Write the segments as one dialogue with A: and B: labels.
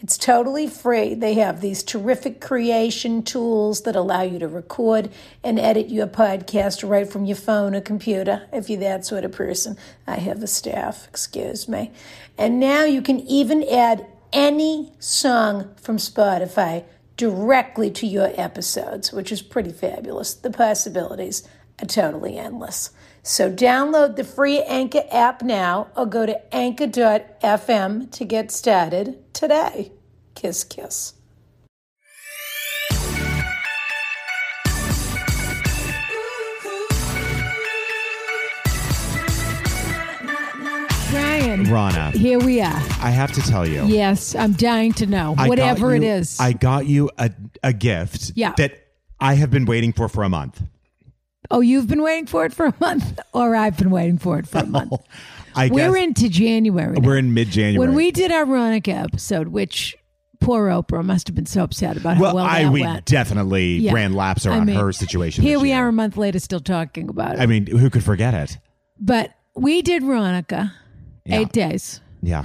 A: It's totally free. They have these terrific creation tools that allow you to record and edit your podcast right from your phone or computer, if you're that sort of person. I have a staff, excuse me. And now you can even add any song from Spotify directly to your episodes, which is pretty fabulous. The possibilities are totally endless. So download the free Anchor app now or go to anchor.fm to get started today. Kiss, kiss.
B: Brian,
C: Rana,
B: here we are.
C: I have to tell you.
B: Yes, I'm dying to know
C: I got
B: whatever it
C: you-
B: is.
C: I got you a, a gift
B: Yeah.
C: that I have been waiting for for a month.
B: oh, you've been waiting for it for a month, or I've been waiting for it for a month.
C: I
B: We're
C: guess
B: into January. now.
C: we're in mid January.
B: When we did our Ronica episode, which poor Oprah must have been so upset about
C: well,
B: how well
C: I
B: that
C: we
B: went.
C: definitely
B: Yeah.
C: ran laps around
B: I mean,
C: her situation.
B: Here
C: this
B: we
C: year.
B: are a month later, still talking about it.
C: I mean, who could forget it?
B: but we did Ronica
C: Yeah.
B: eight days.
C: Yeah.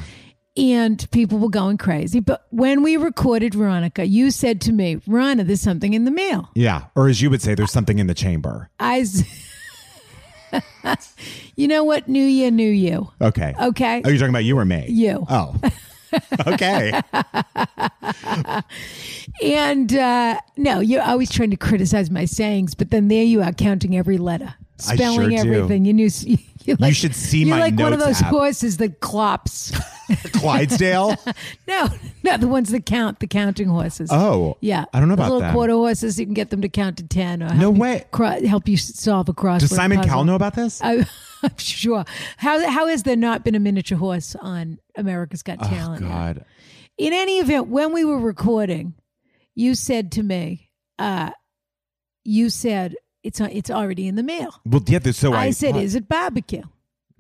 B: and people were going crazy. But when we recorded Veronica, you said to me, Veronica, there's something in the mail.
C: Yeah. Or as you would say, there's something in the chamber.
B: I, s- you know what? New year, new you.
C: Okay.
B: Okay.
C: Are you talking about you or me?
B: You.
C: Oh. okay.
B: And uh, no, you're always trying to criticize my sayings, but then there you are counting every letter,
C: I sure
B: spelling
C: do.
B: everything. You knew. You're like,
C: should see
B: you're
C: my
B: like one of
C: notes
B: those
C: app.
B: horses that clops.
C: Clydesdale.
B: no, not the ones that count, the counting horses.
C: Oh.
B: Yeah,
C: I don't know
B: Those
C: about
B: little
C: that.
B: quarter horses. You can get them to count to ten, or help
C: No
B: you
C: way.
B: cro- help you s- solve a crossword.
C: Does Simon
B: puzzle.
C: Cowell know about this?
B: I, I'm sure. How how has there not been a miniature horse on America's Got
C: oh,
B: Talent? yet?
C: God.
B: In any event, when we were recording, you said to me, uh, you said it's it's already in the mail.
C: Well, yeah, there's so
B: I, said,
C: thought-
B: "Is it barbecue?"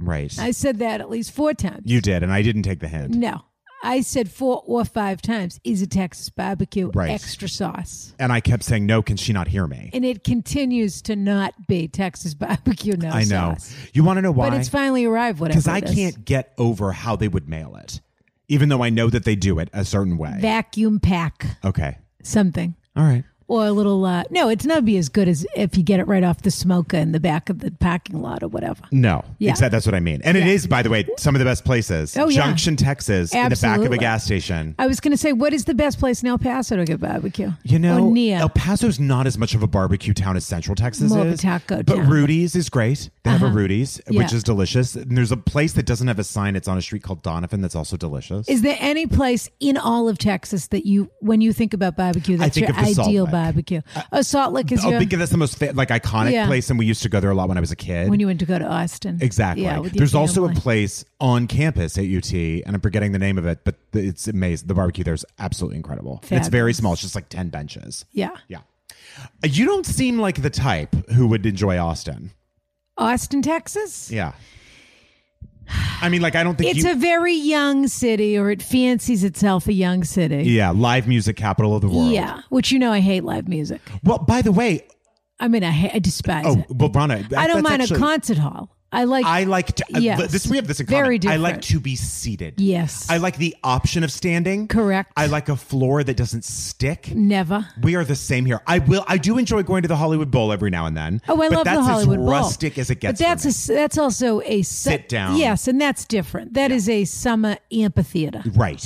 C: Right.
B: I said that at least four times.
C: you did, and I didn't take the hint.
B: no, I said four or five times. Is it Texas barbecue?
C: Right.
B: Extra sauce.
C: And I kept saying, no, can she not hear me?
B: And it continues to not be Texas barbecue. No,
C: I know.
B: sauce.
C: You want to know why?
B: but it's finally arrived. Whatever.
C: Because I
B: it is.
C: can't get over how they would mail it, even though I know that they do it a certain way.
B: vacuum pack
C: okay.
B: something.
C: All right.
B: Or a little, uh, no, it's not be as good as if you get it right off the smoker in the back of the parking lot or whatever.
C: No,
B: Yeah.
C: exact, that's what I mean. And it is, by the way, some of the best places.
B: Oh, yeah.
C: Junction, Texas, in the back of a
B: Absolutely.
C: gas station.
B: I was going to say, what is the best place in El Paso to get barbecue?
C: You know,
B: or near.
C: El Paso's not as much of a barbecue town as Central Texas
B: More of a
C: is.
B: taco
C: but
B: town. Uh-huh.
C: Rudy's is great. They have a Rudy's, which
B: Yeah.
C: is delicious. And there's a place that doesn't have a sign. It's on a street called Donovan that's also delicious.
B: is there any place in all of Texas that you, when you think about barbecue, that's
C: think
B: your
C: of the Salt
B: ideal
C: Lick.
B: barbecue? oh, Salt Lake is
C: oh,
B: your,
C: because that's the most fa- like iconic
B: Yeah.
C: place, and we used to go there a lot when I was a kid.
B: when you went to go to Austin.
C: exactly.
B: Yeah, with your
C: There's also a
B: family.
C: place on campus at UT, and I'm forgetting the name of it, but th- it's amazing. The barbecue there's absolutely incredible. And It's very
B: Fabulous.
C: small. It's just like ten benches.
B: Yeah.
C: Yeah. Uh, You don't seem like the type who would enjoy Austin.
B: Austin, Texas?
C: Yeah. I mean, like I don't think
B: It's
C: you.
B: a very young city, or it fancies itself a young city.
C: yeah, live music capital of the world.
B: Yeah, which you know I hate live music.
C: Well, by the way,
B: I mean I, ha- I despise
C: oh,
B: it.
C: well, Rana, that-
B: I don't
C: that's
B: mind
C: actually-
B: a concert hall. I like
C: I like to. I-
B: Yes.
C: this we have this in
B: Very
C: common. I like
B: different.
C: to be seated.
B: yes.
C: I like the option of standing.
B: Correct.
C: I like a floor that doesn't stick.
B: never.
C: We are the same here. I will. I do enjoy going to the Hollywood Bowl every now and then.
B: Oh, I
C: but
B: love
C: that's
B: the Hollywood
C: as
B: Bowl.
C: rustic as it gets.
B: But that's a
C: for me.
B: s that's also a su-
C: Sit down.
B: Yes, and that's different. That is a summer amphitheater,
C: right.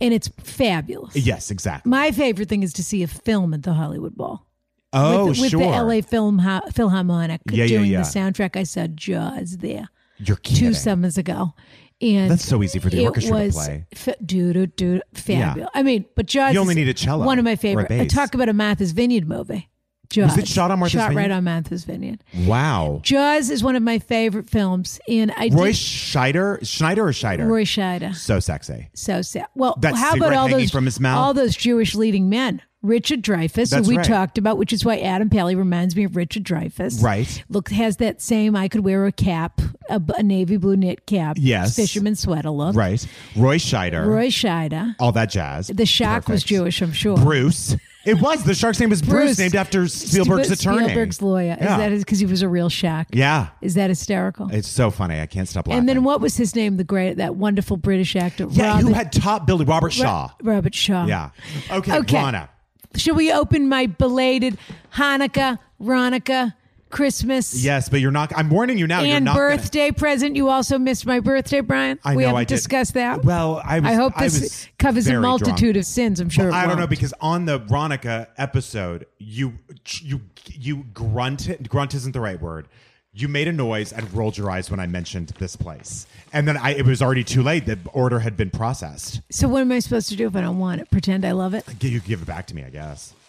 B: and it's fabulous.
C: Yes, exactly.
B: My favorite thing is to see a film at the Hollywood Bowl.
C: oh,
B: with, with
C: sure.
B: the LA Film Ho- Philharmonic
C: Yeah, yeah,
B: doing
C: yeah.
B: the soundtrack. I saw Jaws there.
C: You're
B: two
C: kidding.
B: summers ago. And
C: That's so easy for the
B: it
C: orchestra to
B: was
C: play.
B: Fa- do do do fabulous. I mean, but Jaws.
C: You only
B: is
C: need a cello
B: One of
C: or
B: my
C: a
B: favorite. I
C: bass.
B: talk about a Martha's Vineyard movie. Jaws
C: it shot on Martha's
B: Shot right
C: Vineyard?
B: on Martha's Vineyard.
C: Wow.
B: Jaws is one of my favorite films, and I
C: Roy
B: did,
C: Scheider, Schneider or Scheider?
B: Roy Scheider.
C: So sexy.
B: So sad. Well,
C: That
B: how about
C: cigarette
B: all
C: hanging
B: those
C: from his mouth?
B: all those Jewish leading men Richard Dreyfuss, who
C: That's
B: we
C: right.
B: talked about, which is why Adam Pally reminds me of Richard Dreyfuss.
C: Right.
B: Look, has that same I could wear a cap, a, b- a navy blue knit cap.
C: Yes.
B: Fisherman sweater look.
C: Right. Roy Scheider.
B: Roy Scheider.
C: all that jazz.
B: The Shock was
C: Perfect.
B: Jewish, I'm sure.
C: Bruce. It was. The shark's name was Bruce,
B: Bruce.
C: named after Spielberg's
B: Spiel-
C: attorney.
B: Spielberg's lawyer. Is
C: Yeah.
B: that because he was a real shock?
C: yeah.
B: Is that hysterical?
C: It's so funny. I can't stop laughing.
B: and then what was his name? The great, that wonderful British actor,
C: Yeah,
B: Robert,
C: who had top Billy Robert Shaw.
B: Robert Shaw.
C: Yeah. Okay,
B: Okay.
C: Rana.
B: Should we open my belated Hanukkah, Ronica, Christmas,
C: Yes, but you're not. I'm warning you now. you're
B: and
C: not gonna-
B: birthday present? You also missed my birthday, Brian.
C: I
B: we
C: know
B: haven't
C: I did.
B: discussed that.
C: Well, I was-
B: I hope
C: I
B: this
C: was
B: covers a
C: very
B: multitude
C: drunk.
B: of sins. I'm sure. it
C: I don't know
B: won't.
C: because on the Ronica episode, you you you grunted. Grunt isn't the right word. You made a noise and rolled your eyes when I mentioned this place, and then I, it was already too late. The order had been processed.
B: so what am I supposed to do if I don't want it? Pretend I love it?
C: You can give it back to me, I guess.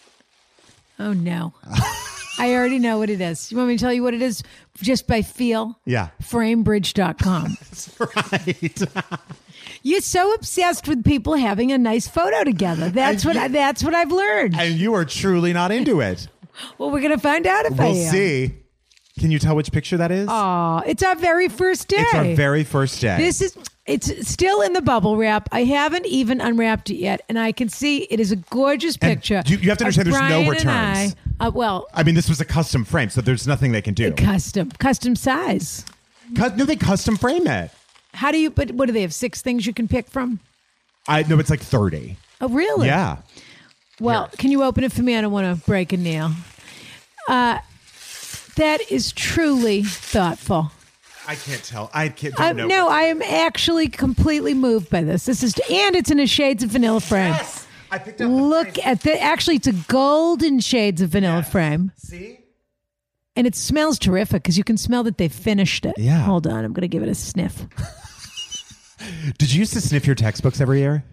B: Oh no. I already know what it is. You want me to tell you what it is just by feel?
C: Yeah.
B: Framebridge.com.
C: That's right.
B: You're so obsessed with people having a nice photo together. That's what I, that's what I've learned.
C: and you are truly not into it.
B: well, we're gonna find out if I
C: We'll
B: am.
C: see. Can you tell which picture that is?
B: Aw, it's our very first day.
C: it's our very first day.
B: Oh, this is it's still in the bubble wrap. I haven't even unwrapped it yet, and I can see it is a gorgeous
C: And
B: picture.
C: you- you have to
B: of
C: understand there's no
B: Brian and
C: returns.
B: I, uh, well,
C: I mean, this was a custom frame, so there's nothing they can do.
B: custom, custom size.
C: Cu- no, they custom frame it.
B: How do you? But what do they have? Six things you can pick from.
C: I no, it's like thirty.
B: Oh, really?
C: Yeah.
B: Well,
C: Here.
B: can you open it for me? I don't want to break a nail. Uh, that is truly thoughtful.
C: Oh, I can't tell. I can't. Don't
B: I,
C: know.
B: no, I am actually completely moved by this. This is, and it's in a shades of vanilla frame.
C: Yes, I picked up. the
B: Look
C: frame.
B: at the. Actually, it's a golden shades of vanilla frame,
C: See.
B: and it smells terrific because you can smell that they finished it.
C: Yeah.
B: Hold on, I'm gonna give it a sniff.
C: Did you used to sniff your textbooks every year?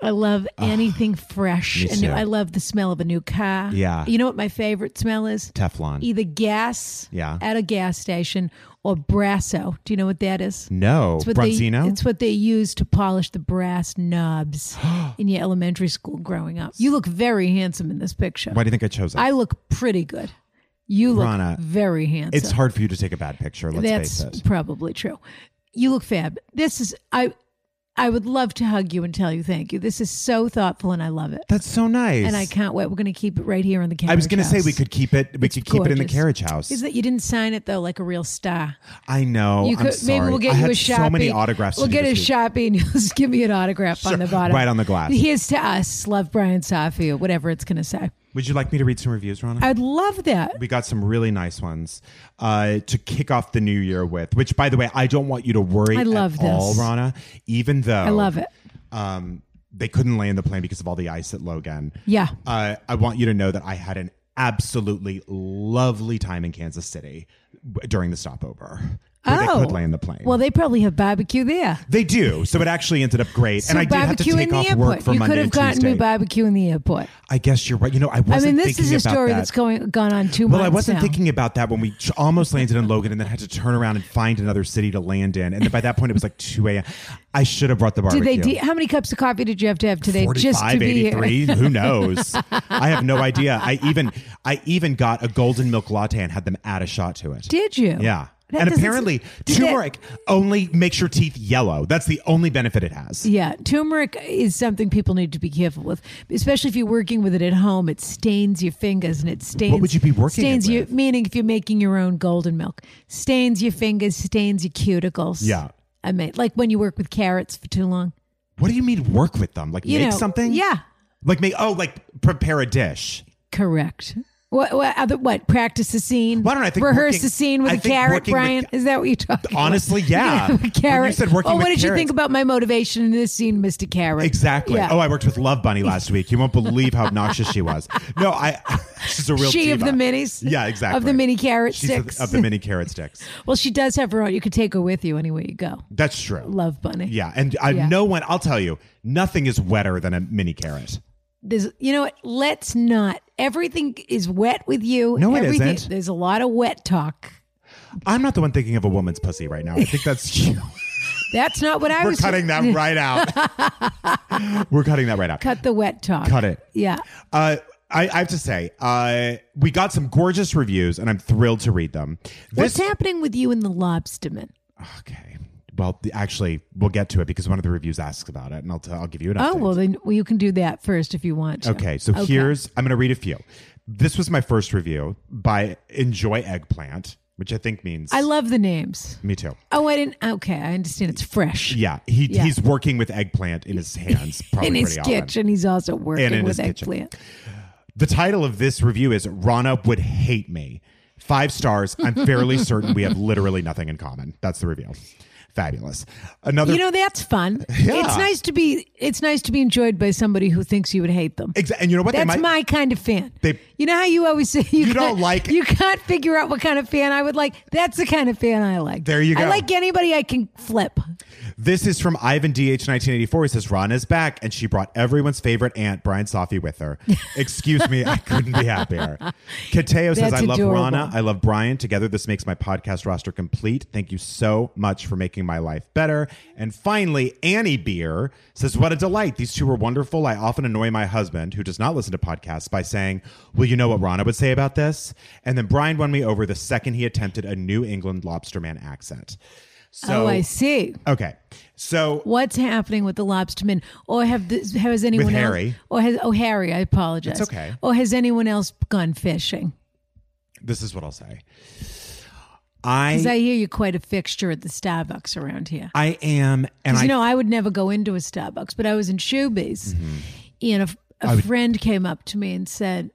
B: I love anything fresh,
C: Ah, me
B: and
C: too.
B: I love the smell of a new car.
C: Yeah.
B: You know what my favorite smell is?
C: Teflon.
B: Either gas
C: Yeah.
B: at a gas station or Brasso. Do you know what that is?
C: no,
B: It's what, they,
C: Bronzino.
B: it's what they use to polish the brass knobs in your elementary school growing up. You look very handsome in this picture.
C: Why do you think I chose it?
B: I look pretty good. You look
C: Rana,
B: very handsome.
C: it's hard for you to take a bad picture. Let's
B: That's
C: face it.
B: probably true. You look fab. This is I. I would love to hug you and tell you thank you. This is so thoughtful and I love it.
C: That's so nice.
B: And I can't wait. We're going to keep it right here in the carriage.
C: I was going to say
B: house.
C: we could keep it. We could keep it in the
B: gorgeous.
C: carriage house.
B: Is that you didn't sign it though, like a real star?
C: I know.
B: You
C: I'm
B: could
C: sorry.
B: maybe we'll get
C: I
B: you
C: had
B: a shopping.
C: So many autographs. to
B: We'll
C: do
B: get a
C: this week.
B: shopping. and you'll Just give me an autograph on the bottom,
C: right on the glass.
B: Here's to us, love Brian Safi or whatever it's going to say.
C: Would you like me to read some reviews, Rana?
B: I'd love that.
C: we got some really nice ones uh, to kick off the new year with. Which, by the way, I don't want you to worry
B: I love
C: at all,
B: this.
C: Rana. Even though
B: I love it.
C: um, they couldn't land the plane because of all the ice at Logan.
B: Yeah.
C: Uh, I want you to know that I had an absolutely lovely time in Kansas City w- during the stopover. where
B: oh,
C: they could land the plane.
B: Well, they probably have barbecue there.
C: they do. So it actually ended up great,
B: So
C: and I did have to
B: barbecue in
C: take
B: the
C: off
B: airport.
C: work for
B: you
C: Monday
B: could have
C: and
B: gotten
C: Tuesday.
B: me barbecue in the airport.
C: I guess you're right. You know, I
B: I mean,
C: wasn't.
B: this is
C: thinking
B: a
C: about
B: story
C: that.
B: that's going gone on two
C: Well,
B: months
C: I wasn't
B: now.
C: thinking about that when we ch- almost landed in Logan and then had to turn around and find another city to land in. And then by that point, it was like 2 a.m. I should have brought the barbecue.
B: Did they? De- how many cups of coffee did you have to have today just to
C: 45,
B: be here?
C: 83, who knows? I have no idea. I even I even got a golden milk latte and had them add a shot to it.
B: Did you?
C: yeah.
B: That
C: and
B: doesn't-
C: apparently,
B: Did that-
C: turmeric only makes your teeth yellow. That's the only benefit it has.
B: Yeah, turmeric is something people need to be careful with, especially if you're working with it at home. It stains your fingers and it stains.
C: would you be working it
B: stains your
C: with?
B: meaning if you're making your own golden milk, stains your fingers, stains your cuticles.
C: Yeah.
B: I mean, like when you work with carrots for too long.
C: What do you mean work with them? Like
B: You
C: make
B: know,
C: something?
B: Yeah,
C: Like make, oh, like prepare a dish.
B: correct. What? What? Other, what? Practice the scene.
C: Why don't I think
B: rehearse
C: working-
B: the scene with
C: I
B: a
C: think
B: carrot,
C: working with
B: Brian?
C: ca-
B: is that what you're talking? about?
C: Honestly, yeah.
B: With carrot.
C: When you said working
B: oh,
C: with
B: what did you
C: carrots-
B: think about my motivation in this scene, Mister Carrot?
C: Exactly.
B: Yeah.
C: Oh, I worked with Love Bunny last week. You won't believe how obnoxious she was. No, I. She's a real
B: she of the
C: diva.
B: minis.
C: Yeah, exactly.
B: Of the mini carrot
C: She's of-
B: sticks.
C: of the mini carrot sticks.
B: well, she does have her own. You could take her with you anywhere you go.
C: That's true.
B: Love bunny.
C: Yeah, and I,
B: Yeah.
C: no one. I'll tell you, nothing is wetter than a mini carrot.
B: There's, you know what? Let's not. Everything is wet with you.
C: No, it
B: Everything-
C: isn't.
B: There's a lot of wet talk.
C: I'm not the one thinking of a woman's pussy right now. I think that's you.
B: That's not what I
C: We're
B: was
C: cutting that right out. We're cutting that right out.
B: Cut the wet talk.
C: Cut it.
B: Yeah.
C: Uh, I, I have to say, uh, we got some gorgeous reviews, and I'm thrilled to read them.
B: What's
C: This,
B: happening with you and the lobsterman?
C: okay. Well, the, actually, we'll get to it because one of the reviews asks about it, and I'll, t- I'll give you an update.
B: Oh well, then well, you can do that first if you want. to.
C: Okay, so here's I'm going to read a few. This was my first review by Enjoy Eggplant, which I think means
B: I love the names.
C: me too.
B: Oh, I didn't. Okay, I understand. It's fresh
C: Yeah, he
B: Yeah.
C: he's working with eggplant in his hands probably
B: in his
C: pretty often.
B: kitchen. He's also
C: And in
B: working with
C: his kitchen.
B: eggplant.
C: The title of this review is Rana would hate me. Five stars. I'm fairly certain we have literally nothing in common. That's the review. Fabulous. Another
B: You know that's fun.
C: Yeah.
B: It's nice to be. It's nice to be enjoyed by somebody who thinks you would hate them.
C: Exa- and you know what
B: That's
C: they might
B: my kind of fan.
C: They-
B: you know how you always say you,
C: You don't
B: can't-
C: like-
B: You can't figure out what kind of fan I would like. That's the kind of fan I like.
C: There you
B: I
C: go.
B: like anybody I can flip.
C: This is from Ivan DH1984. He says, Rana's back, and she brought everyone's favorite aunt, Brian Safi, with her. Excuse me, I couldn't be happier. Kateo says,
B: That's
C: I love
B: adorable.
C: Rana. I love Brian. Together, this makes my podcast roster complete. Thank you so much for making my life better. And finally, Annie Beer says, What a delight. These two were wonderful. I often annoy my husband, who does not listen to podcasts, by saying, Well, you know what Rana would say about this? And then Brian won me over the second he attempted a New England lobsterman accent. So
B: oh, I see.
C: Okay. So
B: What's happening with the lobsterman? Or have this, has anyone else,
C: Harry.
B: Or has oh Harry? I apologize.
C: It's okay.
B: Or has anyone else gone fishing?
C: this is what I'll say.
B: Because I
C: I
B: hear you're quite a fixture at the Starbucks around here.
C: I am and
B: Because
C: I
B: you know, I would never go into a Starbucks, but I was in Shoebies,
C: Mm-hmm.
B: and a, a friend came up to me and said,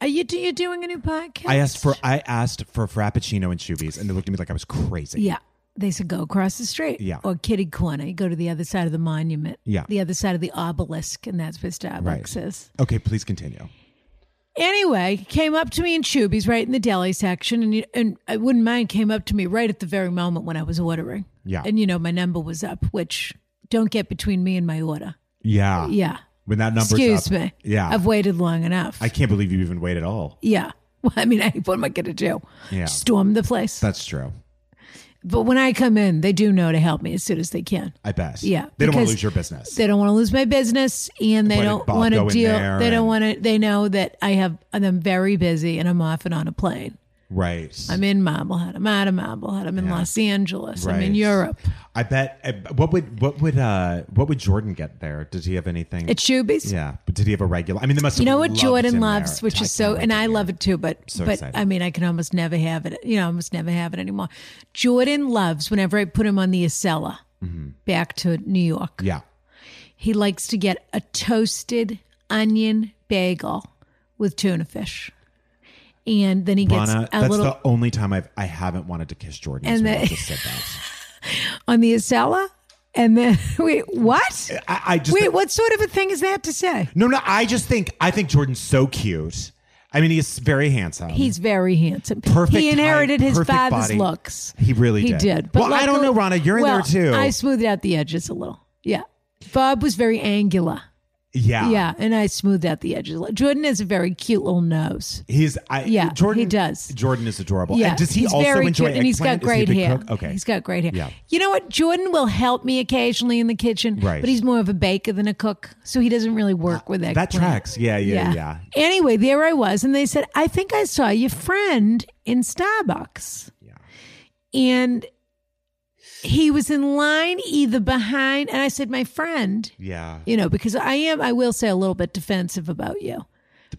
B: "Are you do you doing a new podcast?"
C: I asked for I asked for frappuccino and shoebies and they looked at me like I was crazy.
B: yeah. They said, "Go across the street,
C: Yeah.
B: or kitty corner. You go to the other side of the monument,
C: Yeah.
B: the other side of the obelisk, and that's where Starbucks
C: Right.
B: is."
C: Okay, please continue.
B: Anyway, he came up to me in Chubby's right in the deli section, and he- and I wouldn't mind came up to me right at the very moment when I was ordering.
C: Yeah.
B: and you know my number was up, which don't get between me and my order.
C: Yeah.
B: Yeah,
C: When that number's
B: excuse
C: up-
B: me.
C: Yeah.
B: I've waited long enough.
C: I can't believe you even wait at all.
B: yeah, well, I mean, I, what am I going to do?
C: Yeah.
B: storm the place.
C: That's true.
B: but when I come in, they do know to help me as soon as they can.
C: I bet.
B: Yeah,
C: They don't want
B: because
C: to lose your business.
B: They don't want to lose my business, and they
C: Why did
B: don't
C: Bob
B: want
C: go
B: to
C: in
B: deal.
C: there
B: They
C: and-
B: don't want to. They know that I have. I'm very busy, and I'm often on a plane.
C: right.
B: I'm in Marblehead. I'm out of Marblehead. I'm in Los Angeles. I'm in
C: Right.
B: Europe.
C: I bet uh, what would what would uh what would Jordan get there? Did he have anything?
B: At Shoebies.
C: yeah, but did he have a regular? I mean, they must.
B: You
C: have
B: know what
C: loved
B: Jordan
C: him there.
B: loves, which is
C: can't
B: so,
C: wait
B: and
C: to
B: I
C: hear.
B: love it too. But
C: So
B: but
C: excited.
B: I mean, I can almost never have it. You know, I almost never have it anymore. Jordan loves whenever I put him on the Acela back to New York.
C: Mm-hmm. Yeah.
B: He likes to get a toasted onion bagel with tuna fish, and then he gets
C: Rana,
B: a
C: that's
B: little
C: the only time I've I haven't wanted to kiss Jordan. is
B: And
C: when I
B: the-
C: just said that.
B: on the Acela, and then wait, what?
C: I, I just
B: Wait, what sort of a thing is that to say?
C: no no. I just think I think Jordan's so cute. I mean, he's very handsome.
B: He's very handsome.
C: Perfect
B: He inherited
C: height,
B: his
C: perfect
B: father's
C: body.
B: looks.
C: He really
B: he
C: did.
B: did.
C: Well, I don't know, Rana, you're in
B: well,
C: there, too.
B: I smoothed out the edges a little. Yeah. Bob was very angular.
C: yeah
B: Yeah, and I smoothed out the edges. a little. Jordan has a very cute little nose.
C: He's I,
B: Yeah,
C: Jordan
B: he does.
C: Jordan is adorable.
B: Yeah,
C: And does he
B: he's
C: also
B: very
C: enjoy
B: cute, and he's got
C: eggplant? Is he a
B: great
C: big
B: hair.
C: cook? Okay,
B: he's got great hair.
C: Yeah.
B: You know what? Jordan will help me occasionally in the kitchen,
C: Right. Ah,
B: But he's more of a baker than a cook, so he doesn't really work with
C: that
B: eggplant.
C: tracks. Yeah, yeah, yeah.
B: Anyway, there I was, and they said, "I think I saw your friend in Starbucks."
C: Yeah.
B: and he was in line either behind and i said my friend
C: Yeah.
B: you know because i am i will say a little bit defensive about you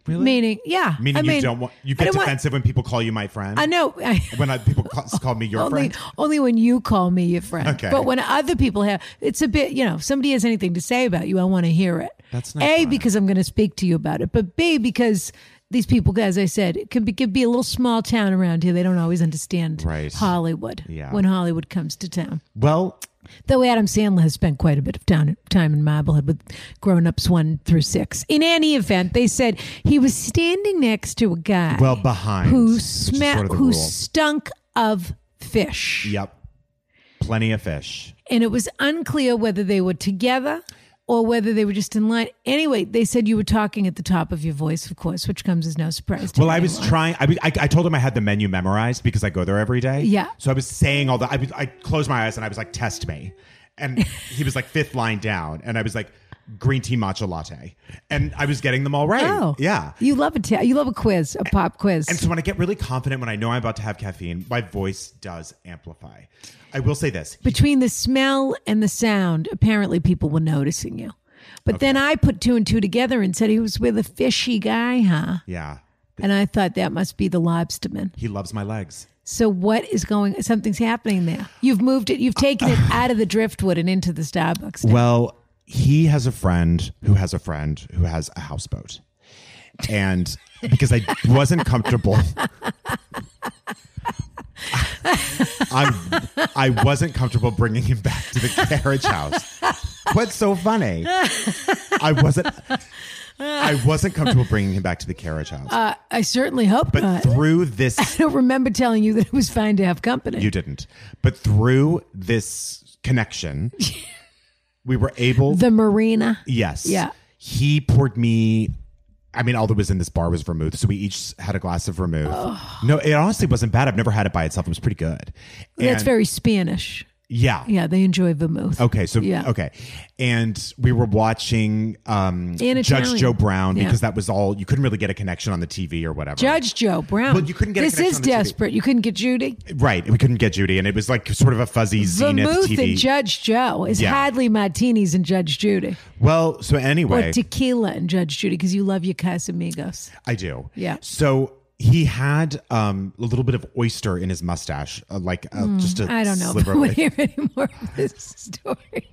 C: Really?
B: meaning yeah
C: Meaning
B: I
C: you
B: mean,
C: don't want you
B: I
C: get
B: don't want-
C: defensive when people call you my friend.
B: i know I,
C: When I, people call, call me your
B: only,
C: friend.
B: only when you call me your friend
C: Okay.
B: but when other people have it's a bit you know if somebody has anything to say about you i want to hear it
C: That's nice,
B: a
C: Ryan.
B: because i'm going to speak to you about it but b because these people, as I said, it could be, could be a little small town around here. They don't always understand
C: Right.
B: Hollywood
C: Yeah.
B: when Hollywood comes to town.
C: Well,
B: Though Adam Sandler has spent quite a bit of down, time in Marblehead with grown ups one through six. In any event, they said he was standing next to a guy
C: well behind
B: who,
C: which is
B: sma-
C: sort of the
B: who
C: rule.
B: stunk of fish.
C: Yep. Plenty of fish.
B: And it was unclear whether they were together or whether they were just in line. Anyway, they said you were talking at the top of your voice, of course, which comes as no surprise to
C: Well, I was
B: anyone.
C: trying. I, was- I I told him I had the menu memorized because I go there every day.
B: Yeah.
C: So I was saying all that. I was- I closed my eyes and I was like, "Test me," and he was like fifth line down, and I was like, green tea matcha latte, and I was getting them all right.
B: Oh,
C: Yeah.
B: You love a ta- you love a quiz, a pop quiz.
C: And so when I get really confident, when I know I'm about to have caffeine, my voice does amplify. I will say this.
B: Between the smell and the sound, apparently people were noticing you. But then I put two and two together and said he was with a fishy guy, huh?
C: Yeah.
B: And I thought that must be the lobsterman.
C: He loves my legs.
B: So what is going? Something's happening there. You've moved it. You've taken it out of the driftwood and into the Starbucks.
C: Well, he has a friend who has a friend who has a houseboat. And because I wasn't comfortable. I, I wasn't comfortable bringing him back to the carriage house. What's so funny? I wasn't. I wasn't comfortable bringing him back to the carriage house.
B: Uh, I certainly hope
C: but
B: not.
C: through this
B: I don't remember telling you that it was fine to have company.
C: You didn't. But through this connection, we were able.
B: the marina.
C: yes.
B: Yeah.
C: He poured me. I mean, all that was in this bar was vermouth. So we each had a glass of vermouth. No, it honestly wasn't bad. I've never had it by itself. It was pretty good.
B: That's
C: And-
B: very Spanish.
C: Yeah.
B: Yeah, they enjoy vermouth.
C: Okay, so
B: Yeah.
C: okay, and we were watching um,
B: In
C: Judge
B: Italian.
C: Joe Brown
B: Yeah.
C: because that was all you couldn't really get a connection on the TV or whatever.
B: Judge Joe Brown.
C: Well, you couldn't get a
B: this
C: connection
B: is
C: on the TV.
B: desperate. You couldn't get Judy.
C: right? We couldn't get Judy, and it was like sort of a fuzzy Zenith
B: Vermouth
C: TV.
B: and Judge Joe is
C: Yeah.
B: Hadley martinis and Judge Judy,
C: well, so
B: or
C: anyway,
B: tequila and Judge Judy, because you love your Casamigos.
C: I do.
B: Yeah.
C: So he had um, a little bit of oyster in his mustache, uh, like uh, just a
B: Hmm, I don't know if
C: sliver.
B: I
C: of
B: want to
C: it.
B: hear any more of this story.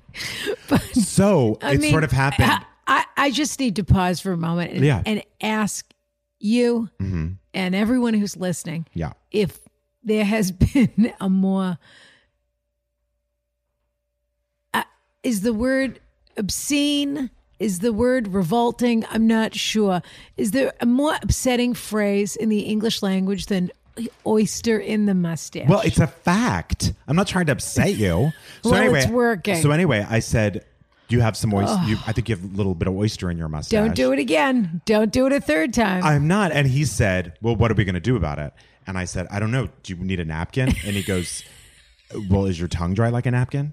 B: But
C: So
B: I
C: it
B: mean,
C: sort of happened.
B: I, I- I just need to pause for a moment and,
C: Yeah. Mm-hmm.
B: and ask you and everyone who's listening
C: yeah.
B: if there has been a more uh, is the word obscene is the word revolting i'm not sure is there a more upsetting phrase in the english language than oyster in the mustache
C: Well, it's a fact. I'm not trying to upset you. So
B: Well,
C: anyway,
B: it's working.
C: So anyway, I said, "Do you have some oyster? You, I think you have a little bit of oyster in your mustache."
B: don't do it again don't do it a third time
C: I'm not. And he said, Well, what are we going to do about it? And I said, I don't know. Do you need a napkin? And he goes, "Uh, Well, is your tongue dry like a napkin?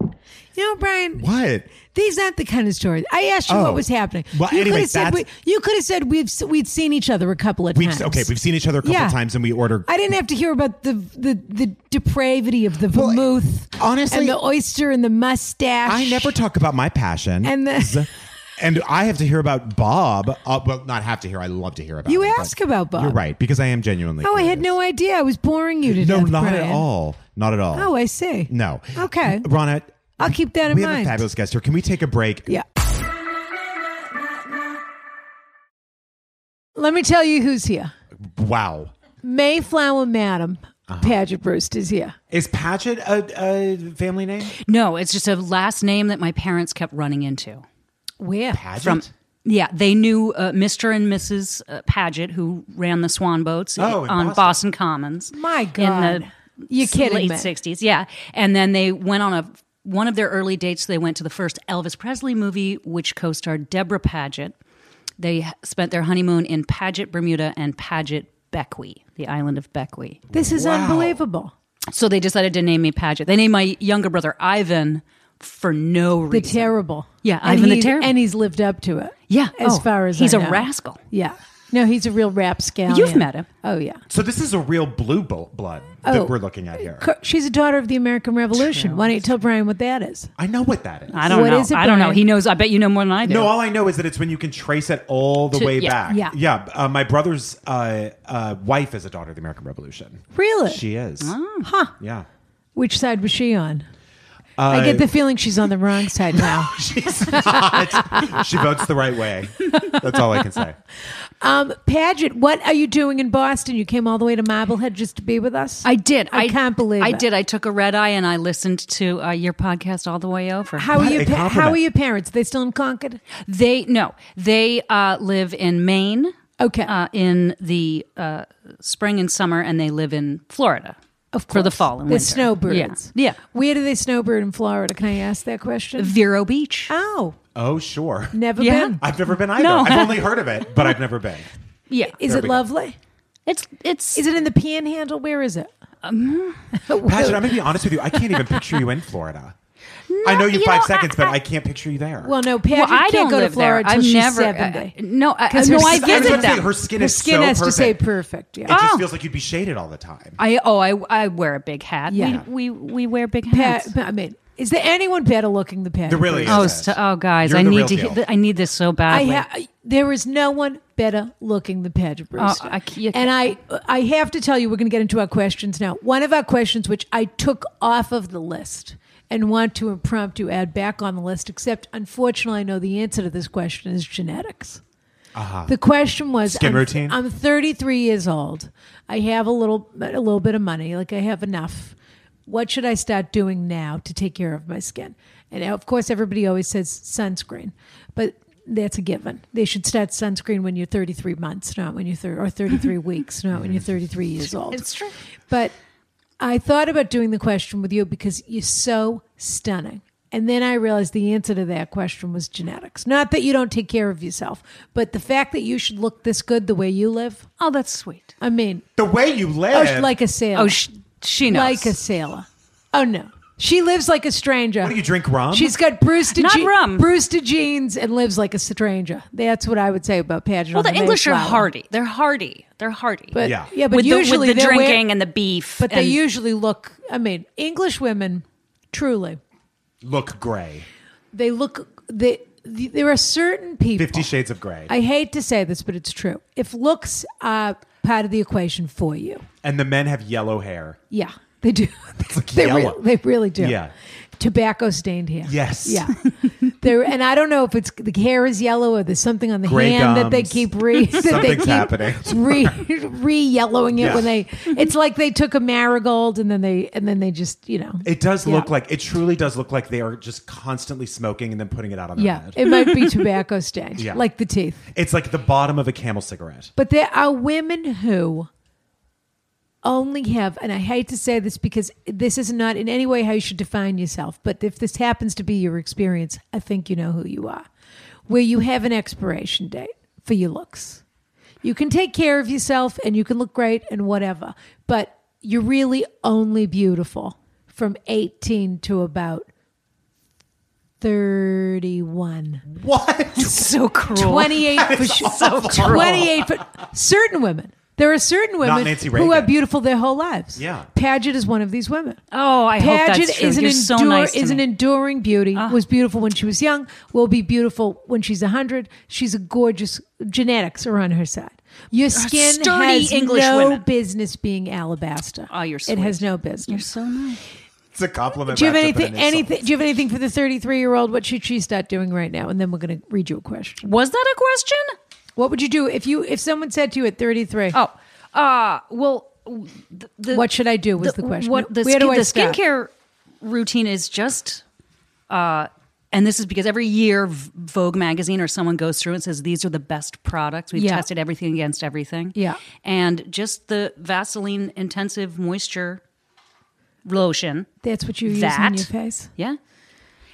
B: you know brian
C: What?
B: These aren't the kind of stories. I asked you
C: Oh.
B: what was happening.
C: Well,
B: you
C: anyway,
B: could have said we,
C: that's-
B: you could have said we've s- we'd seen each other a couple of
C: We've
B: times.
C: okay. We've seen each other a couple
B: Yeah.
C: times, and we order
B: I didn't have to hear about the the, the depravity of the vermouth,
C: honestly-
B: and the oyster and the mustache.
C: I never talk about my passion.
B: And the-
C: Z- and I have to hear about Bob. Uh, well, not have to hear. I love to hear about.
B: You
C: him, but
B: ask about Bob.
C: You're right because I am genuinely.
B: Oh, I had
C: curious.
B: no idea. I was boring you to
C: No,
B: death.
C: not at
B: Brian.
C: all. Not at all.
B: Oh, I see.
C: no.
B: Okay.
C: Ronna.
B: I'll keep that in
C: we have a
B: mind.
C: fabulous guest here. Can we take a break?
B: Yeah. Let me tell you who's here.
C: Wow.
B: Mayflower Madam
C: Uh-huh.
B: Paget Brewster's here.
C: Is Patchett a, a family name?
D: No, it's just a last name that my parents kept running into.
B: Where?
C: Padgett?
D: From yeah, they knew uh, Mr. and Mrs. Uh, Paget, who ran the Swan boats
C: Oh,
D: on
C: in
D: Boston.
C: Boston.
D: Commons.
B: My
D: in
B: God.
D: the
B: You're kidding
D: late
B: me.
D: '60s, yeah. And then they went on a one of their early dates. They went to the first Elvis Presley movie, which co-starred Deborah Paget. They h- spent their honeymoon in Paget, Bermuda, and Paget Beckwith, the island of Beckwith.
B: This is
C: Wow.
B: unbelievable.
D: So they decided to name me Paget. They named my younger brother Ivan for no
B: The
D: reason.
B: terrible.
D: Yeah,
B: and
D: Ivan the
B: he's-
D: Terrible.
B: And he's lived up to it.
D: Yeah.
B: As
D: Oh,
B: far as
D: he's
B: a
D: a rascal.
B: Yeah. No, he's a real rapscallion.
D: You've met him.
B: Oh, yeah.
C: So this is a real blue blo- blood
B: Oh.
C: that we're looking at here.
B: Cor- She's a daughter of the American Revolution.
D: True.
B: Why don't you tell Brian what that is?
C: I know what that is.
D: I don't
B: What
D: know.
B: is it,
D: I don't know.
B: Brian?
D: He knows. I bet you know more than I do.
C: no, all I know is that it's when you can trace it all the
D: To-
C: way
D: yeah,
C: back.
B: yeah.
C: yeah. Uh, my brother's uh, uh, wife is a daughter of the American Revolution.
B: Really?
C: She is. Yeah.
B: Which side was she on?
C: Uh,
B: I get the feeling she's on the wrong side now.
C: She's not. she votes the right way. That's all I can say.
B: um, Paget, what are you doing in Boston? You came all the way to Marblehead just to be with us?
D: I did.
B: I can't believe
D: I
B: it.
D: did. I took a red eye and I listened to uh, your podcast all the way over.
B: How are,
C: What
B: your
C: a
B: pa- how
C: compliment.
B: are your parents? They still in Concord?
D: they no, they uh, live in Maine.
B: Okay.
D: Uh, in the uh, spring and summer, and they live in Florida.
B: Of course.
D: For the fall and
B: the
D: winter.
B: snowbirds.
D: Yeah. yeah.
B: Where do they snowbird in Florida? Can I ask that question?
D: Vero Beach.
B: Oh,
C: Oh, sure.
B: never
D: Yeah.
B: been.
C: I've never been either.
D: No.
C: I've only heard of it, but I've never been.
D: yeah.
B: Is it
C: we go.
B: lovely?
D: It's it's
B: Is it in the Panhandle? Where is it?
C: Patrick, I'm going to be honest with you. I can't even picture you in Florida. I know you,
D: you
C: five
D: know,
C: seconds,
D: I-
C: but
D: I-
C: I can't picture you there.
B: Well, no, Patrick
D: I
B: can't
D: don't
B: go to
D: live there.
B: Florida until
D: I've
B: she's
D: never- uh,
B: seventy.
D: I- no, I-
B: 'Cause
D: no,
B: her
D: I
B: skin-
C: I was
D: visit
C: about to say,
D: them.
C: her skin
B: Her
C: is
B: skin
C: so
B: has to
C: perfect.
B: stay perfect. Yeah.
C: It just
D: Oh.
C: feels like you'd be shaded all the time.
D: I oh I I wear a big hat.
B: Yeah.
D: We, we we wear big
B: Pat,
D: hats.
B: I mean, is there anyone better looking than Patty?
C: There really
B: Burns?
C: is.
D: oh,
C: Yes.
D: st- oh, guys,
C: You're
D: I
C: the real
D: need to.
C: deal.
D: Hear, I need this so
B: I
D: badly.
B: ha- I- there is no one better looking than Patrick Brewster.
D: I c- you-
B: and I I have to tell you, we're going to get into our questions now. One of our questions, which I took off of the list and want to impromptu add back on the list, except unfortunately, I know the answer to this question is genetics. The question was
C: Skin
B: I'm,
C: routine?
B: I'm 33 years old. I have a little a little bit of money, like I have enough. What should I start doing now to take care of my skin? And of course everybody always says sunscreen. But that's a given. They should start sunscreen when you're 33 months, not when you're thir- or 33 weeks, not when you're 33 years old.
D: It's true.
B: But I thought about doing the question with you because you're so stunning. And then I realized the answer to that question was genetics. Not that you don't take care of yourself, but the fact that you should look this good the way you live.
D: oh, that's sweet.
B: I mean,
C: The way you
B: oh,
C: live.
B: like a sailor.
D: Oh, sh- she knows.
B: like a sailor. Oh, no. She lives like a stranger.
C: What do you drink rum?
B: She's got Brewster,
D: Not
B: je-
D: rum.
B: Brewster jeans and lives like a stranger. That's what I would say about Pageant.
D: well, the English are hardy. They're hardy. They're hardy.
B: But, yeah.
C: Yeah.
B: but
D: with
B: usually
D: the, with the
B: they're wear-
D: drinking and the beef.
B: But they
D: and-
B: usually look, I mean, English women, truly,
C: Look gray.
B: they look, they, the, there are certain people.
C: Fifty Shades of Gray.
B: I hate to say this, but it's true. If looks are part of the equation for you,
C: and the men have yellow hair.
B: yeah, they do.
C: like
B: they, re-
C: yellow.
B: they really do.
C: Yeah.
B: Tobacco stained hair.
C: Yes.
B: Yeah. there and I don't know if it's the hair is yellow or there's something on the
C: Gray
B: hand that they
C: gums.
B: keep re that they
C: Something's
B: keep
C: happening.
B: re re yellowing it
C: Yeah.
B: when they it's like they took a marigold and then they and then they just, you know.
C: It does
B: Yeah.
C: look like it truly does look like they are just constantly smoking and then putting it out on their
B: yeah,
C: head.
B: it might be tobacco stained,
C: Yeah.
B: like the teeth.
C: it's like the bottom of a camel cigarette.
B: But there are women who only have, and I hate to say this because this is not in any way how you should define yourself, but if this happens to be your experience, I think you know who you are, where you have an expiration date for your looks. You can take care of yourself and you can look great and whatever, but you're really only beautiful from 18 to about 31.
C: What?
D: so cruel.
B: 28 for sure. 28 for certain women. There are certain women
C: Nancy
B: who are
C: Reagan.
B: beautiful their whole lives.
C: Yeah.
B: Paget is one of these women.
D: Oh, I hope
B: Paget
D: that's true.
B: is an
D: You're so
B: endure-
D: nice to
B: is an
D: me. Ah.
B: enduring beauty. Was beautiful when she was young. Will be beautiful when she's hundred. She's a gorgeous. Genetics are on her side. Your skin
D: sturdy
B: has
D: English
B: no
D: women.
B: business being alabaster.
D: Oh, you're
B: It has
D: sweet.
B: no business.
D: You're so nice.
C: It's a compliment.
B: do you have
C: wrapped up in
B: anything?
C: an insult.
B: Anything? Do you have anything for the thirty-three-year-old? What should she start doing right now? And then we're going to read you a question.
D: Was that a question?
B: What would you do if you if someone said to you at 33,
D: Oh, uh, well, the, the,
B: "What should I do?" was the, question.
D: What the,
B: Where do
D: skin-
B: I
D: the
B: start?
D: skincare routine is just, uh, and this is because every year V- Vogue magazine or someone goes through and says these are the best products. We've
B: Yeah.
D: tested everything against everything.
B: Yeah.
D: and just the Vaseline intensive moisture lotion.
B: That's what you use on
D: That.
B: your face.
D: Yeah.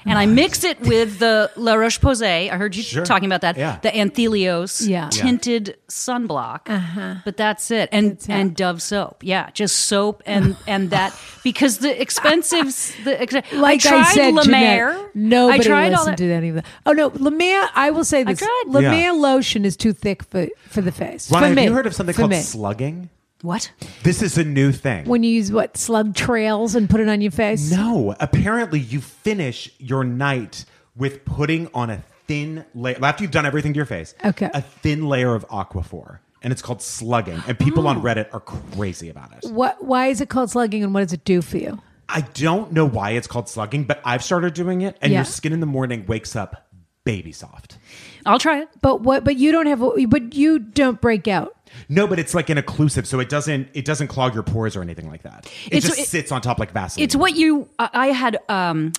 D: And I mix it with the La Roche Posay. I heard you
C: Sure.
D: talking about that.
C: Yeah.
D: The Anthelios
B: Yeah. Uh-huh. Yeah.
D: tinted sunblock. But that's it. And and Dove soap. Yeah, just soap and and that because the expensive the ex-
B: Like
D: I tried
B: said,
D: La Mer.
B: Jeanette, nobody
D: I tried all
B: listened
D: that.
B: to any of that. Oh no, La Mer. I will say this:
D: tried.
B: La
C: Yeah.
B: Mer lotion is too thick for for the face.
C: Ron,
B: for
C: have
B: me.
C: you heard of something
B: for
C: called
B: me.
C: slugging?
D: What?
C: This is a new thing.
B: when you use what slug trails and put it on your face?
C: No, apparently you finish your night with putting on a thin layer after you've done everything to your face.
B: Okay.
C: A thin layer of aquaphor. And it's called slugging. And people
B: Oh.
C: on Reddit are crazy about it.
B: What? Why is it called slugging, and what does it do for you?
C: I don't know why it's called slugging, but I've started doing it, and
B: Yeah.
C: your skin in the morning wakes up baby soft.
D: I'll try it.
B: But what? But you don't have. a- But you don't break out.
C: No, but it's like an occlusive, so it doesn't it doesn't clog your pores or anything like that. It
D: It's-
C: just
D: it-
C: sits on top like Vaseline.
D: It's what you I I had um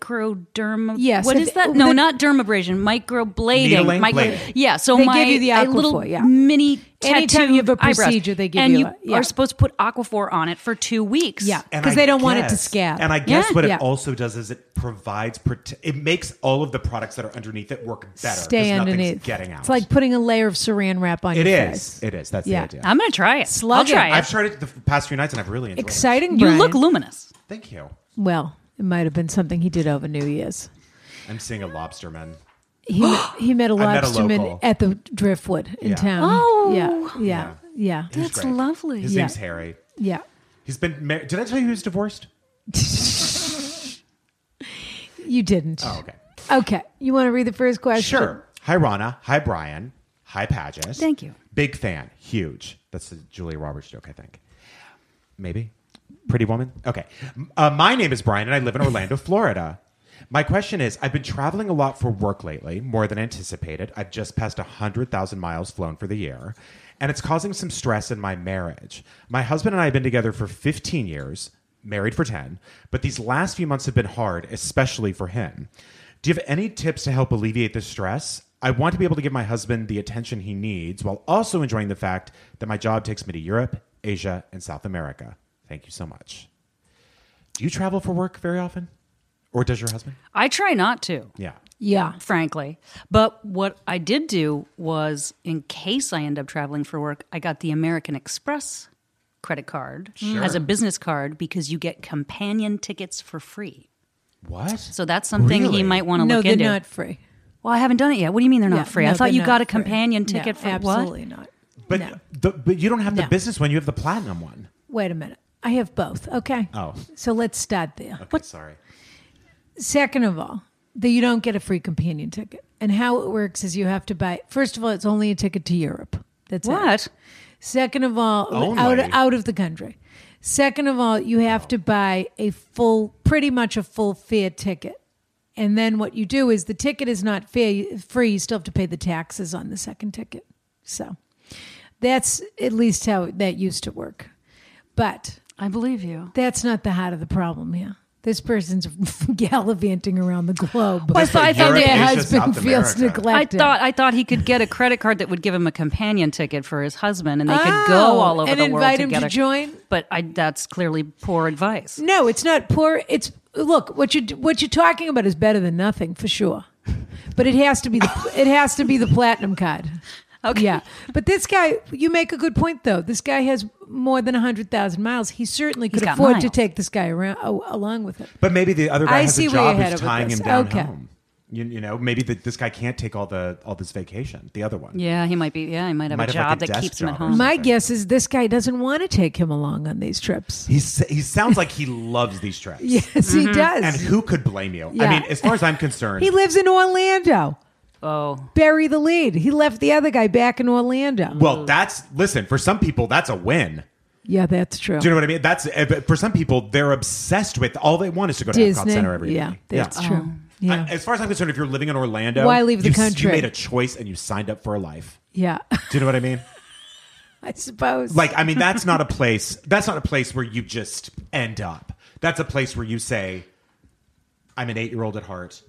D: microderm
B: Yes,
D: What
B: if-
D: is that? No,
B: the-
D: not dermabrasion, microblading.
C: Needling?
D: micro,
C: Blading.
D: Yeah, so
B: They
D: my
B: give you the
D: I
B: Aquaphor,
D: little
B: yeah.
D: mini
B: Anytime
D: tattoo
B: you have a procedure, they give
D: and
B: you
D: you,
B: that, yeah.
D: are supposed to put aquaphor on it for 2 weeks.
B: Yeah,
C: And
B: because
C: I
B: they don't want it to
C: guess-
B: scab.
C: And I guess
D: Yeah.
C: what
B: Yeah.
C: it also does is it provides prote- it makes all of the products that are underneath it work better. 'cause
B: stay
C: nothing's
B: underneath.
C: Getting out.
B: It's like putting a layer of saran wrap on
C: it
B: your
C: is.
B: face.
C: It is. That's
B: Yeah.
C: the idea.
D: I'm going to try it.
B: Slug
D: I'll
B: it.
D: try it.
C: I've tried it the f- past few nights and I've really enjoyed
B: Exciting.
D: you
B: Brian.
D: look luminous.
C: it. Thank you.
B: well. It might have been something he did over New Year's.
C: I'm seeing a lobsterman.
B: He met, he met a
C: met a
B: lobsterman
C: local.
B: at the Driftwood in
C: Yeah.
B: town.
D: Oh.
B: yeah, yeah, yeah,
C: He's
D: That's
C: great.
D: lovely.
C: His
B: Yeah.
C: name's Harry.
B: yeah.
C: He's been married. Did I tell you he was divorced?
B: You didn't.
C: Oh, okay.
B: Okay, you want to read the first question?
C: Sure. Hi, Rana. Hi, Brian. Hi, Pages.
D: Thank you.
C: Big fan. Huge. That's the Julia Roberts joke, I think. Maybe. Pretty Woman. Okay. M- Uh, my name is Brian, and I live in Orlando, Florida. My question is I've been traveling a lot for work lately, more than anticipated. I've just passed 100,000 miles flown for the year, and it's causing some stress in my marriage. My husband and I have been together for 15 years, married for 10, but these last few months have been hard, especially for him. Do you have any tips to help alleviate this stress? I want to be able to give my husband the attention he needs while also enjoying the fact that my job takes me to Europe, Asia, and South America. Thank you so much. Do you travel for work very often? Or does your husband?
D: I try not to.
C: Yeah.
B: Yeah.
D: frankly. But what I did do was, in case I end up traveling for work, I got the American Express credit card as a business card because you get companion tickets for free.
C: What?
D: So that's something
C: Really?
D: he might want to
B: No,
D: look
B: they're
D: into.
B: not free.
D: well, I haven't done it yet. What do you mean they're
B: Yeah,
D: not free? I
B: no,
D: thought
B: they're
D: you got
B: not
D: a
B: free.
D: companion
B: No,
D: ticket for what?
B: absolutely not.
C: but
B: No.
C: the, but you don't have the
B: No.
C: business one, you have the platinum one.
B: Wait a minute. I have both. Okay.
C: Oh.
B: So let's start there.
C: Okay, sorry.
B: Second of all, that you don't get a free companion ticket. And how it works is you have to buy. First of all, it's only a ticket to Europe. That's it.
D: What?
B: Second of all,
C: Only?
B: out out of the country. Second of all, you have to buy a full, pretty much a full fare ticket. And then what you do is the ticket is not fair, free. You still have to pay the taxes on the second ticket. So that's at least how that used to work. But
D: I believe you.
B: that's not the heart of the problem here. This person's gallivanting around the globe.
D: I thought- I thought
C: Europe,
D: their
C: Asia,
B: husband
C: South
B: feels
C: America.
D: I
B: neglected.
D: thought I thought he could get a credit card that would give him a companion ticket for his husband, and they could go
B: Oh,
D: all over
B: and
D: the world
B: invite him to
D: together.
B: join?
D: but I, that's clearly poor advice.
B: No, it's not poor. It's look what you what you're talking about is better than nothing for sure. But it has to be the it has to be the platinum card.
D: Okay.
B: Yeah, but this guy, you make a good point though. This guy has more than hundred thousand miles. He certainly could
D: got
B: afford to
D: miles.
B: take this guy around oh, along with him.
C: But maybe the other guy
B: I
C: has
B: see
C: a
B: where you're
C: job
B: headed
C: who's
B: with
C: tying
B: this.
C: him down
B: Okay.
C: home. You, you know, maybe that this guy can't take all the all this vacation. The other one.
D: Yeah, he might be. Yeah, he might have
C: Might
D: a
C: have, like,
D: job
C: a
D: that
C: desk
D: keeps him at
C: job or
D: home.
B: My guess is this guy doesn't want to take him along on these trips.
C: He s- he sounds like he loves these trips.
B: Yes,
D: Mm-hmm.
B: he does.
C: And who could blame you?
B: Yeah.
C: I mean, as far as I'm concerned,
B: he lives in Orlando.
D: oh,
B: Bury the lead. He left the other guy back in Orlando.
C: well, that's listen, for some people that's a win.
B: Yeah, that's true.
C: Do you know what I mean? That's eh, but for some people they're obsessed with all they want is to go to Epcot
B: Disney.
C: Center every day.
B: yeah, that's true.
D: Oh.
C: I-
B: Yeah,
C: as far as I'm concerned, if you're living in Orlando,
B: Why leave the
C: you, s-
B: country?
C: You made a choice and you signed up for a life.
B: yeah.
C: Do you know what I mean?
B: I suppose.
C: Like, I mean, that's not a place. That's not a place where you just end up. That's a place where you say, "I'm an eight-year-old at heart.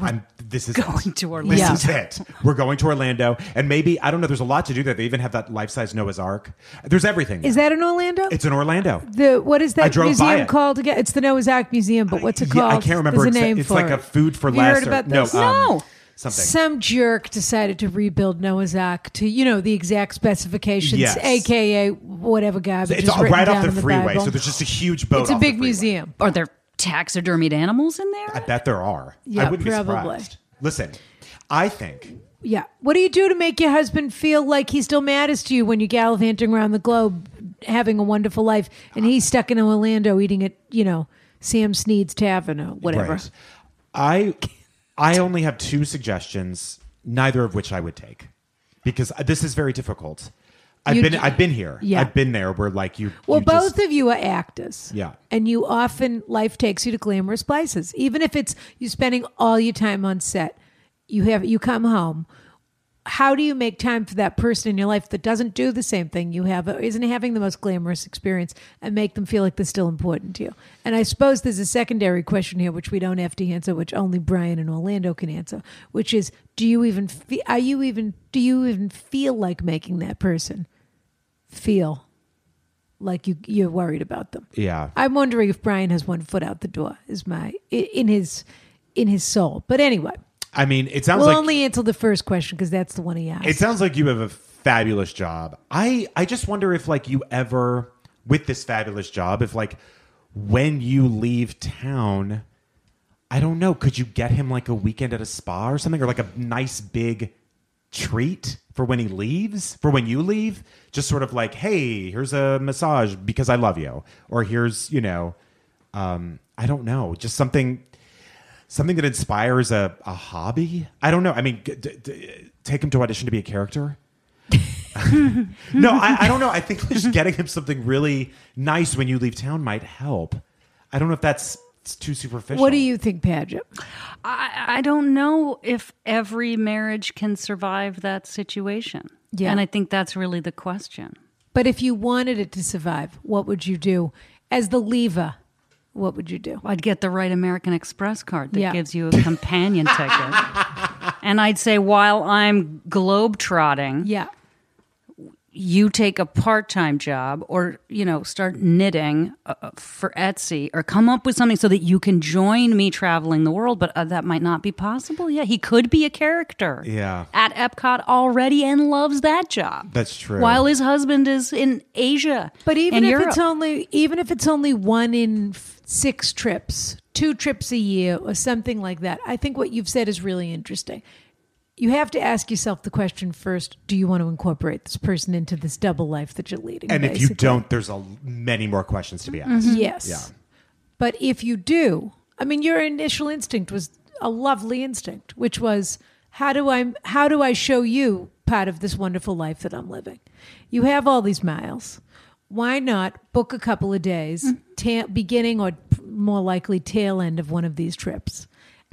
C: I'm. This is
D: going
C: it.
D: to
C: This
D: Orlando."
C: is it. We're going to Orlando, and maybe I don't know. There's a lot to do there. They even have that life-size Noah's Ark. There's everything.
B: is that in Orlando?
C: it's in Orlando.
B: the what is
C: I
B: that
C: drove by
B: museum
C: it.
B: called again? It's the Noah's Ark Museum, but what's it
C: Yeah,
B: called?
C: I can't remember.
B: There's a
C: exa-
B: name
C: it's
B: for
C: like
B: it.
C: a food for
B: Have you heard
C: less. or-
B: about
C: no,
B: this?
C: um,
D: No.
C: something.
B: Some jerk decided to rebuild Noah's Ark to you know the exact specifications,
C: Yes.
B: aka whatever garbage.
C: it's
B: is
C: all
B: written
C: right
B: down
C: off the
B: in
C: freeway,
B: Bible.
C: so there's just a huge boat.
B: it's a
C: off the
B: big
C: freeway.
B: museum.
D: are there taxidermied animals in
C: I
D: there?
C: bet there are.
B: Yeah,
C: I wouldn't
B: probably.
C: be surprised. Listen, I think
B: Yeah. What do you do to make your husband feel like he still matters to you when you're gallivanting around the globe, having a wonderful life, and he's stuck in Orlando eating at you know Sam Sneed's Tavern or whatever?
C: Right. I I only have two suggestions, neither of which I would take because this is very difficult. I've
B: You
C: been
B: d-
C: I've been here.
B: Yeah.
C: I've been there where like you
B: Well,
C: you
B: both
C: just-
B: of you are actors.
C: Yeah.
B: And you often, life takes you to glamorous places. Even if it's you spending all your time on set, you have, you come home. How do you make time for that person in your life that doesn't do the same thing you have, or isn't having the most glamorous experience and make them feel like they're still important to you? And I suppose there's a secondary question here, which we don't have to answer, which only Brian and Orlando can answer, which is, do you even, fe- are you even, do you even feel like making that person feel like you you're worried about them.
C: Yeah.
B: I'm wondering if Brian has one foot out the door. Is my i- in his in his soul. But anyway,
C: I mean, it sounds
B: we'll
C: like
B: only answer the first question because that's the one he asked.
C: it sounds like you have a fabulous job. I I just wonder if like you ever with this fabulous job if like when you leave town, I don't know, could you get him like a weekend at a spa or something or like a nice big treat for when he leaves, for when you leave? Just sort of like, hey, here's a massage because I love you. Or here's, you know, um, I don't know, just something something that inspires a, a hobby. I don't know. I mean, g- d- d- take him to audition to be a character. no, I, I don't know. I think just getting him something really nice when you leave town might help. I don't know if that's it's too superficial.
B: What do you think, Paget?
D: I, I don't know if every marriage can survive that situation.
B: Yeah.
D: And I think that's really the question.
B: But if you wanted it to survive, what would you do? As the lever, what would you do?
D: I'd get the right American Express card that
B: Yeah.
D: gives you a companion ticket. And I'd say, while I'm globetrotting,
B: Yeah.
D: you take a part-time job or you know start knitting uh, for etsy or come up with something so that you can join me traveling the world but uh, that might not be possible yeah he could be a character
C: Yeah.
D: at epcot already and loves that job
C: That's true.
D: while his husband is in asia
B: But even
D: and
B: if
D: Europe.
B: it's only even if it's only one in f- six trips, two trips a year, or something like that, I think what you've said is really interesting. You have to ask yourself the question first: Do you want to incorporate this person into this double life that you're leading?
C: and if you
B: basically?
C: don't, there's a many more questions to be asked.
B: yes. But if you do, I mean, your initial instinct was a lovely instinct, which was how do I how do I show you part of this wonderful life that I'm living? You have all these miles. Why not book a couple of days, ta- beginning or more likely tail end of one of these trips,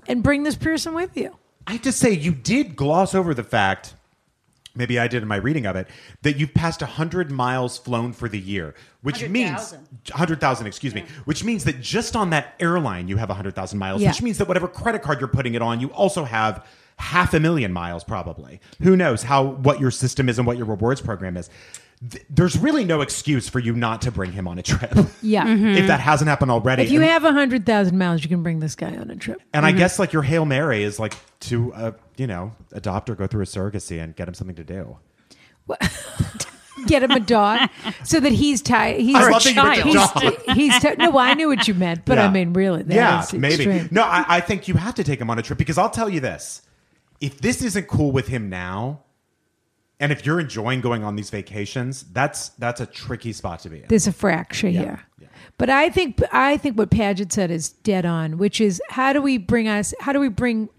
B: and bring this person with you?
C: I have to say, you did gloss over the fact, maybe I did in my reading of it, that you've passed 100 miles flown for the year, which means
D: 100,000.
C: 100,000, excuse me, which means that just on that airline you have 100,000 miles,
B: Yeah.
C: which means that whatever credit card you're putting it on, you also have half a million miles probably. Who knows how what your system is and what your rewards program is. Th- There's really no excuse for you not to bring him on a trip.
B: Yeah.
C: If that hasn't happened already.
B: If you
C: And-
B: have hundred thousand miles, you can bring this guy on a trip.
C: and I guess like your Hail Mary is like to uh, you know, adopt or go through a surrogacy and get him something to do.
B: Get him a dog so that he's tired. He's
C: I
D: a
C: love that you went to
D: child.
C: dog.
B: he's t- no. I knew what you meant, but I
C: Yeah.
B: mean, really, that
C: yeah,
B: is
C: maybe.
B: extreme.
C: No, I, I think you have to take him on a trip because I'll tell you this: if this isn't cool with him now, and if you're enjoying going on these vacations, that's that's a tricky spot to be in.
B: There's a fracture here. But I think I think what Paget said is dead on, which is how do we bring us? How do we bring?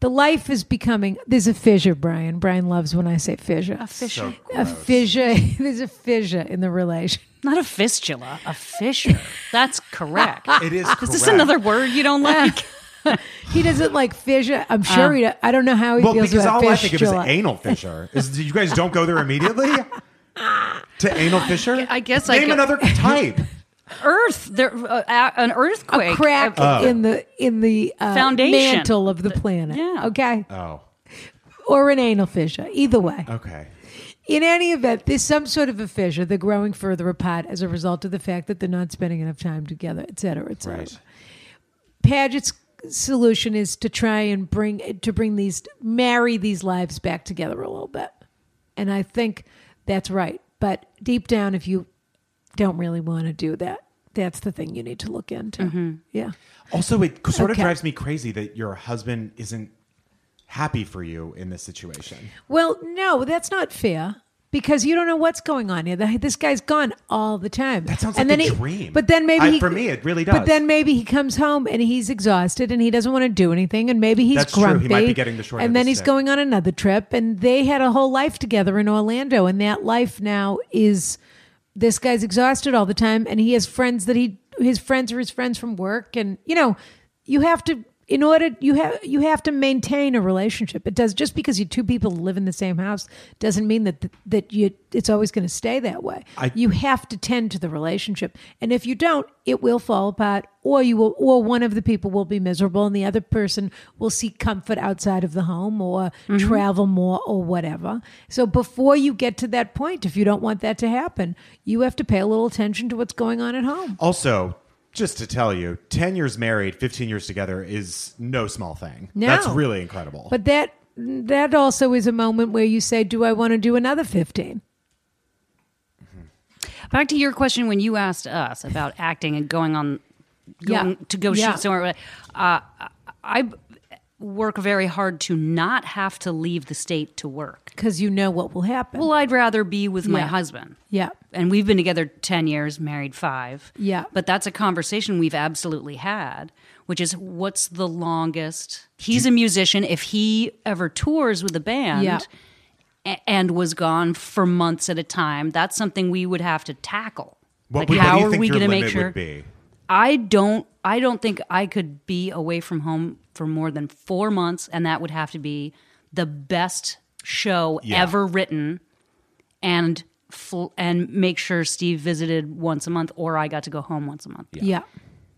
B: The life is becoming. There's a fissure, Brian. Brian loves when I say fissure. A,
D: Fisher.
C: So gross.
B: fissure. there's a fissure in the relation.
D: not a fistula a fisher that's correct
C: It is.
D: is this
C: correct.
D: another word you don't like
B: He doesn't like fissure. I'm sure he. do- I don't know how he
C: Well,
B: feels
C: because
B: about
C: all I think of is
B: fistula.
C: anal fissure. Is you guys don't go there immediately to anal fissure?
D: I guess I
C: name
D: go-
C: another type.
D: earth there uh, a- an earthquake
B: crack
D: Uh,
B: in the in the uh,
D: Foundation.
B: mantle of the planet.
D: yeah.
B: Okay.
C: Oh,
B: Or an anal fissure. Either way.
C: okay.
B: In any event, there's some sort of a fissure. They're growing further apart as a result of the fact that they're not spending enough time together, et cetera, et cetera.
C: Right.
B: Paget's solution is to try and bring to bring these marry these lives back together a little bit, and I think that's right. But deep down, if you don't really want to do that, that's the thing you need to look into.
D: Mm-hmm.
B: Yeah,
C: Also, it sort
B: Okay.
C: of drives me crazy that your husband isn't happy for you in this situation.
B: Well, no, that's not fair because you don't know what's going on here. The- This guy's gone all the time. That
C: sounds
B: and
C: like
B: then
C: a
B: he-
C: dream.
B: But then maybe
C: I-
B: he,
C: for me, it really
B: But
C: does.
B: then maybe he comes home and he's exhausted and he doesn't want to do anything and maybe he's
C: That's true. He
B: grumpy.
C: might be getting the short end
B: And
C: of
B: then
C: the
B: he's
C: stick.
B: going on another trip and they had a whole life together in Orlando and that life now is this guy's exhausted all the time and he has friends that he his friends are his friends from work and you know you have to in order you have you have to maintain a relationship it does just because you two people live in the same house doesn't mean that that you it's always going to stay that way
C: I-
B: you have to tend to the relationship and if you don't it will fall apart or you will or one of the people will be miserable and the other person will seek comfort outside of the home or travel more or whatever so before you get to that point if you don't want that to happen you have to pay a little attention to what's going on at home
C: Also, just to tell you, 10 years married, 15 years together is no small thing.
B: No.
C: That's really incredible.
B: but that that also is a moment where you say do i want to do another 15
D: Back to your question when you asked us about acting and going on,
B: Yeah.
D: going to go
B: Yeah.
D: shoot somewhere. Uh, I- I work very hard to not have to leave the state to work.
B: because you know what will happen.
D: Well, I'd rather be with my
B: Yeah.
D: husband.
B: yeah.
D: and we've been together 10 years married five
B: Yeah.
D: but that's a conversation we've absolutely had which is what's the longest he's a musician if he ever tours with a band
B: Yeah.
D: a- and was gone for months at a time that's something we would have to tackle
C: What,
D: like
C: would, what
D: how
C: do you
D: are
C: think
D: we
C: your
D: going to
C: limit
D: make sure
C: would be?
D: i don't i don't think i could be away from home for more than four months and that would have to be the best show
C: Yeah.
D: ever written and fl- and make sure Steve visited once a month or I got to go home once a month.
B: Yeah.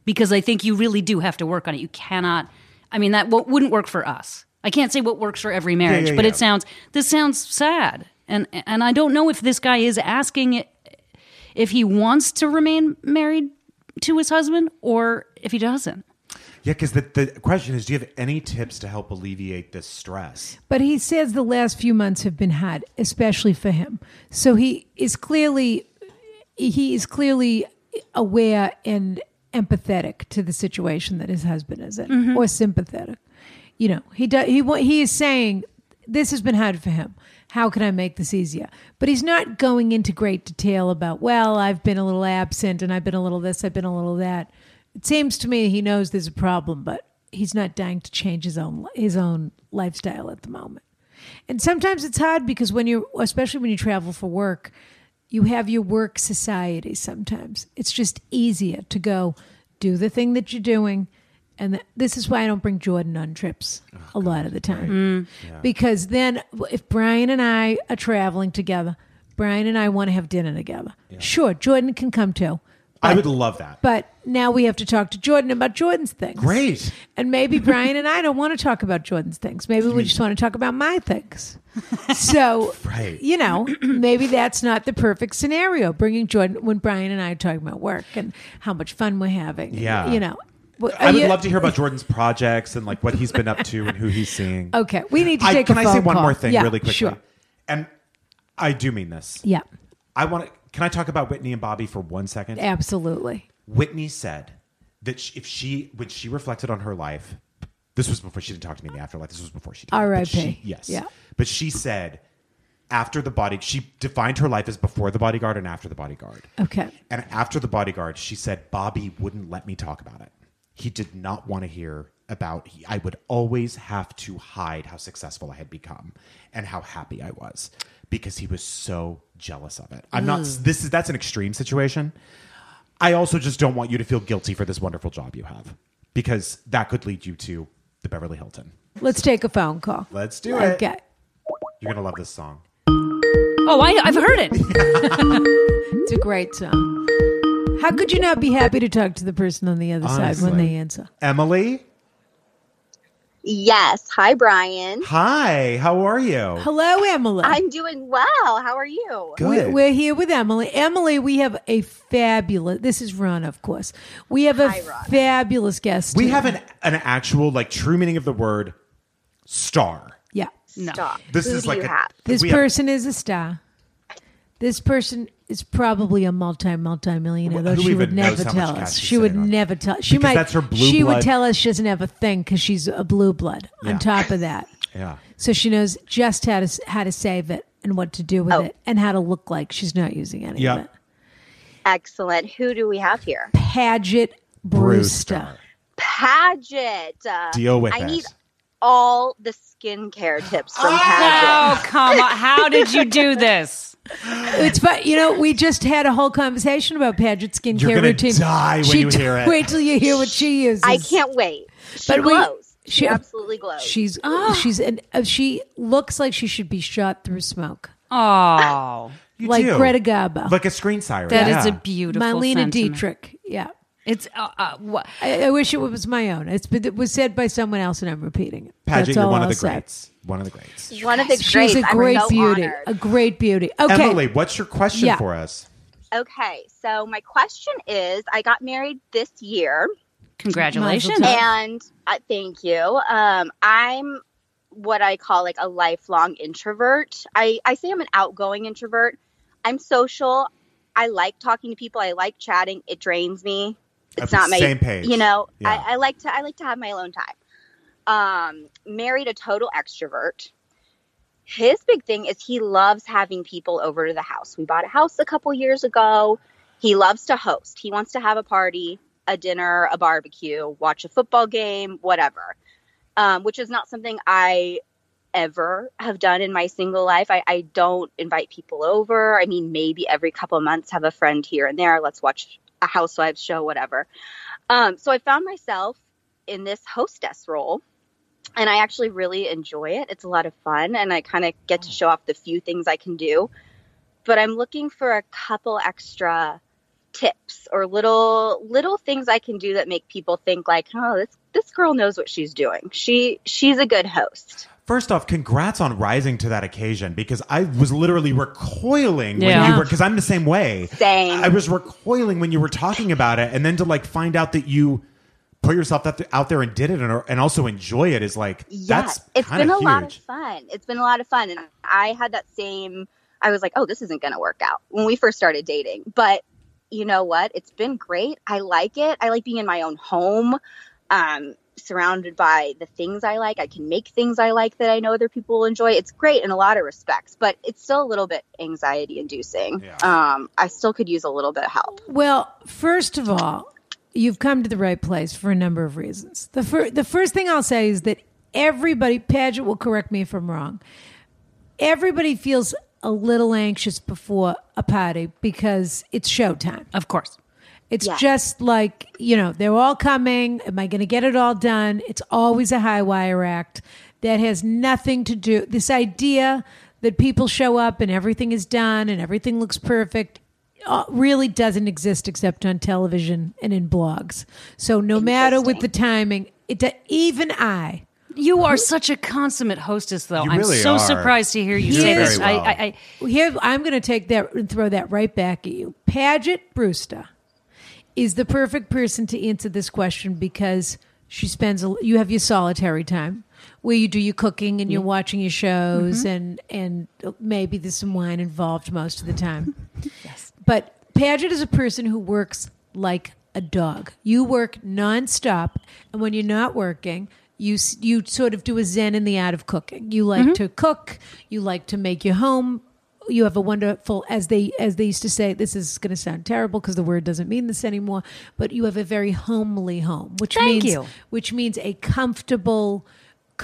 D: Because I think you really do have to work on it. You cannot I mean that what wouldn't work for us. I can't say what works for every marriage,
C: yeah,
D: but
C: yeah.
D: it sounds this sounds sad. And and I don't know if this guy is asking it if he wants to remain married to his husband or if he doesn't.
C: Yeah, because the, the question is, do you have any tips to help alleviate this stress?
B: But he says the last few months have been hard, especially for him. So he is clearly he is clearly aware and empathetic to the situation that his husband is in, or sympathetic. You know, he does, he wa- he is saying this has been hard for him. How can I make this easier? But he's not going into great detail about. Well, I've been a little absent, and I've been a little this, I've been a little that. It seems to me he knows there's a problem, but he's not dying to change his own his own lifestyle at the moment. And sometimes it's hard because when you're, especially when you travel for work, you have your work society sometimes. It's just easier to go do the thing that you're doing. And th- this is why I don't bring Jordan on trips a lot of the time. Because then if Brian and I are traveling together, Brian and I want to have dinner together. Sure, Jordan can come too.
C: I would love that.
B: But now we have to talk to Jordan about Jordan's things.
C: Great.
B: And maybe Brian and I don't want to talk about Jordan's things. Maybe we just want to talk about my things. So,
C: Right.
B: you know, maybe that's not the perfect scenario. Bringing Jordan when Brian and I are talking about work and how much fun we're having.
C: Yeah.
B: You know, Well,
C: I
B: are
C: would
B: you-
C: love to hear about Jordan's projects and like what he's been up to and who he's seeing.
B: Okay, we need to
C: I,
B: Oh, take.
C: can
B: a
C: I say
B: phone
C: one
B: call.
C: more thing
B: Yeah,
C: really quickly?
B: Sure.
C: And I do mean this.
B: Yeah,
C: I want to. Can I talk about Whitney and Bobby for one second?
B: absolutely.
C: Whitney said that she, if she, when she reflected on her life, this was before she didn't talk to me in the afterlife. This was before she. did. But
B: R.I.P..
C: she- Yes.
B: Yeah.
C: But she said, after the body, she defined her life as before the bodyguard and after the bodyguard.
B: Okay.
C: And after the bodyguard, she said Bobby wouldn't let me talk about it. He did not want to hear about. He, I would always have to hide how successful I had become and how happy I was because he was so jealous of it. I'm not. This is that's an extreme situation. I also just don't want you to feel guilty for this wonderful job you have because that could lead you to the Beverly Hilton.
B: Let's take a phone call.
C: Let's do it.
B: Okay.
C: You're gonna love this song.
D: Oh, I, I've heard it.
B: It's a great song. How could you not be happy to talk to the person on the other side when
C: Honestly.
B: they answer?
C: Emily,
E: Yes. Hi, Brian.
C: hi. How are you?
B: Hello, Emily.
E: I'm doing well. How are you?
C: Good.
B: We're here with Emily. Emily, we have a fabulous. This is Ron, of course. We have a fabulous guest.
C: We
B: today.
C: have an an actual like true meaning of the word star.
B: yeah.
E: Stop.
C: This
E: Who
C: is
E: do
C: like
E: you
C: a-
E: have?
B: This
C: Mm-hmm. we have-
B: person is a star. This person is probably a multi multi millionaire, though
C: Who
B: she would
C: even knows
B: never
C: how much
B: tell
C: cash
B: us.
C: she's
B: She would
C: sitting on?
B: never tell. She
C: Because
B: might.
C: that's her blue
B: she
C: blood.
B: would tell us she doesn't have a thing because she's a blue blood.
C: Yeah.
B: On top of that,
C: Yeah.
B: so she knows just how to s- how to save it and what to do with it and how to look like she's not using any
C: Yeah.
B: of it.
E: Excellent. Who do we have here?
B: Paget Brewster.
E: Paget. Uh,
C: Deal with
E: I
C: it.
E: need all the skincare tips from Paget.
D: Oh, come on. How did you do this?
B: It's fun. You know, we just had a whole conversation about Paget skincare
C: You're gonna
B: routine.
C: die when you hear it.
B: Wait till you hear what she uses.
E: I can't wait. She
B: But we-
E: glows. she,
B: she-
E: absolutely glows.
B: She's she's an, uh, she looks like she should be shot through smoke,
D: Oh,
C: You
B: like
C: do.
B: Greta Garbo,
C: Like a screen siren.
D: that is
C: yeah.
D: a beautiful
B: Marlena
D: sentiment.
B: Dietrich. Yeah,
D: It's uh, uh, what,
B: I, I wish it was my own. It's been, it was said by someone else, and I'm repeating it.
C: Pageant,
B: That's
C: you're
B: all
C: one
B: I'll
C: of the
B: say.
C: greats. One of the greats.
E: She's one of the greats.
B: She's a
E: I'm
B: great
E: so
B: beauty,
E: honored.
B: a great beauty. Okay,
C: Emily, what's your question
B: Yeah.
C: for us?
E: Okay, so my question is I got married this year.
D: congratulations.
B: Mazel tov.
E: and uh, thank you um i'm what i call like a lifelong introvert i i say i'm an outgoing introvert i'm social I like talking to people. I like chatting. It drains me. It's
C: I'm
E: not my
C: same page.
E: You know,
C: Yeah.
E: I, I like to I like to have my alone time. Um, married a total extrovert. His big thing is he loves having people over to the house. We bought a house a couple years ago. He loves to host. He wants to have a party, a dinner, a barbecue, watch a football game, whatever. Um, which is not something I ever have done in my single life. I, I don't invite people over. I mean, maybe every couple of months have a friend here and there. Let's watch a housewives show, whatever. Um, so I found myself in this hostess role, and I actually really enjoy it. It's a lot of fun, and I kind of get to show off the few things I can do. But I'm looking for a couple extra tips or little little things I can do that make people think like, oh, this this girl knows what she's doing. She she's a good host.
C: First off, congrats on rising to that occasion because I was literally recoiling when
D: Yeah.
C: you were because I'm the same way.
E: Same.
C: I was recoiling when you were talking about it, and then to like find out that you put yourself out th- out there and did it, and, and also enjoy it is like
E: yeah,
C: that's
E: it's
C: kinda
E: been a
C: huge.
E: lot of fun. It's been a lot of fun, and I had that same. I was like, "Oh, this isn't going to work out" when we first started dating. But you know what? It's been great. I like it. I like being in my own home, um, surrounded by the things I like. I can make things I like that I know other people will enjoy. It's great in a lot of respects, but it's still a little bit anxiety inducing.
C: Yeah.
E: Um, I still could use a little bit of help.
B: Well, first of all, you've come to the right place for a number of reasons. The, fir- the first thing I'll say is that everybody, Paget will correct me if I'm wrong, everybody feels a little anxious before a party because it's showtime.
D: Of course.
B: It's
E: Yeah.
B: just like, you know, they're all coming. Am I going to get it all done? It's always a high wire act that has nothing to do. This idea that people show up and everything is done and everything looks perfect uh, really doesn't exist except on television and in blogs. So, no matter with the timing, it do- even I,
D: You are such a consummate hostess, though.
C: You
D: I'm
C: really
D: so
C: are.
D: surprised to hear you
C: You
D: say
B: do
D: this.
C: very well.
D: I, I, I,
B: Here, I'm going to take that and throw that right back at you. Paget Brewster is the perfect person to answer this question because she spends a, you have your solitary time where you do your cooking and you're watching your shows and and maybe there's some wine involved most of the time. yes. But Paget is a person who works like a dog. You work nonstop, and when you're not working, you s- you sort of do a zen in the art of cooking. You
D: Mm-hmm.
B: like to cook. You like to make your home. You have a wonderful, as they as they used to say. This is going to sound terrible because the word doesn't mean this anymore. But you have a very homely home, which
D: Thank
B: means
D: you.
B: which means a comfortable,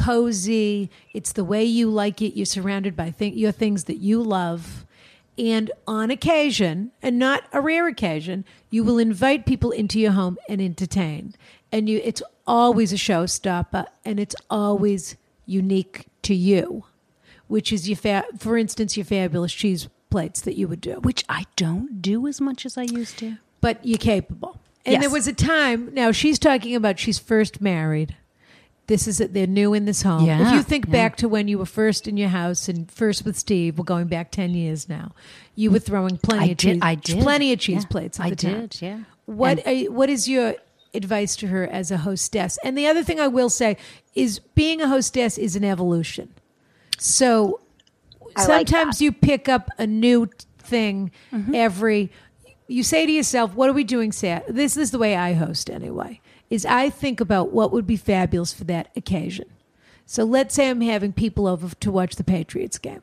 B: cozy. It's the way you like it. You're surrounded by thing, your things that you love. And on occasion, and not a rare occasion, you will invite people into your home and entertain. And you, it's always a showstopper, and it's always unique to you, which is your, fa- for instance, your fabulous cheese plates that you would do
D: which I don't do as much as I used to.
B: but you're capable. And
D: Yes.
B: there was a time. Now she's talking about she's first married. This is it. They're new in this home. if
D: Yeah,
B: you think
D: yeah.
B: back to when you were first in your house and first with Steve, we're going back ten years now. You were throwing plenty
D: I
B: of
D: did.
B: cheese,
D: I did.
B: plenty of cheese
D: Yeah,
B: plates. At
D: I
B: the time.
D: did, yeah.
B: What are, you- What is your advice to her as a hostess? And the other thing I will say is, being a hostess is an evolution. So
E: I like that.
B: sometimes you pick up a new t- thing
E: Mm-hmm.
B: every you say to yourself what are we doing Sat? this is the way i host anyway is i think about what would be fabulous for that occasion so let's say i'm having people over to watch the patriots game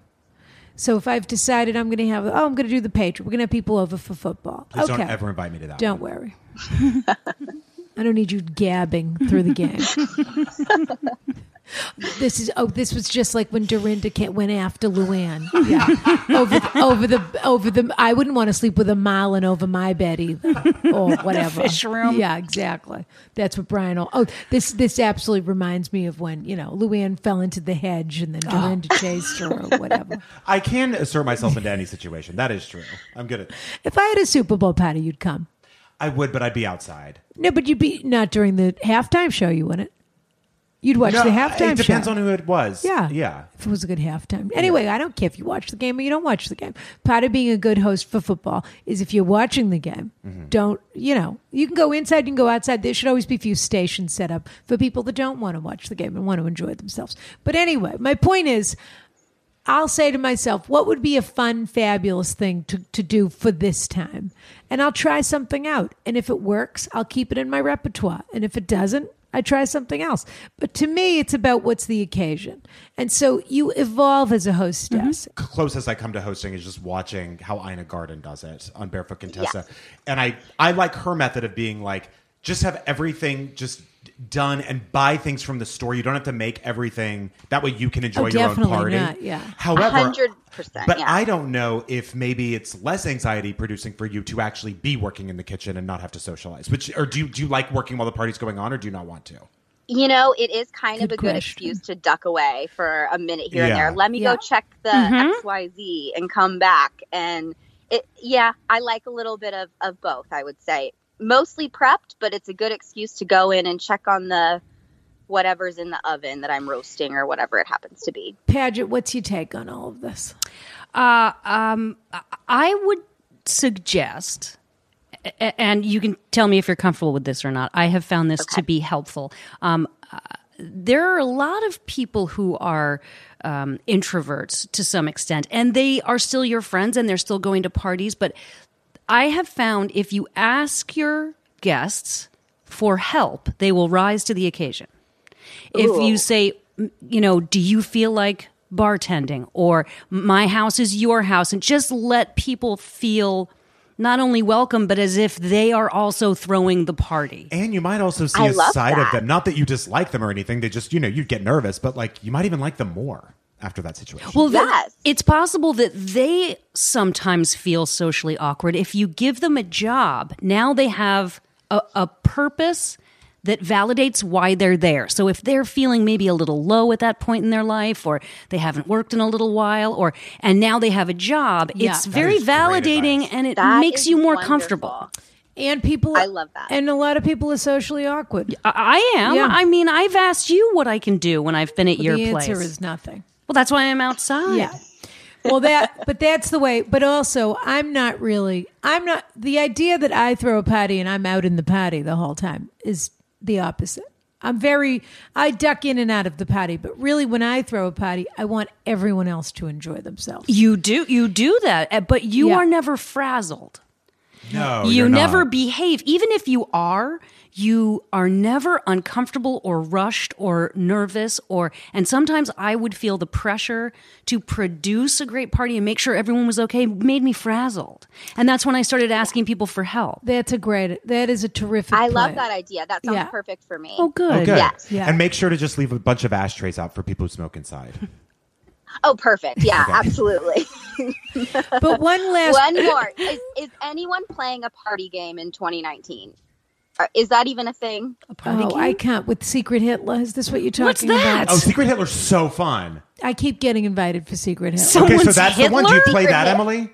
B: so if i've decided i'm going to have oh i'm going to do the patriot we're going to have people over for football
C: Please
B: okay
C: don't ever invite me to that.
B: don't worry i don't need you gabbing through the game this is oh this was just like when Dorinda ca- went after Luann. Yeah. over the, over the over the I wouldn't want to sleep with a marlin over my bed either or whatever.
D: fish room.
B: Yeah, exactly. That's what Brian. Al- Oh, this this absolutely reminds me of when you know Luann fell into the hedge and then Dorinda
D: Oh.
B: chased her or whatever.
C: One. I can assert myself into any situation. That is true. I'm good at.
B: If I had a Super Bowl party, you'd come.
C: I would, but I'd be outside.
B: No, but you'd be not during the halftime show. You wouldn't. You'd watch the halftime.
C: it depends
B: show.
C: on who it was.
B: Yeah.
C: yeah.
B: If it was a good halftime. Anyway, I don't care if you watch the game or you don't watch the game. Part of being a good host for football is if you're watching the game,
C: Mm-hmm.
B: don't, you know, you can go inside, you can go outside. There should always be a few stations set up for people that don't want to watch the game and want to enjoy themselves. But anyway, my point is I'll say to myself, what would be a fun, fabulous thing to, to do for this time? And I'll try something out. And if it works, I'll keep it in my repertoire. And if it doesn't, I try something else. But to me, it's about what's the occasion. And so you evolve as a hostess.
D: Mm-hmm.
C: closest I come to hosting is just watching how Ina Garden does it on Barefoot Contessa. And I, I like her method of being like, just have everything just d- done and buy things from the store. You don't have to make everything. That way you can enjoy your own
B: Oh, definitely
C: party.
B: not, yeah.
C: However,
E: 100%,
C: But
E: yeah.
C: I don't know if maybe it's less anxiety producing for you to actually be working in the kitchen and not have to socialize. Which or do you do you like working while the party's going on or do you not want to?
E: You know, it is kind of
B: Good
E: a good
B: question.
E: excuse to duck away for a minute here and
C: Yeah.
E: there. Let me
B: Yeah.
E: go check the
D: Mm-hmm.
E: XYZ and come back. And it, yeah, I like a little bit of, of both, I would say. Mostly prepped, but it's a good excuse to go in and check on the whatever's in the oven that I'm roasting or whatever it happens to be.
B: Paget, what's your take on all of this?
D: Uh, um, I- I would suggest, a- a- and you can tell me if you're comfortable with this or not. I have found this to be helpful. Um, uh, there are a lot of people who are um, introverts to some extent, and they are still your friends, and they're still going to parties. But I have found if you ask your guests for help, they will rise to the occasion if you say m- you know do you feel like bartending or my house is your house and just let people feel not only welcome but as if they are also throwing the party
C: And you might also see
E: I
C: a
E: love
C: side of
E: that.
C: them. Not that you dislike them or anything. They just, you know, you'd get nervous, but like you might even like them more after that situation.
D: well th-
E: Yes.
D: it's possible that they sometimes feel socially awkward if you give them a job now they have a, a purpose that validates why they're there. So if they're feeling maybe a little low at that point in their life or they haven't worked in a little while or and now they have a job, it's
B: That
D: very
C: is great
D: validating
C: advice.
D: and it
E: That
D: makes
E: is
D: you more
E: wonderful.
D: comfortable.
B: And people,
E: I love that.
B: And a lot of people are socially awkward.
D: I, I am.
B: Yeah.
D: I mean, I've asked you what I can do when I've been at your
B: the
D: place.
B: answer is nothing.
D: well, that's why I'm outside.
B: Yeah. Well, that, but that's the way. But also, I'm not really, I'm not, the idea that I throw a party and I'm out in the party the whole time is the opposite. I'm very, I duck in and out of the party, but really when I throw a party, I want everyone else to enjoy themselves.
D: You do you do that, uh, but you
B: Yeah.
D: are never frazzled.
C: no,
D: you
C: Oh, you're
D: never
C: not.
D: behave even if you are you are never uncomfortable or rushed or nervous or and sometimes i would feel the pressure to produce a great party and make sure everyone was okay made me frazzled and that's when i started asking people for help
B: That's a great, that is a terrific.
E: I love
B: plan.
E: that idea. That sounds
B: Yeah.
E: perfect for me.
D: oh good
C: Oh, good.
E: Yes.
B: Yeah.
C: And make sure to just leave a bunch of ashtrays out for people who smoke inside.
E: Oh, perfect. Yeah, absolutely.
B: But one last,
E: One more. Is, is anyone playing a party game in 2019? Or Is that even a thing?
B: oh, I can't, with Secret Hitler, is this what you're talking
D: What's that?
B: about?
C: oh, Secret Hitler's so fun.
B: I keep getting invited for Secret Hitler.
D: So-
C: okay, so
D: Someone's
C: that's the one. Do you
D: Hitler?
C: play that, Emily?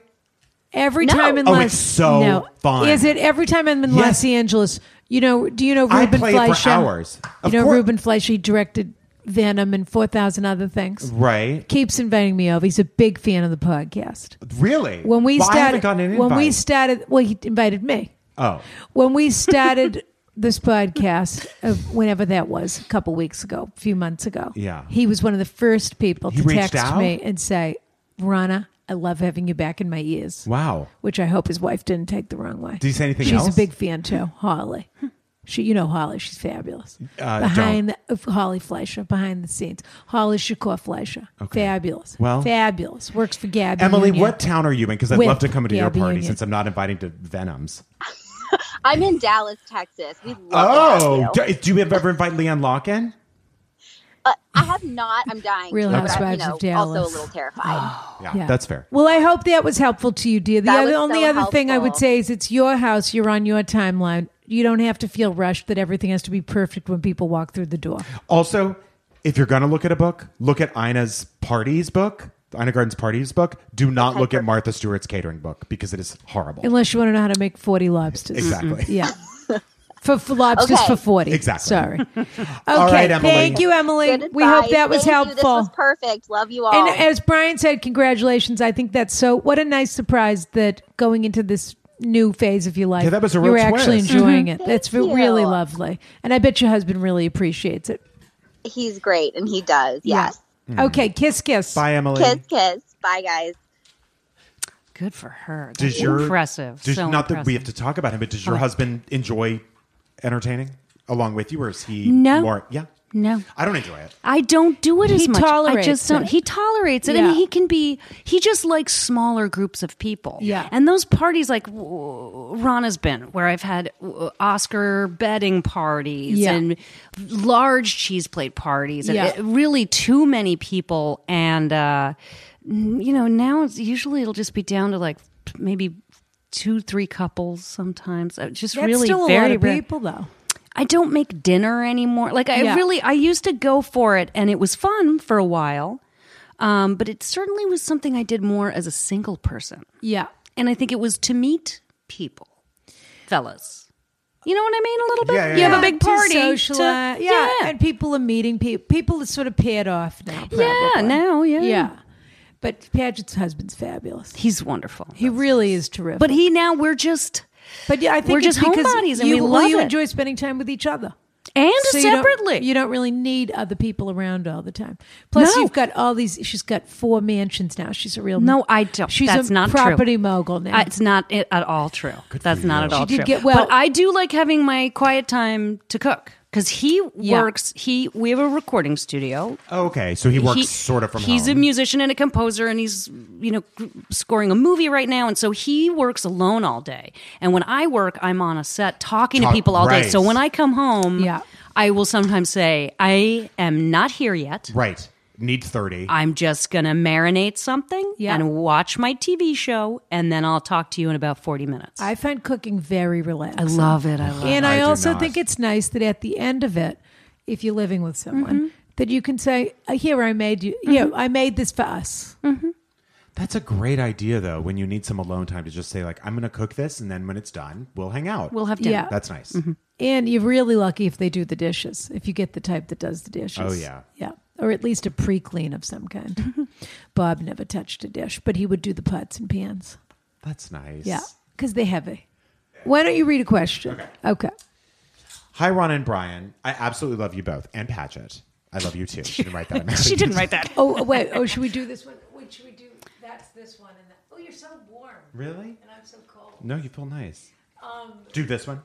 B: Every
E: No.
B: time in
C: Oh,
B: Los
C: it's so
B: no.
C: fun.
B: Is it every time I'm in Los
C: Yes.
B: Angeles? You know, do you know
C: I
B: Ruben
C: play it for
B: Fleischer?
C: hours.
B: You
C: Of
B: know
C: course.
B: Ruben Fleischer he directed Venom and 4,000 other things.
C: Right.
B: Keeps inviting me over. He's a big fan of the podcast.
C: Really?
B: When we
C: Well, I
B: started
C: haven't gotten an
B: when we
C: invite.
B: started well he invited me.
C: oh,
B: When we started this podcast of whenever that was a couple weeks ago, a few months ago.
C: Yeah.
B: He was one of the first people
C: He
B: to
C: reached
B: text
C: out?
B: me and say, "Rana, I love having you back in my ears."
C: wow.
B: which I hope his wife didn't take the wrong way.
C: Did he say anything
B: She's
C: else?
B: a big fan too, Holly. She, you know Holly, she's fabulous.
C: Uh,
B: behind the, uh, Holly Fleischer, behind the scenes, Holly Shakur Fleischer, fabulous.
C: Well-
B: fabulous. Works for Gabby.
C: Emily,
B: Union.
C: what town are you in? Because I'd
B: With
C: love to come to your
B: Gabby
C: party
B: Union.
C: since I'm not invited to Venom's.
E: I'm in Dallas, Texas. We love to
C: Oh,
E: have you.
C: do, do you ever invite Leon Locken?
E: Uh, I have not. I'm dying.
B: Real
E: to, but I, you
B: Housewives
E: know,
B: of Dallas. Oh.
E: Also a little terrified.
C: Yeah,
B: Yeah.
C: that's fair.
B: Well, I hope that was helpful to you, dear. The
E: That
B: other,
E: was
B: only
E: so
B: other thing I would
E: helpful.
B: say is it's your house. You're on your timeline. You don't have to feel rushed that everything has to be perfect when people walk through the door.
C: Also, if you're gonna look at a book, look at Ina's parties book, Ina Garden's parties book. Do not look at Martha Stewart's catering book because it is horrible.
B: Unless you want to know how to make 40 lobsters.
C: Exactly.
B: Yeah. For, for lobsters
E: Okay.
B: for 40.
C: Exactly.
B: Sorry. Okay.
C: right, Emily.
B: Thank you, Emily.
E: Good
B: We hope
E: advice.
B: that was
E: Thank You. This
B: helpful.
E: was perfect. Love you all.
B: and as Brian said, congratulations. I think that's so, what a nice surprise that going into this new phase of your life,
C: Yeah, that was a
B: you're
C: real
B: actually
C: twist.
B: enjoying it. That's
E: Thank you.
B: really lovely. And I bet your husband really appreciates it.
E: He's great, and he does. Yes.
B: Okay, kiss, kiss.
C: Mm-hmm. Bye, Emily.
E: Kiss, kiss. Bye, guys.
D: Good for her. That's
C: Does your
D: impressive.
C: Does,
D: so
C: not that we have
D: impressive.
C: to talk about him, but does your husband enjoy entertaining along with you, or is he
D: No.
C: more? Yeah,
D: No.
C: I don't enjoy it.
D: I don't do it as
B: He
D: much.
B: tolerates
D: I just don't.
B: it.
D: He tolerates it,
B: Yeah.
D: and he can be. He just likes smaller groups of people.
B: Yeah.
D: And those parties, like w- Rana's been, where I've had w- Oscar betting parties
B: Yeah.
D: and large cheese plate parties, and
B: Yeah.
D: it- really too many people. And uh, n- you know, now it's usually it'll just be down to like maybe two, three couples sometimes. Uh, Just
B: That's
D: really
B: still a
D: very
B: lot of
D: rare.
B: people, though.
D: I don't make dinner anymore. Like I
B: Yeah.
D: really, I used to go for it, and it was fun for a while. Um, but it certainly was something I did more as a single person,
B: Yeah.
D: and I think it was to meet people, fellas. You know what I mean? A little bit.
C: Yeah, yeah,
D: you have
C: yeah.
D: a big party.
B: to
D: to-
B: socialize. yeah. and people are meeting people. People are sort of paired off now. Probably.
D: Yeah, now, yeah.
B: yeah. But Paget's husband's fabulous.
D: he's wonderful.
B: He really is terrific.
D: but he now we're just
B: but yeah, I think
D: we're
B: it's
D: just
B: because
D: homebodies and
B: you,
D: we
B: well,
D: love
B: you
D: it.
B: enjoy spending time with each other.
D: and
B: So you don't-
D: separately.
B: You don't, really need other people around all the time. Plus,
D: No.
B: you've got all these. She's got four mansions now. She's a real.
D: No, I don't.
B: She's
D: That's
B: a
D: not true.
B: property mogul now.
D: Uh, it's not it at all true. That's not at all
B: She did
D: true.
B: get well-
D: but I do like having my quiet time to cook because he
B: Yeah.
D: works. He we have a recording studio.
C: Oh, okay, so he works
D: He-
C: sort of from
D: He's
C: home.
D: a musician and a composer, and he's you know scoring a movie right now, and so he works alone all day. And when I work, I'm on a set talking
C: Talk-
D: to people all day.
C: right.
D: So when I come home,
B: Yeah.
D: I will sometimes say, "I am not here yet."
C: right. Need thirty.
D: I'm just going to marinate something
B: Yeah.
D: and watch my TV show, and then I'll talk to you in about 40 minutes.
B: I find cooking very relaxing.
D: I love it. I love
B: And
D: it.
B: I,
C: I do
B: also
C: not.
B: think it's nice that at the end of it, if you're living with someone,
D: Mm-hmm.
B: that you can say, "Uh, "Here, I made you. Yeah, I made this for us."
C: That's a great idea, though. When you need some alone time, to just say like, "I'm going to cook this," and then when it's done, we'll hang out.
D: We'll have dinner. Mm-hmm.
B: Yeah.
C: That's nice.
B: And you're really lucky if they do the dishes. If you get the type that does the dishes.
C: Oh, yeah.
B: yeah, or at least a pre-clean of some kind. Bob never touched a dish, but he would do the pots and pans.
C: That's nice.
B: Yeah, because they're heavy. Why don't you read a question? Okay.
C: Hi, Ron and Brian. I absolutely love you both, and Paget. I love you too. She didn't write that. I'm
D: She
C: actually-
D: didn't write that.
B: Oh, oh, wait. Oh, should we do this one? Wait, should we do? That's this one. And that. Oh, you're so warm.
C: Really?
B: And I'm so cold.
C: No, you feel nice. do this one.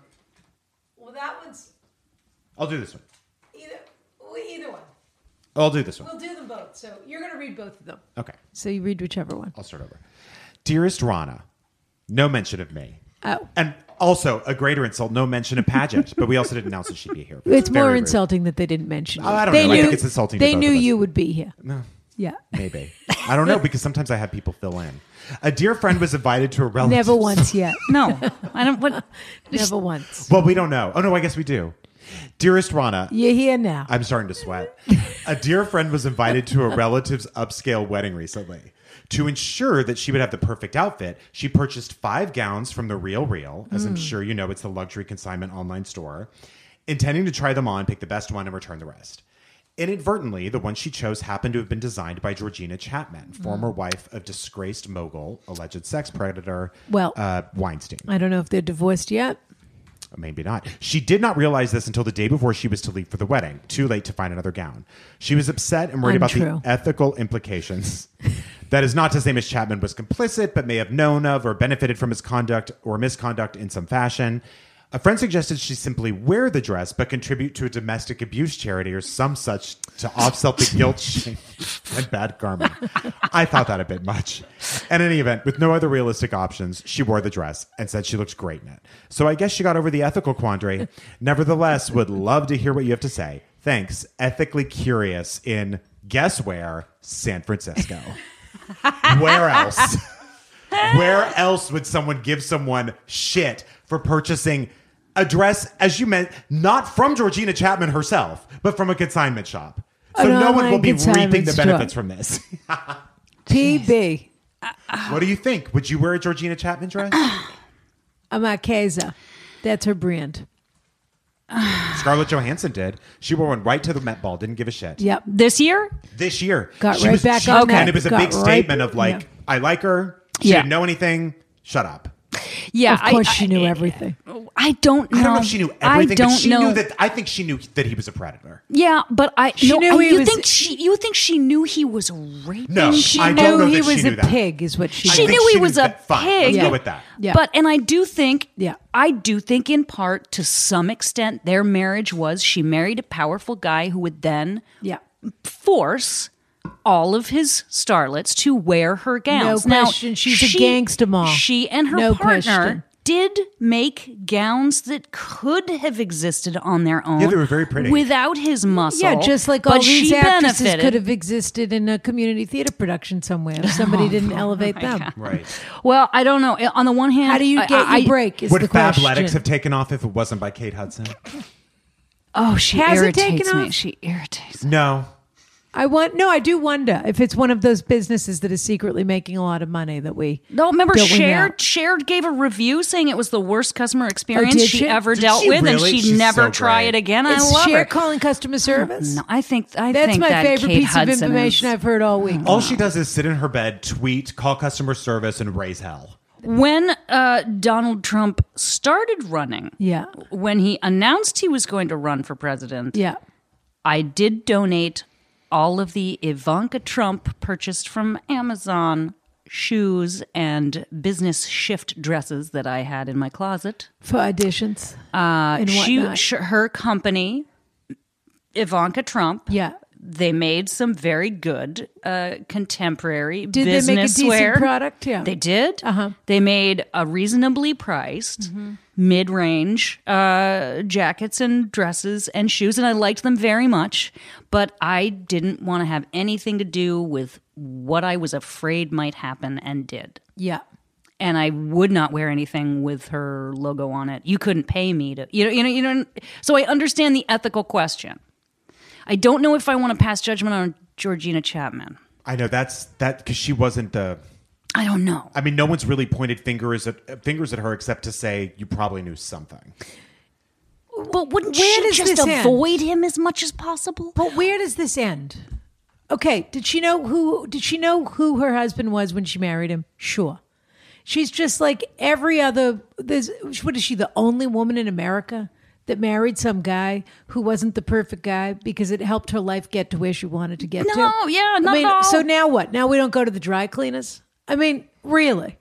B: Well, that one's
C: I'll do this one.
B: either. well, Either one.
C: I'll do this one.
B: We'll do them both. So you're going to read both of them.
C: Okay.
B: So you read whichever one.
C: I'll start over. Dearest Rana, no mention of me.
B: Oh.
C: And also a greater insult, no mention of Paget. but we also didn't announce that she'd be here.
B: It's
C: Very
B: more
C: rude.
B: insulting that they didn't mention you.
C: I don't
B: they
C: know. I think it's insulting to
B: They
C: both
B: knew
C: of us.
B: you would be here.
C: No.
B: Yeah.
C: Maybe. I don't know because sometimes I have people fill in. A dear friend was invited to a relative.
B: Never once yet.
D: No, I don't. What,
B: Never once.
C: Well, we don't know. Oh, no, I guess we do. Dearest Rana,
B: You're here now.
C: I'm starting to sweat. a dear friend was invited to a relative's upscale wedding recently. To ensure that she would have the perfect outfit, she purchased five gowns from The Real Real, as I'm sure you know, it's the luxury consignment online store, intending to try them on, pick the best one, and return the rest. Inadvertently, the one she chose happened to have been designed by Georgina Chapman, former wife of disgraced mogul, alleged sex predator,
B: Well-
C: uh, Weinstein.
B: I don't know if they're divorced yet.
C: Maybe not. She did not realize this until the day before she was to leave for the wedding, too late to find another gown. She was upset and worried about
B: Untrue.
C: the ethical implications. that is not to say Miss Chapman was complicit, but may have known of or benefited from his conduct or misconduct in some fashion. A friend suggested she simply wear the dress, but contribute to a domestic abuse charity or some such to offset the guilt, shame, and bad karma. I thought that a bit much. In any event, with no other realistic options, she wore the dress and said she looked great in it. So I guess she got over the ethical quandary. Nevertheless, would love to hear what you have to say. Thanks, ethically curious in guess where? San Francisco. where else? where else would someone give someone shit for purchasing a dress, as you meant, not from Georgina Chapman herself, but from a consignment shop? So
B: An
C: no one
B: online
C: will be
B: consignment
C: reaping the
B: store.
C: benefits from this.
B: PB.
C: what do you think? Would you wear a Georgina Chapman dress?
B: A Marquesa. That's her brand.
C: Scarlett Johansson did. She wore one right to the Met Ball. Didn't give a shit.
B: Yep.
D: this year?
C: This year,
B: Got
C: she
B: right
C: was,
B: back
C: she-
B: on that.
C: and it was a
B: Got
C: big
B: right-
C: statement of like,
B: yeah.
C: I like her. She
D: Yeah.
C: didn't know anything. Shut up.
D: Yeah,
B: Of course,
D: I,
B: she knew everything.
D: I, I don't know.
C: I don't
B: Um,
C: know if she knew everything,
D: I don't
C: but she
D: know.
C: knew that. I think she knew that he was a predator.
D: Yeah, but I.
B: She
D: no,
B: knew
D: I-
B: he
D: you
B: was-
D: think she? You think she knew he was raping?
C: No,
D: people?
C: I
B: knew
C: don't know
B: he
C: that she
B: was
C: knew
B: a
C: that.
B: pig, is what she.
C: I
D: she
C: think
D: knew he
C: she knew
D: was a
C: that. Fine, let's
D: pig.
C: go Yeah. with that.
B: Yeah.
D: But and I do think
B: Yeah.
D: I do think in part to some extent their marriage was she married a powerful guy who would then
B: yeah.
D: force all of his starlets to wear her gowns.
B: question,
D: Now,
B: she's a gangsta mom.
D: She and her
B: No
D: partner
B: question.
D: did make gowns that could have existed on their own.
C: Yeah, they were very pretty.
D: Without his muscle.
B: Yeah, just like
D: but
B: all these
D: she
B: actresses
D: benefited.
B: could have existed in a community theater production somewhere if
D: Oh
B: somebody didn't elevate them.
C: Right.
D: Well, I don't know. On the one hand,
B: How do you
D: I-
B: get
D: I-
B: your break? Is
C: Would
B: the question.
C: Fabletics have taken off if it wasn't by Kate Hudson?
D: Oh, she
B: Has it taken
D: irritates me.
B: off?
D: She irritates. me.
C: No.
B: I want no. I do wonder if it's one of those businesses that is secretly making a lot of money that we
D: No, remember
B: don't win
D: Cher?
B: out.
D: Cher gave a review saying it was the worst customer experience
B: did
D: she,
B: she?
D: ever
C: Did
D: dealt
C: she
D: with, and
C: really?
D: she'd
C: She's
D: never
C: so
D: try
C: great.
D: it again. And
B: Is
D: I love
B: Cher
D: her.
B: calling customer service.
D: No, I think I
B: That's
D: think
B: my
D: that
B: favorite
D: Kate
B: piece
D: Hudson Oh.
B: of information
D: is-
B: I've heard all week.
C: All she does is sit in her bed, tweet, call customer service, and raise hell.
D: when uh, Donald Trump started running,
B: Yeah.
D: when he announced he was going to run for president,
B: Yeah.
D: I did donate all of the Ivanka Trump purchased from Amazon shoes and business shift dresses that I had in my closet.
B: For auditions. Uh, and
D: she,
B: whatnot.
D: sh- her company, Ivanka Trump.
B: yeah.
D: They made some very good uh, contemporary
B: Did they make a
D: business
B: decent
D: wear.
B: product? Yeah.
D: They did. Uh-huh. They made a reasonably priced
B: Mm-hmm.
D: mid-range uh, jackets and dresses and shoes, and I liked them very much. But I didn't want to have anything to do with what I was afraid might happen, and did.
B: Yeah.
D: And I would not wear anything with her logo on it. You couldn't pay me to, you know, you know, you know. So I understand the ethical question. I don't know if I want to pass judgment on Georgina Chapman.
C: I know that's that because she wasn't the.
D: I don't know.
C: I mean, no one's really pointed fingers at fingers at her except to say you probably knew something.
D: But wouldn't
B: Where
D: she
B: does
D: just
B: this end?
D: avoid him as much as possible?
B: But where does this end? Okay, did she know who did she know who her husband was when she married him? Sure. She's just like every other there's what is she the only woman in America that married some guy who wasn't the perfect guy because it helped her life get to where she wanted to get to?
D: No, yeah, not
B: I mean,
D: at all.
B: so now what? Now we don't go to the dry cleaners? I mean, really?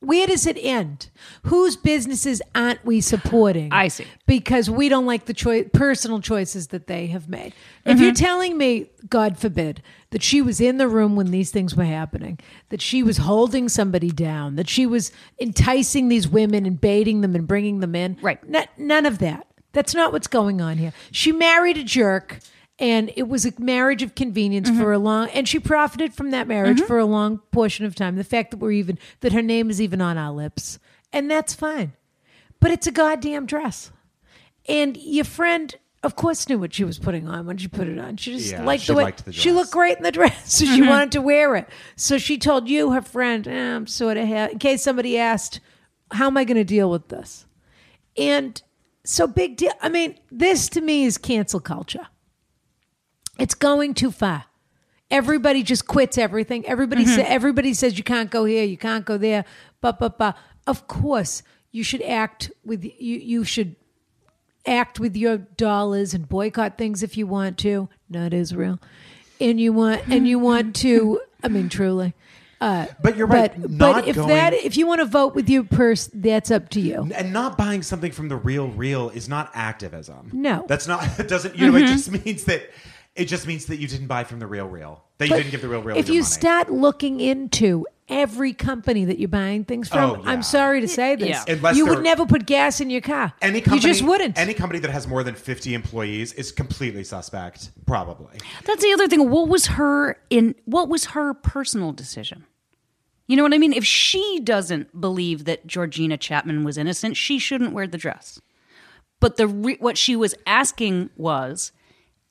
B: Where does it end? Whose businesses aren't we supporting?
D: I see.
B: because we don't like the choi- personal choices that they have made. If you're telling me, God forbid, that she was in the room when these things were happening, that she was holding somebody down, that she was enticing these women and baiting them and bringing them in,
D: Right.
B: n- none of that. That's not what's going on here. She married a jerk. And it was a marriage of convenience for a long, and she profited from that marriage
C: Mm-hmm.
B: for a long portion of time. The fact that we're even, that her name is even on our lips, and that's fine. But it's a goddamn dress. And your friend, of course, knew what she was putting on when she put it on. She just
C: Yeah,
B: liked
C: she
B: the way
C: liked the
B: she
C: dress. Mm-hmm.
B: looked great in the dress, so she wanted to wear it. So she told you, her friend, eh, I'm sort of ha-, in case somebody asked, how am I going to deal with this? And so big deal. I mean, this to me is cancel culture. It's going too far. Everybody just quits everything. Everybody
C: Mm-hmm.
B: sa- everybody says you can't go here, you can't go there. Ba ba ba. Of course, you should act with you. You should act with your dollars and boycott things if you want to. Not Israel, and you want and you want to. I mean, truly.
C: But you're right.
B: But
C: not
B: but if
C: going,
B: that if you want to vote with your purse, that's up to you.
C: and not buying something from the real real is not activism.
B: No. Mm-hmm.
C: that's not. It doesn't. You know, it just means that it just means that you didn't buy from the real real. That you
B: But
C: didn't give the real real.
B: If
C: your
B: you
C: money.
B: start looking into every company that you're buying things from,
C: Oh, yeah.
B: I'm sorry to say this,
D: Yeah.
C: Unless
B: you
C: they're-
B: would never put gas in your car.
C: any company,
B: you just wouldn't.
C: Any company that has more than fifty employees is completely suspect. Probably.
D: That's the other thing. What was her in what was her personal decision? You know what I mean? If she doesn't believe that Georgina Chapman was innocent, she shouldn't wear the dress. But the re- what she was asking was,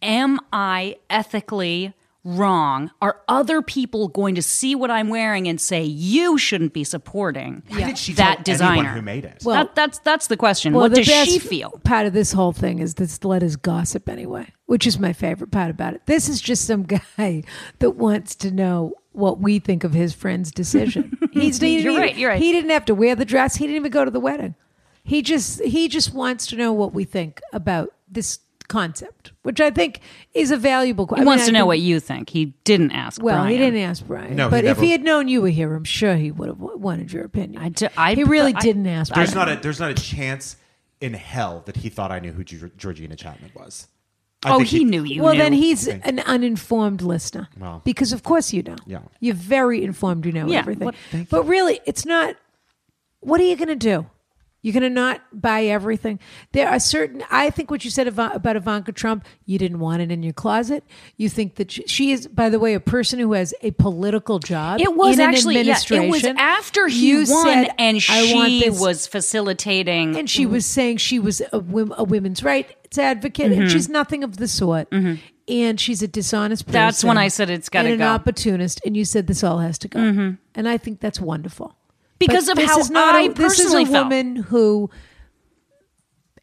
D: am I ethically wrong? Are other people going to see what I'm wearing and say you shouldn't be supporting
C: Why did she
D: that
C: tell
D: designer
C: anyone who made it?
D: Well, that's that's the question.
B: Well,
D: what
B: the
D: does
B: best
D: she feel?
B: Part of this whole thing is this let us gossip anyway, which is my favorite part about it. This is just some guy that wants to know what we think of his friend's decision. He's he,
D: You're
B: he-
D: right, you're right.
B: He didn't have to wear the dress. He didn't even go to the wedding. He just he just wants to know what we think about this concept, which I think is a valuable.
D: He wants to know what you think. He didn't ask.
B: Well,
D: Brian.
B: he didn't ask Brian.
C: No, he
B: but if
C: never-
B: he had known you were here, I'm sure he would have w- wanted your opinion.
D: I d- I-
B: he really
D: I-
B: didn't ask.
C: There's
B: Brian.
C: not a there's not a chance in hell that he thought I knew who Ge- Georgina Chapman was. I
D: Oh,
C: think
D: he knew you.
B: well,
D: knew.
B: then he's an uninformed listener.
C: Well.
B: because of course you know.
C: Yeah.
B: You're very informed. You know
D: Yeah,
B: everything.
D: what- Thank
B: but really, it's not. What are you going to do? You're going to not buy everything. There are certain. I think what you said Iva- about Ivanka Trump, you didn't want it in your closet. You think that she, she is, by the way, a person who has a political job.
D: It was
B: in an
D: actually yeah, it was
B: administration.
D: after he
B: You
D: won
B: said,
D: and
B: "I want
D: she
B: this
D: was facilitating
B: and she was saying she was a, wom- a women's rights advocate,
D: Mm-hmm.
B: and she's nothing of the sort. And she's a dishonest person.
D: That's when I said it's gotta
B: and an
D: go. Mm-hmm.
B: opportunist. And you said this all has to go. And I think that's wonderful
D: because of
B: But this
D: how
B: is not
D: I
B: a- this is
D: personally
B: a
D: felt.
B: woman who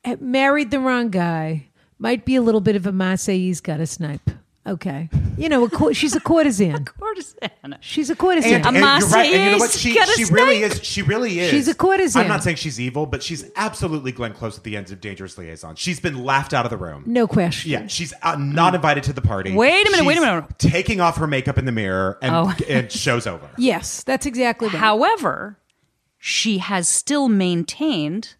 B: had married the wrong guy. Might be a little bit of a Marseillais got a snipe. Okay, you know, a cour- she's a courtesan.
D: Partisan.
B: She's a courtesan.
C: And, and
D: Amasa
C: you're right. And you know what?
D: is
C: She,
D: gonna
C: she really
D: snake.
C: is. She really is.
B: She's a courtesan.
C: I'm not saying she's evil, but she's absolutely Glenn Close at the ends of Dangerous Liaison. She's been laughed out of the room.
B: no question.
C: Yeah, she's uh, not invited to the party.
D: Mm. Wait a minute, wait a
C: She's
D: minute.
C: Taking off her makeup in the mirror and
D: Oh.
C: and shows over.
B: Yes, that's exactly right.
D: However, she has still maintained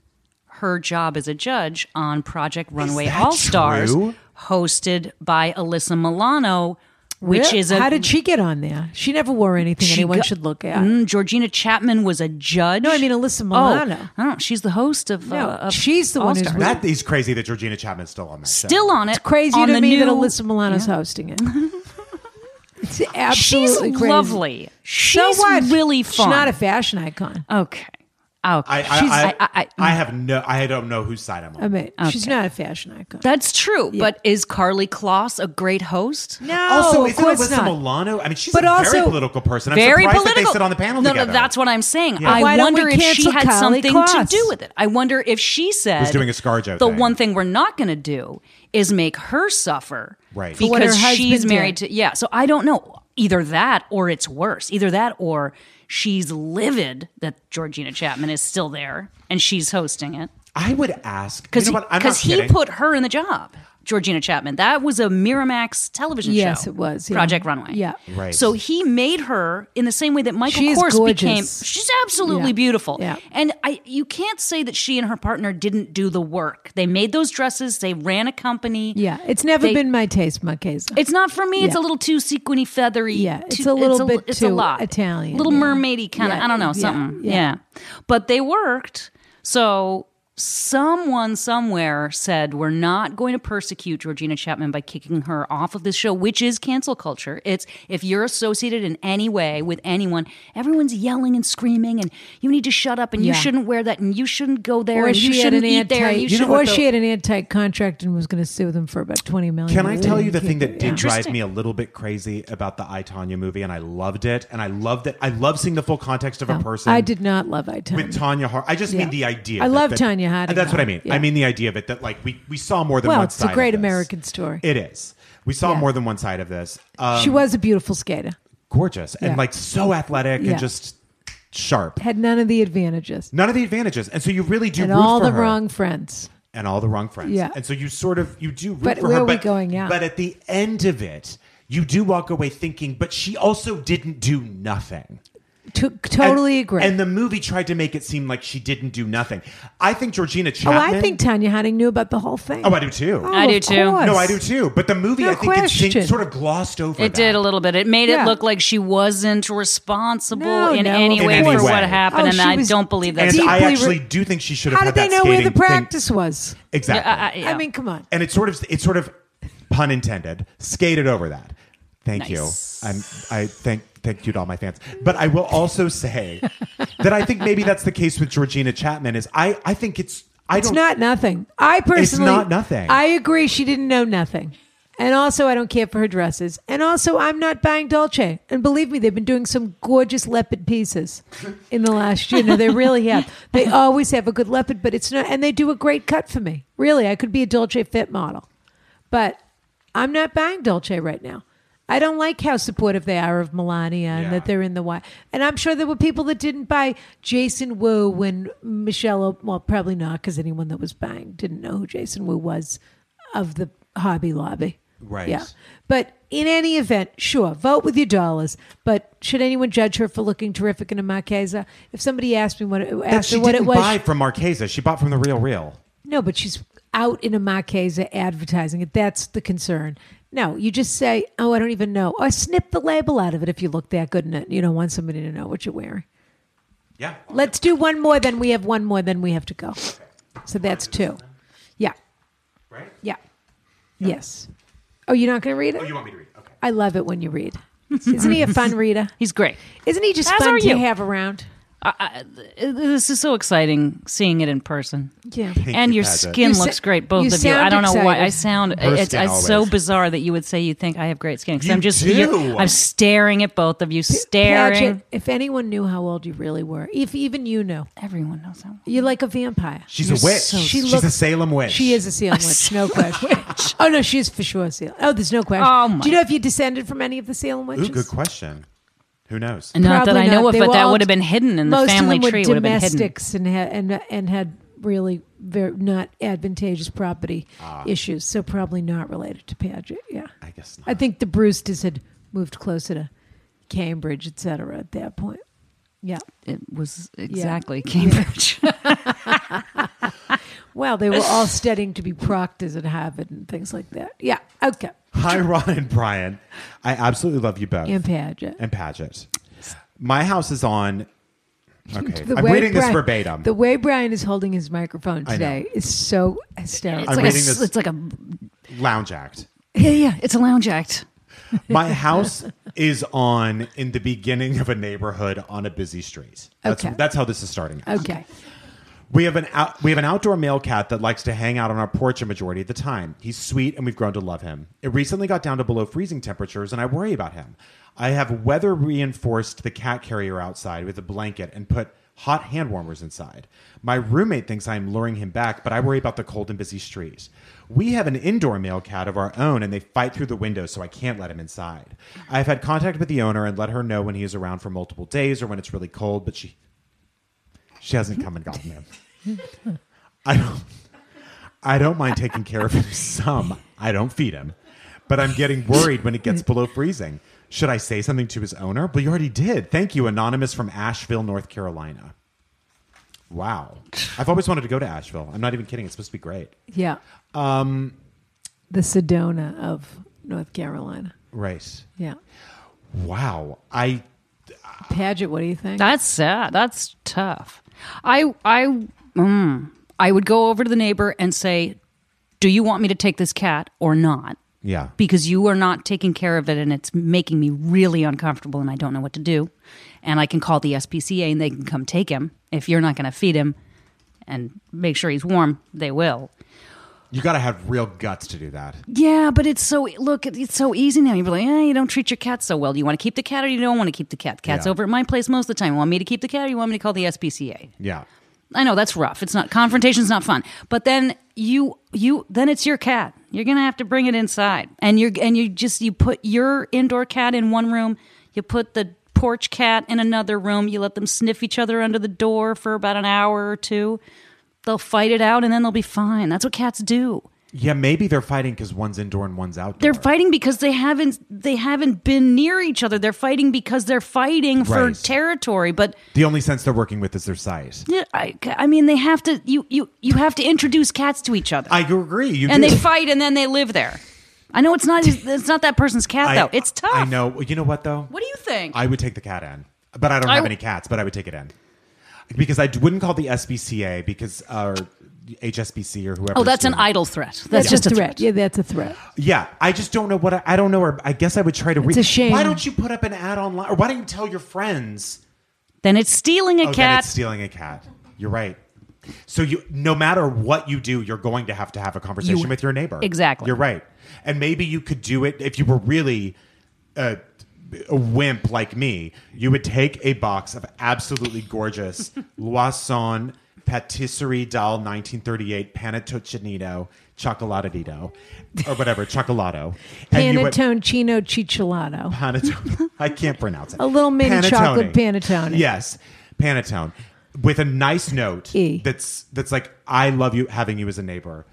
D: her job as a judge on Project Runway
C: that
D: All Stars,
C: true?
D: hosted by Alyssa Milano, which
B: Really?
D: is a
B: how did she get on there? She never wore anything
D: She
B: anyone
D: got-
B: should look at.
D: Mm, Georgina Chapman was a judge.
B: No, I mean Alyssa Milano.
D: Oh, I don't know. she's the host of.
B: No,
D: uh, of
B: she's the one who's
D: All-Stars.
B: with-
C: That is crazy that Georgina Chapman's still on that. show.
D: still on it.
B: It's crazy
D: on
B: to
D: the
B: me that
D: new-
B: Alyssa Milano's hosting it. It's
D: She's
B: absolutely crazy.
D: lovely. She's
B: So what?
D: really fun.
B: She's not a fashion icon.
D: okay. Okay.
C: I I,
D: She's-
C: I,
D: I- Um, I- I-
C: I have no. I don't know whose side I'm on.
B: I mean, she's not a fashion icon.
D: that's true. But is Carly Kloss a great host?
B: no,
C: also,
B: of
C: isn't
B: course
C: Alyssa
B: not.
C: Milano? I mean, she's
B: But
C: a very
B: also-
C: political person. I'm
D: Very
C: surprised
D: political.
C: that they sit on the panel
D: no,
C: together.
D: no, that's what I'm saying.
B: why
D: I
B: don't
D: wonder
B: we
D: if she
B: cancel
D: had
B: Karlie
D: something
B: Kloss?
D: to do with it. I wonder if she said
C: Was doing a ScarJo
D: The
C: thing.
D: one thing we're not going to do is make her suffer,
C: Right. For
B: what
D: Because
B: her
D: she's
B: husband
D: married
B: did.
D: to yeah. So I don't know either that or it's worse. Either that or she's livid that Georgina Chapman is still there and she's hosting it
C: I would ask
D: because
C: because you know what? I'm not
D: he
C: kidding.
D: put her in the job. Georgina Chapman. That was a Miramax television show.
B: Yes, it was, yeah.
D: Project Runway.
B: Yeah.
C: Right.
D: So he made her in the same way that Michael
B: She is
D: Kors
B: gorgeous.
D: became. She's absolutely
B: Yeah.
D: beautiful.
B: Yeah.
D: And I, you can't say that she and her partner didn't do the work. They made those dresses. They ran a company.
B: Yeah, it's never
D: They-
B: been my taste, Marquesa.
D: It's not for me. It's
B: Yeah.
D: a little too sequiny, feathery.
B: Yeah, it's a
D: too-
B: little
D: l-
B: bit
D: it's a
B: too
D: lot.
B: Italian,
D: little
B: yeah.
D: mermaidy kind of.
B: Yeah,
D: I don't know
B: yeah,
D: something.
B: yeah.
D: Yeah. but they worked. So someone somewhere said we're not going to persecute Georgina Chapman by kicking her off of this show, which is cancel culture. It's if you're associated in any way with anyone, everyone's yelling and screaming, and you need to shut up, and
B: Yeah.
D: you shouldn't wear that, and you shouldn't go there,
B: Or
D: and you
B: she had an
D: shouldn't eat there,
B: anti.
D: and you, should.
B: or she had an anti contract and was going to sue them for about twenty million.
C: Can I tell you the
B: Yeah.
C: thing that did drive
D: Interesting.
C: me a little bit crazy about the I Tanya movie, and I loved it, and I loved it. I love seeing the full context of a person.
B: I did not love Italian.
C: with Tanya Hart. I just
B: Yeah.
C: mean the idea.
B: I
C: that-
B: love
C: that-
B: Tanya Harding,
C: And that's what I
B: though.
C: mean.
B: Yeah.
C: I mean the idea of it that like we we saw more than
B: Well,
C: one
B: it's a
C: side. of
B: great
C: this.
B: American story.
C: It is. We saw
B: Yeah.
C: more than one side of this. Uh,
B: she was a beautiful skater.
C: gorgeous
B: Yeah.
C: and like so athletic
B: Yeah.
C: and just sharp.
B: Had none of the advantages.
C: None of the advantages, and so you really do
B: and
C: root
B: all
C: for
B: the
C: her.
B: wrong friends.
C: and all the wrong friends.
B: Yeah.
C: And so you sort of you do root
B: But
C: for
B: where
C: her,
B: are we going now?
C: But at the end of it, you do walk away thinking, but she also didn't do nothing.
B: To- totally
C: and,
B: agree.
C: And the movie tried to make it seem like she didn't do nothing. I think Georgina
B: oh,
C: Chapman.
B: I think Tanya Harding knew about the whole thing.
C: Oh, I do too.
B: Oh,
D: I do
B: of
D: too.
B: course.
C: no, I do too. But the movie,
B: No
C: I think, it think-
B: question.
C: sort of glossed over. that.
D: It did a little bit. It made
B: Yeah.
D: it look like she wasn't responsible
B: No,
D: in
B: no,
D: any
B: of
D: way
C: course.
D: for what
C: Anyway.
D: happened,
B: Oh,
D: and
B: she
D: I
B: was
D: don't believe
C: And
D: that's
B: deep-
C: I
B: Deeply re-
C: actually do think she should have
B: How
C: had
B: did they
C: that
B: know
C: skating
B: where the
C: thing-
B: practice was?
C: Exactly.
D: I- I- yeah.
B: I mean, come on.
C: and it sort of it sort of pun intended skated over that. Thank
D: Nice.
C: you. I'm I thank thank you to all my fans. But I will also say that I think maybe that's the case with Georgina Chapman is I I think it's I
B: It's
C: don't
B: not nothing. I personally,
C: not nothing.
B: I agree. She didn't know nothing, and also I don't care for her dresses, and also I'm not buying Dolce. And believe me, they've been doing some gorgeous leopard pieces in the last year. No, they really have. They always have a good leopard, but it's not. And they do a great cut for me. Really, I could be a Dolce fit model, but I'm not buying Dolce right now. I don't like how supportive they are of Melania
C: Yeah.
B: and that they're in the Y. And I'm sure there were people that didn't buy Jason Wu when Michelle, O- well, probably not because anyone that was buying didn't know who Jason Wu was of the Hobby Lobby.
C: Right.
B: Yeah. But in any event, sure, vote with your dollars. But should anyone judge her for looking terrific in a Marquesa? If somebody asked me what,
C: That
B: asked
C: she
B: her what
C: didn't
B: it was,
C: buy from Marquesa. She bought from the Real Real.
B: no, but she's out in a Marquesa advertising it. That's the concern. No, you just say, oh, I don't even know. Or snip the label out of it if you look that good in it. You don't want somebody to know what you're wearing.
C: Yeah.
B: Let's do one more, then we have one more, then we have to go. So that's two. Yeah,
C: Right?
B: yeah. Yes. Oh, you're not going to read
C: Oh, you
B: it?
C: want me to read? Okay.
B: I love it when you read. Isn't he a fun reader?
D: He's great.
B: Isn't he just
D: As
B: fun
D: are
B: to
D: you.
B: have around?
D: This is so exciting seeing it in person.
B: Yeah.
D: and
C: you,
D: your
C: Padgett.
D: skin
B: You sa-
D: looks great, both
B: you
D: of you. I
B: sound
D: don't know why I
B: excited.
D: sound.
C: Her
D: It's,
C: skin
D: it's so
C: always.
D: bizarre that you would say you think I have great skin. 'cause
C: You
D: I'm just.
C: do.
D: you're- I'm staring at both of you, staring.
B: Padgett, if anyone knew how old you really were, if even you knew,
D: Everyone knows that.
B: you're like a vampire.
C: She's
D: You're
C: a witch.
D: so-
B: She
C: She's a
B: looks-
C: Salem witch.
B: She is a seal witch, no question. Oh no, she's for sure a seal. Oh, there's no question.
D: Oh, my-
B: Do you know if you descended from any of the Salem witches?
C: Ooh, good question. Who knows?
D: Not that
B: Probably
D: I know
B: not.
D: of,
B: They
D: but
B: were
D: that
B: all-
D: would have been hidden in the
B: Most
D: family
B: of them
D: tree.
B: were
D: Would have been hidden.
B: domestics and had and, and had really very not advantageous property issues, so probably not related to Paget. Yeah,
C: Ah. I guess not.
B: I think the Brewsters had moved closer to Cambridge, et cetera, at that point. Yeah.
D: It was exactly Cambridge.
B: Well, they were all studying to be proctors at Harvard and things like that. Yeah. Okay.
C: Hi, Ron and Brian. I absolutely love you both.
B: And Paget.
C: And Paget. My house is on. Okay.
B: The
C: I'm
B: way
C: reading this
B: Brian-
C: verbatim.
B: The way Brian is holding his microphone
C: I know.
B: today is so hysterical.
D: it's, like a,
C: reading
D: s-
C: this-
D: it's like a
C: Lounge act.
D: yeah, yeah. It's a lounge act.
C: My house is on in the beginning of a neighborhood on a busy street. That's,
B: Okay.
C: that's how this is starting.
B: okay.
C: We have an out, we have an outdoor male cat that likes to hang out on our porch a majority of the time. He's sweet and we've grown to love him. It recently got down to below freezing temperatures and I worry about him. I have weather reinforced the cat carrier outside with a blanket and put hot hand warmers inside. My roommate thinks I am luring him back, but I worry about the cold and busy streets. We have an indoor male cat of our own and they fight through the window so I can't let him inside. I've had contact with the owner and let her know when he is around for multiple days or when it's really cold, but she she hasn't come and gotten him. I don't I don't mind taking care of him some. I don't feed him. But I'm getting worried when it gets below freezing. Should I say something to his owner? But you already did. Thank you, Anonymous from Asheville, North Carolina. Wow. I've always wanted to go to Asheville. I'm not even kidding. It's supposed to be great.
B: Yeah. Um, the Sedona of North Carolina.
C: Right.
B: Yeah.
C: Wow. I
B: Paget, what do you think?
D: That's sad. That's tough. I I mm, I would go over to the neighbor and say, "Do you want me to take this cat or not?"
C: yeah.
D: Because you are not taking care of it, and it's making me really uncomfortable, and I don't know what to do. And I can call the SPCA, and they can come take him if you're not going to feed him and make sure he's warm. They will.
C: you got to have real guts to do that.
D: Yeah, but it's so look, it- it's so easy now. You're like, eh, you don't treat your cat so well. Do you want to keep the cat or you don't want to keep the cat? The cat's
C: Yeah.
D: over at my place most of the time. You want me to keep the cat or you want me to call the SPCA?
C: Yeah.
D: I know that's rough. It's not confrontation's not fun. But then you you then it's your cat. You're gonna have to bring it inside, and you're and you just you put your indoor cat in one room. You put the porch cat in another room. You let them sniff each other under the door for about an hour or two. They'll fight it out, and then they'll be fine. That's what cats do.
C: Yeah, maybe they're fighting because one's indoor and one's outdoor.
D: They're fighting because they haven't they haven't been near each other. They're fighting because they're fighting for
C: Right.
D: territory. But
C: the only sense they're working with is their size.
D: yeah, I, I mean, they have to you you you have to introduce cats to each other.
C: I agree. You
D: and
C: do.
D: they fight and then they live there. I know it's not it's not that person's cat
C: I-
D: though. It's tough.
C: I know. You know what though?
D: What do you think?
C: I would take the cat in, but I don't
D: I
C: have
D: w-
C: any cats. But I would take it in because I d- wouldn't call the SBCA because or HSBC or whoever.
D: oh, that's an
C: doing it.
D: idle threat. That's just a threat.
B: Yeah, that's a threat.
C: Yeah, I just don't know what I, I don't know. Or I guess I would try to. read.
B: a shame.
C: Why don't you put up an ad online, or why don't you tell your friends?
D: Then it's stealing a
C: Oh, then
D: cat.
C: it's stealing a cat. You're right. So you, no matter what you do, you're going to have to have a conversation
D: You-
C: with your neighbor.
D: Exactly.
C: You're right. And maybe you could do it if you were really a, a wimp like me. You would take a box of absolutely gorgeous Loison Patisserie Doll 1938 Panatochinito Chocolatadito or whatever, Chocolato. And you would-
B: Panettone Chicholano.
C: Panettone. I can't pronounce it.
B: A little mini chocolate panettone.
C: Yes, panettone with a nice note
B: E.
C: that's that's like I love you having you as a neighbor.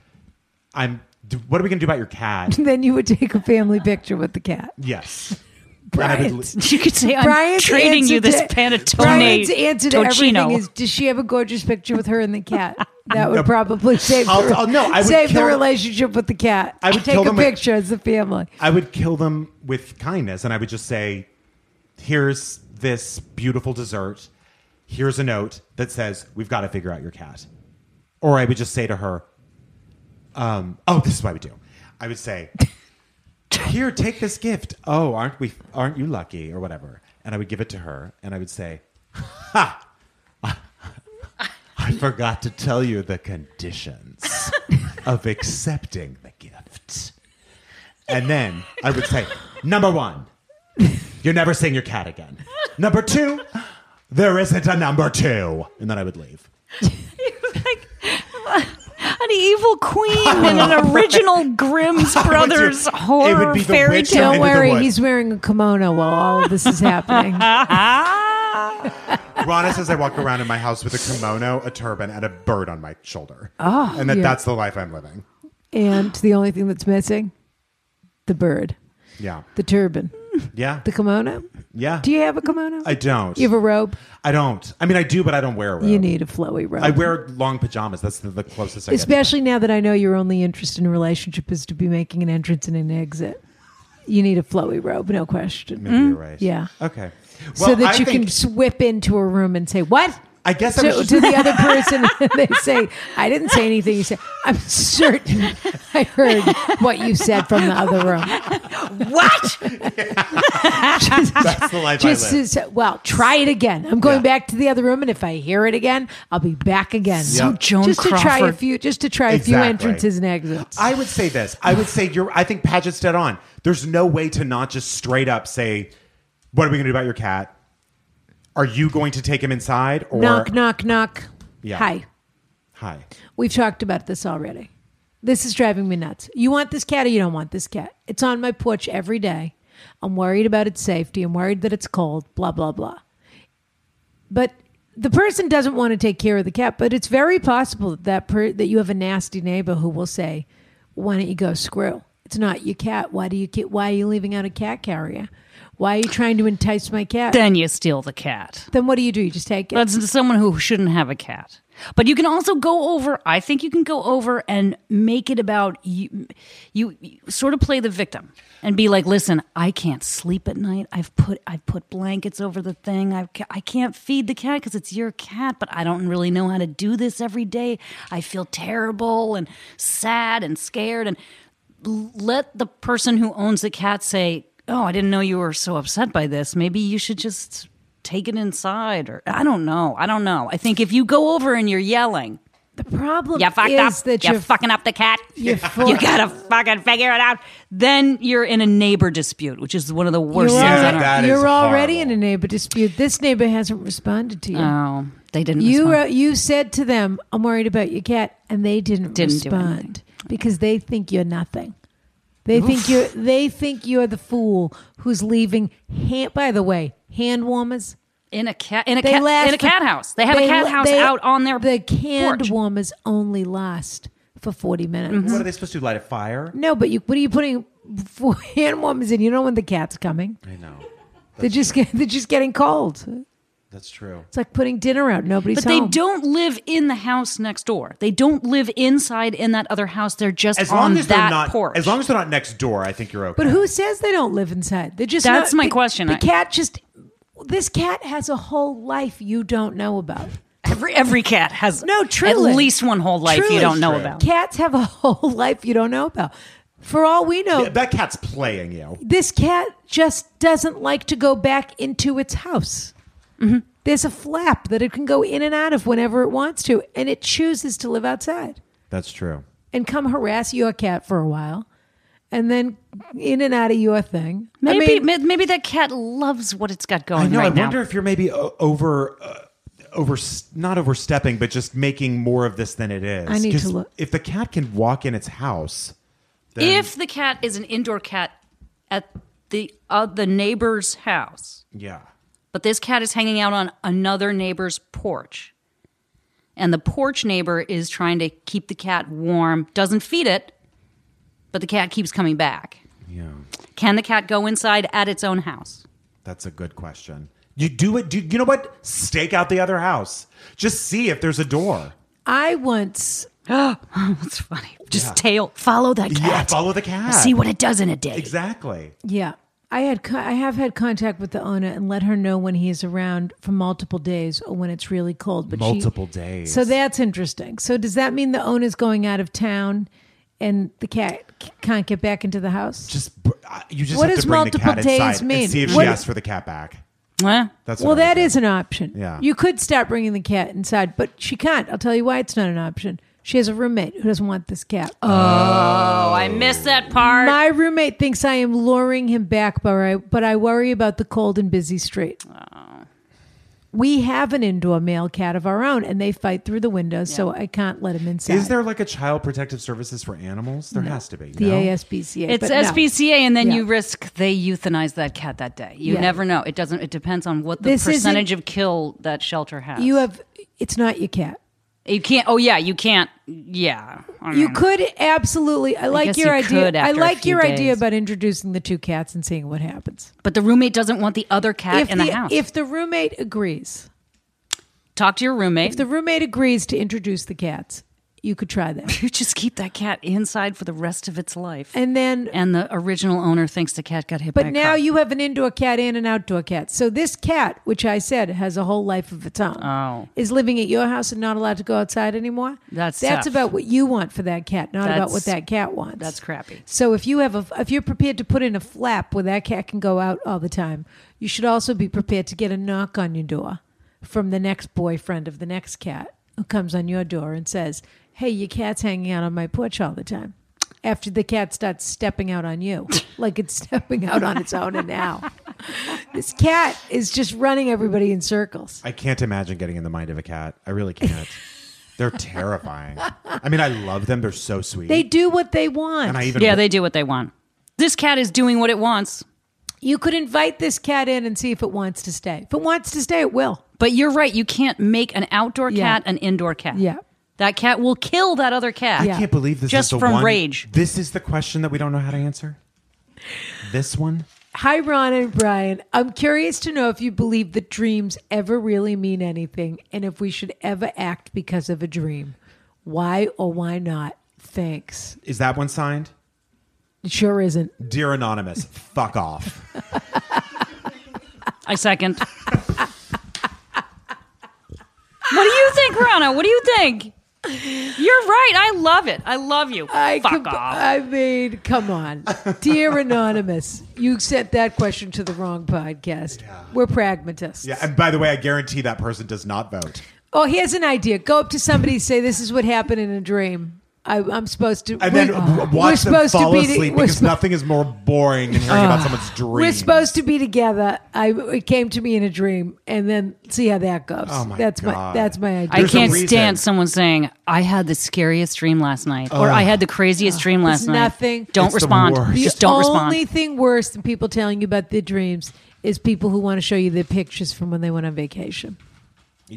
C: I'm. d- What are we gonna do about your cat?
B: Then you would take a family picture with the cat.
C: yes.
B: Bryant.
D: You could say I'm
B: Brian's
D: trading
B: answer
D: you this
B: to-
D: panettone.
B: Brian's answer to everything
D: Tocino.
B: is: Does she have a gorgeous picture with her and the cat? That would probably save.
C: I'll-
B: the,
C: I'll- no, I would
B: save the
C: kill-
B: relationship with the cat.
C: I would
B: take
C: kill
B: a
C: them with-
B: picture as a family.
C: I would kill them with kindness, and I would just say, "Here's this beautiful dessert. Here's a note that says we've got to figure out your cat." Or I would just say to her, um, "Oh, this is what I would do." I would say, "Here, take this gift. Oh, aren't we? Aren't you lucky, or whatever?" And I would give it to her, and I would say, "Ha! I forgot to tell you the conditions of accepting the gift." And then I would say, number one, you're never seeing your cat again. Number two, there isn't a number two. And then I would leave.
D: an evil queen in an original Grimm's Brothers
C: It would
D: horror
C: be the
D: fairy
C: witch
D: tale.
C: Into
B: Don't
C: the
B: worry,
C: wood.
B: he's wearing a kimono while all of this is happening.
C: Rana says I walk around in my house with a kimono, a turban, and a bird on my shoulder. Oh, and that
B: Ah, yeah.
C: that's the life I'm living.
B: and the only thing that's missing, the bird,
C: Yeah.
B: the turban,
C: Yeah.
B: the kimono.
C: yeah.
B: Do you have a kimono?
C: I don't.
B: you have a robe?
C: I don't. I mean, I do, but I don't wear a robe.
B: You need a flowy robe.
C: I wear long pajamas. That's the, the closest I get. to
B: Especially now that I know your only interest in a relationship is to be making an entrance and an exit. You need a flowy robe, no question.
C: that. Maybe you're right.
B: mm, Yeah.
C: Okay. Well,
B: so that
C: I
B: you
C: think-
B: can just whip into a room and say, What?
C: I guess I was
B: To, to
C: just
B: the other person, and they say, I didn't say anything. You say, I'm certain I heard what you said from the other room.
D: What?
C: that's the life I
B: Just
C: live.
B: as, well, try it again. I'm going back to the other room, and if I hear it again, I'll be back again.
C: So
D: Joan
B: just to try a
D: Crawford.
B: few, just to try a few
C: Exactly.
B: entrances and exits.
C: I would say this. I would say you're. I think Paget's dead on. There's no way to not just straight up say, "What are we going to do about your cat? Are you going to take him inside?" Or
B: knock, knock, knock.
C: Yeah.
B: Hi.
C: Hi.
B: We've talked about this already. This is driving me nuts. You want this cat or you don't want this cat? It's on my porch every day. I'm worried about its safety. I'm worried that it's cold, blah, blah, blah. But the person doesn't want to take care of the cat, but it's very possible that, that, per- that you have a nasty neighbor who will say, Why don't you go screw? It's not your cat. Why do you ki- why are you leaving out a cat carrier? Why are you trying to entice my cat?
D: then you steal the cat.
B: then what do you do? You just take it.
D: That's someone who shouldn't have a cat. But you can also go over. I think you can go over and make it about you. You, you sort of play the victim and be like, "Listen, I can't sleep at night. I've put I've put blankets over the thing. I ca- I can't feed the cat because it's your cat. But I don't really know how to do this every day. I feel terrible and sad and scared. And let the person who owns the cat say, "Oh, I didn't know you were so upset by this. Maybe you should just take it inside." Or I don't know. I don't know. I think if you go over and you're yelling,
B: the problem
D: "You fucked up.
B: is that
D: you're,
B: you're
D: fucking up the cat.
B: you're full-
D: you gotta fucking figure it out." Then you're in a neighbor dispute, which is one of the worst
B: You're,
C: Yeah,
D: things. I
B: already,
D: don't.
C: that is
B: you're already
C: horrible.
B: in a neighbor dispute. This neighbor hasn't responded to you.
D: Oh, they didn't.
B: you
D: respond.
B: wrote, you said to them, "I'm worried about your cat," and they didn't,
D: Didn't do
B: respond because they think you're nothing. They think you're they think you're the fool who's leaving. Hand, by the way, hand warmers.
D: in a cat in a
B: They
D: cat
B: last
D: in a
B: for-
D: cat house. They have
B: they
D: a cat
B: la-
D: house
B: they-
D: out on their
B: The hand
D: porch. Mm-hmm.
B: warmers only last for forty minutes.
C: What are they supposed to do? Light a fire?
B: No, but you what are you putting for hand warmers in? You know when the cat's coming.
C: I know.
B: They're just get, they're just getting cold.
C: That's true.
B: It's like putting dinner out. Nobody's
D: But
B: home.
D: they don't live in the house next door. They don't live inside in that other house. They're just
C: As
D: on
C: long as
D: that
C: they're not,
D: porch.
C: as long as they're not next door, I think you're okay.
B: But who says they don't live inside? They're just
D: That's
B: not-
D: my
B: the-
D: question.
B: The
D: I-
B: cat just this cat has a whole life you don't know about.
D: every every cat has
B: No, truly,
D: at least one whole life
B: Truly.
D: you don't know about.
B: Cats have a whole life you don't know about. For all we know,
C: that cat's playing you.
B: this cat just doesn't like to go back into its house.
D: Mm-hmm.
B: There's a flap that it can go in and out of whenever it wants to, and it chooses to live outside.
C: That's true.
B: and come harass your cat for a while and then in and out of your thing. I
D: Maybe
B: mean,
D: ma- maybe that cat loves what it's got going
C: I know.
D: right
C: I wonder
D: now.
C: if you're maybe o- over uh, over not overstepping, but just making more of this than it is.
B: I need to
C: 'Cause
B: look.
C: If the cat can walk in its house, then
D: If the cat is an indoor cat at the uh, the neighbor's house,
C: yeah,
D: but this cat is hanging out on another neighbor's porch. And the porch neighbor is trying to keep the cat warm, doesn't feed it, but the cat keeps coming back.
C: yeah,
D: Can the cat go inside at its own house?
C: that's a good question. You do it. Do you know what? Stake out the other house. Just see if there's a door.
B: I once
D: Oh, That's funny. Just tail, follow that cat.
C: Yeah, follow the cat.
D: See what it does in a day.
C: Exactly.
B: Yeah. I had co- I have had contact with the owner and let her know when he is around for multiple days or when it's really cold. But she-
C: Multiple days.
B: So that's interesting. So does that mean the owner's going out of town and the cat c- can't get back into the house?
C: Just br- uh, you just
B: What
C: have
B: does
C: to bring the
B: multiple
C: cat
B: days
C: inside
B: mean?
C: and see if
B: What-
C: she asks for the cat back.
D: Well,
C: That's
B: well,
C: what I would
B: that
C: do.
B: is an option.
C: Yeah.
B: You could stop bringing the cat inside, but she can't. I'll tell you why it's not an option. She has a roommate who doesn't want this cat.
D: oh, I missed that part.
B: My roommate thinks I am luring him back, but I, but I worry about the cold and busy street.
D: Oh.
B: We have an indoor male cat of our own, and they fight through the windows, so I can't let him inside.
C: Is there like a child protective services for animals? There has to be.
B: the
C: no?
B: ASPCA?
D: It's
B: but no.
D: SPCA, and then
B: Yeah.
D: you risk they euthanize that cat that day. You
B: Yeah.
D: never know. It doesn't. It depends on what the
B: This isn't-
D: percentage of kill that shelter has.
B: You have. It's not your cat.
D: You can't. Oh yeah, you can't. Yeah, I
B: You
C: Mm.
D: mean,
B: could absolutely. I like
D: guess
B: your
D: you
B: idea.
D: could
B: I
D: after a
B: like
D: few
B: your idea
D: days.
B: about introducing the two cats and seeing what happens.
D: But the roommate doesn't want the other cat
B: if
D: in the, house.
B: if the roommate agrees,
D: Talk to your roommate.
B: if the roommate agrees to introduce the cats, you could try that.
D: you just keep that cat inside for the rest of its life. And,
B: And then
D: the original owner thinks the cat got hit. by
B: But
D: a
B: now
D: car.
B: you have an indoor cat and an outdoor cat. So this cat, which I said has a whole life of its own,
D: Oh.
B: is living at your house and not allowed to go outside anymore.
D: That's
B: that's
D: tough.
B: about what you want for that cat, not about
D: That's-
B: what that cat wants.
D: that's crappy.
B: So if you have a, if you're prepared to put in a flap where that cat can go out all the time, you should also be prepared to get a knock on your door from the next boyfriend of the next cat who comes on your door and says, "Hey, your cat's hanging out on my porch all the time." After the cat starts stepping out on you, like it's stepping out on its own, and now this cat is just running everybody in circles.
C: I can't imagine getting in the mind of a cat. I really can't. They're terrifying. I mean, I love them. They're so sweet.
B: They do what they want.
C: and I even
D: yeah, they do what they want. This cat is doing what it wants.
B: you could invite this cat in and see if it wants to stay. If it wants to stay, it will.
D: But you're right. You can't make an outdoor
B: Yeah.
D: cat an indoor cat.
B: Yeah.
D: That cat will kill that other cat.
C: I can't believe this
D: Just
C: is the
D: from
C: one-
D: rage.
C: This is the question that we don't know how to answer. This one?
B: Hi, Ron and Brian. I'm curious to know if you believe that dreams ever really mean anything and if we should ever act because of a dream. Why or why not? Thanks.
C: Is that one signed?
B: It sure isn't.
C: Dear Anonymous, fuck off.
D: I second. what do you think, Rana? What do you think? You're right. I love it. I love you.
B: I
D: Fuck
B: com-
D: off.
B: I mean, come on. Dear Anonymous, you sent that question to the wrong podcast. We're pragmatists.
C: Yeah, and by the way, I guarantee that person does not vote.
B: Oh, here's an idea. Go up to somebody and say, This is what happened in a dream. I, I'm supposed to.
C: And
B: we-
C: then w- watch them fall asleep
B: we're
C: because
B: spo-
C: nothing is more boring than hearing about someone's dream.
B: We're supposed to be together. I it came to me in a dream, and then see how that goes.
C: Oh my
B: that's my
C: God.
B: that's my
D: I
B: idea.
C: There's a
D: can't
C: reason.
D: stand someone saying, I had the scariest dream last night, or I had the craziest dream last night.
B: nothing.
D: Don't
B: It's
C: the
D: respond.
C: worst.
B: the
D: Just don't respond.
B: only thing worse than people telling you about their dreams is people who want to show you their pictures from when they went on vacation.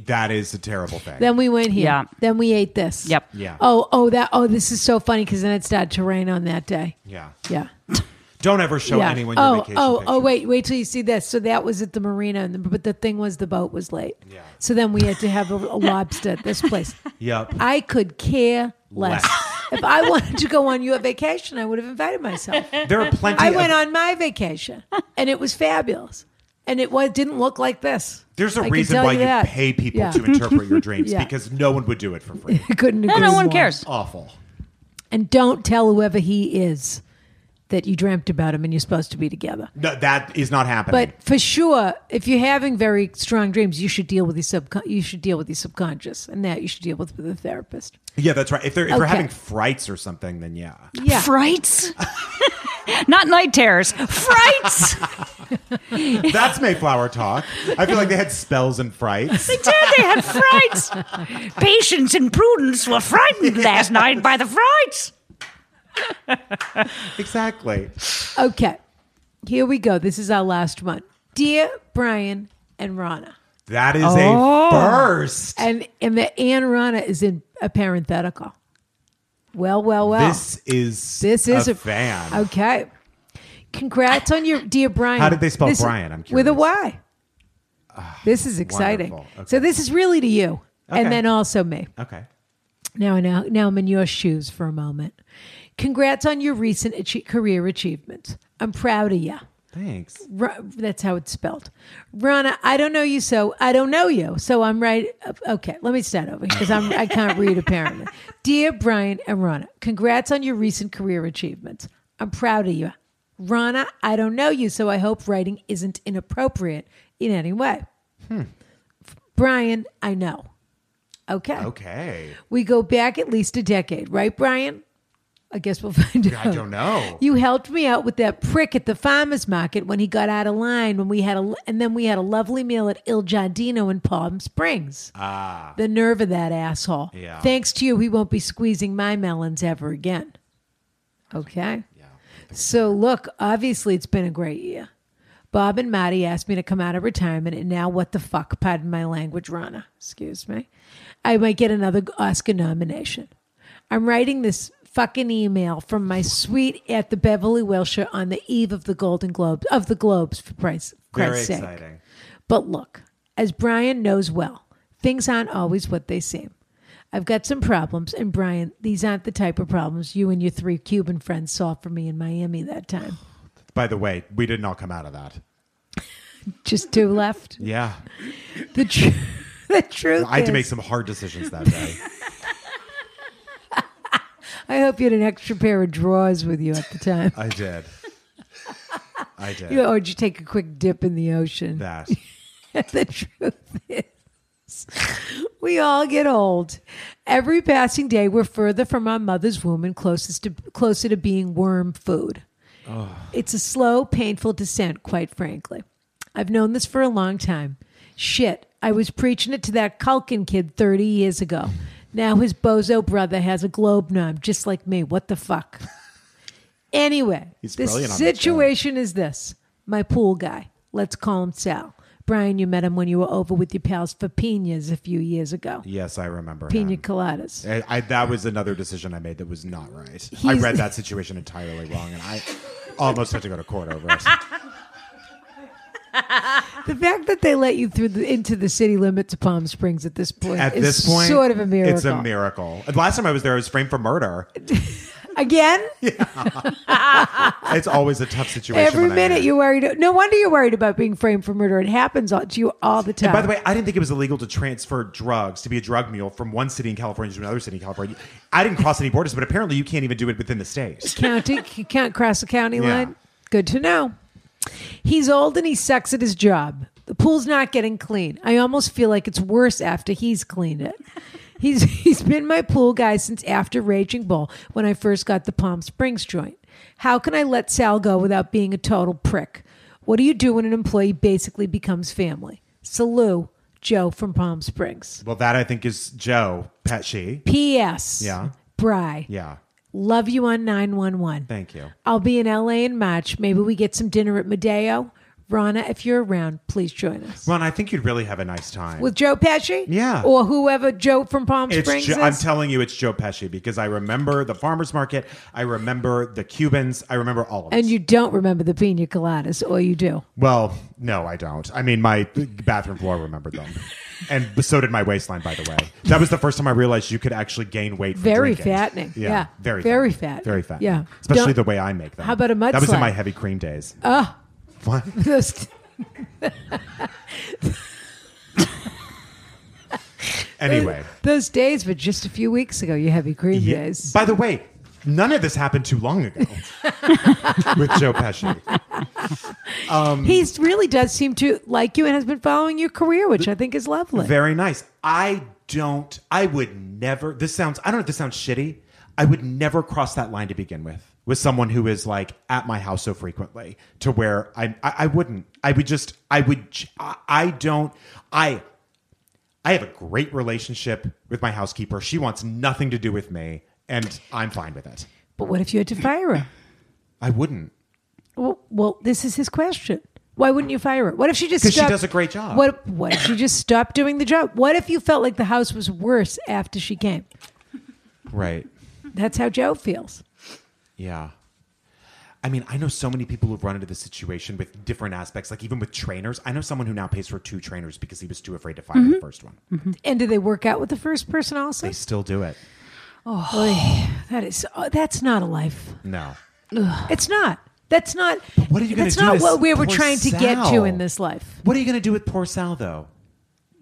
C: That is a terrible thing.
B: Then we went here.
D: Yeah.
B: Then we ate this.
D: Yep.
C: Yeah.
B: Oh, oh, that. Oh, this is so funny because then it started to rain on that day.
C: yeah.
B: Yeah.
C: Don't ever show
B: yeah.
C: anyone your
B: oh,
C: vacation
B: oh, oh,
C: pictures.
B: wait, wait till you see this. So that was at the marina, and the, but the thing was the boat was late. Yeah. So then we had to have a, a lobster at this place.
C: Yep.
B: I could care less.
C: Less.
B: if I wanted to go on your vacation, I would have invited myself.
C: There are plenty
B: I
C: of
B: went on my vacation, and it was fabulous, and it was didn't look like this.
C: There's
B: I
C: a
B: can
C: reason
B: tell
C: why you
B: that.
C: pay people
B: Yeah.
C: to interpret your dreams
B: Yeah.
C: because no one would do it for free.
B: I couldn't agree.
D: And no one
B: more.
D: cares.
C: Awful.
B: And don't tell whoever he is that you dreamt about him and you're supposed to be together.
C: No, that is not happening.
B: But for sure, if you're having very strong dreams, you should deal with your subcon- you should deal with your subconscious, and that you should deal with with a therapist.
C: yeah, that's right. If they're if they're
B: Okay.
C: having frights or something, then yeah.
B: Yeah,
D: Frights? Not night terrors, frights.
C: That's Mayflower talk. I feel like they had spells and frights.
D: They did. They had frights. Patience and prudence were frightened last night by the frights.
C: Exactly.
B: Okay, here we go. This is our last one. Dear Brian and Rana,
C: That is
B: Oh.
C: a first.
B: and and the and Rana is in a parenthetical. Well, well, well.
C: This is
B: This is
C: a, fan.
B: Okay. Congrats on your dear Brian.
C: How did they spell
B: This-
C: Brian? I'm
B: With a
C: curious. Ah,
B: Y. This is exciting.
C: wonderful.
B: So
C: Okay.
B: this is really to you,
C: Okay.
B: and then also me.
C: Okay.
B: Now, now, now I'm in your shoes for a moment. Congrats on your recent achi- career achievements. I'm proud of you.
C: Thanks.
B: Ra- that's how it's spelled. Rana, I don't know you, so I don't know you. So I'm right. Okay, let me start over because I'm I can't read apparently. Dear Brian and Rana, congrats on your recent career achievements. I'm proud of you. Rana, I don't know you, so I hope writing isn't inappropriate in any way.
C: Hmm.
B: Brian, I know. Okay.
C: Oh. Okay.
B: We go back at least a decade, right, Brian? I guess we'll find out.
C: I don't know.
B: You helped me out with that prick at the farmers market when he got out of line. When we had a, and then we had a lovely meal at Il Giardino in Palm Springs. Ah, the nerve of that asshole!
C: Yeah.
B: Thanks to you, he won't be squeezing my melons ever again. Okay. Yeah. So look, obviously it's been a great year. Bob and Maddie asked me to come out of retirement, and now what the fuck? Pardon my language, Rana. Excuse me. I might get another Oscar nomination. I'm writing this fucking email from my suite at the Beverly Wilshire on the eve of the Golden Globes of the Globes for price.
C: Very
B: Christ's sake.
C: exciting.
B: But look, as Brian knows well, things aren't always what they seem. I've got some problems, and Brian, these aren't the type of problems you and your three Cuban friends solved for me in Miami that time.
C: By the way, we did not come out of that.
B: Just two left.
C: Yeah.
B: The, tr- the truth
C: I had to
B: is-
C: make some hard decisions that day.
B: I hope you had an extra pair of drawers with you at the time.
C: I did. I did.
B: You- or did you take a quick dip in the ocean?
C: That.
B: the truth is, we all get old. Every passing day, we're further from our mother's womb and closest to, closer to being worm food. It's a slow, painful descent, quite frankly. I've known this for a long time. Shit, I was preaching it to that Culkin kid 30 years ago. Now his bozo brother has a globe knob just like me. What the fuck? Anyway,
C: He's
B: the
C: brilliant on that show.
B: situation is this my pool guy, let's call him Sal. Brian, you met him when you were over with your pals for pinas a few years ago.
C: Yes, I remember.
B: Pina
C: him.
B: coladas.
C: I, I, that was another decision I made that was not right. I
B: He's-
C: read that situation entirely wrong, and I almost had to go to court over it.
B: The fact that they let you through the, into the city limits of Palm Springs at this point
C: At
B: is
C: this point,
B: sort of a miracle.
C: It's a miracle. And Last time I was there, I was framed for murder.
B: Again,
C: It's always a tough situation.
B: every
C: when I'm
B: minute
C: there.
B: you're worried. No wonder you're worried about being framed for murder. It happens all, to you all the time.
C: By the way, I didn't think it was illegal to transfer drugs to be a drug mule from one city in California to another city in California. I didn't cross any borders, but apparently you can't even do it within the state.
B: county you can't cross the county
C: Yeah.
B: line. Good to know. He's old and he sucks at his job. The pool's not getting clean. I almost feel like it's worse after he's cleaned it. He's he's been my pool guy since after Raging Bull when I first got the Palm Springs joint. How can I let Sal go without being a total prick? What do you do when an employee basically becomes family? Salute, Joe from Palm Springs.
C: Well, that I think is Joe Pesci.
B: P.S.
C: Yeah.
B: Bry.
C: Yeah.
B: Love you on 911.
C: Thank you.
B: I'll be in LA in March. Maybe we get some dinner at Medeo. Rana, if you're around, please join us.
C: Ron, I think you'd really have a nice time.
B: With Joe Pesci?
C: Yeah.
B: Or whoever Joe from Palm
C: It's
B: Springs
C: Jo-
B: is?
C: I'm telling you, it's Joe Pesci because I remember the farmers market. I remember the Cubans. I remember all of it.
B: and you don't remember the pina coladas, or you do.
C: well, no, I don't. I mean, my bathroom floor remembered them, and so did my waistline. By the way, that was the first time I realized you could actually gain weight. From
B: Very
C: drinking.
B: fattening.
C: Yeah,
B: Yeah.
C: very,
B: Very
C: fat.
B: fattening.
C: Very fat.
B: Yeah.
C: especially
B: Don't-
C: the way I make them.
B: How about a
C: That was in
B: mudslide?
C: my heavy cream days.
B: Ah.
C: What?
B: Those-
C: Anyway,
B: Those days were just a few weeks ago, you heavy cream
C: yeah.
B: days.
C: By the way, none of this happened too long ago with Joe Pesci. um,
B: he really does seem to like you and has been following your career, which I think is lovely.
C: Very nice. I don't, I would never, this sounds, I don't know if this sounds shitty. I would never cross that line to begin with. with someone who is like at my house so frequently to where I I, I wouldn't. I would just I would j- I, I don't I I have a great relationship with my housekeeper. She wants nothing to do with me and I'm fine with it.
B: But what if you had to fire her?
C: I wouldn't.
B: Well, well, this is his question. Why wouldn't you fire her? What if she just
C: 'Cause she
B: stopped-
C: does a great job.
B: What what if she just stopped doing the job? What if you felt like the house was worse after she came?
C: Right.
B: That's how Joe feels.
C: Yeah. I mean, I know so many people who've run into this situation with different aspects, like even with trainers. I know someone who now pays for two trainers because he was too afraid to fire
D: Mm-hmm.
C: the first one.
B: And do they work out with the first person also?
C: They still do it.
B: Oy, that is oh, that's not a life.
C: No.
B: It's not. That's not.
C: what are you gonna
B: That's
C: do
B: not
C: to
B: what we were
C: poor
B: trying to get to
C: Sal?
B: in this life.
C: What are you going to do with poor Sal, though?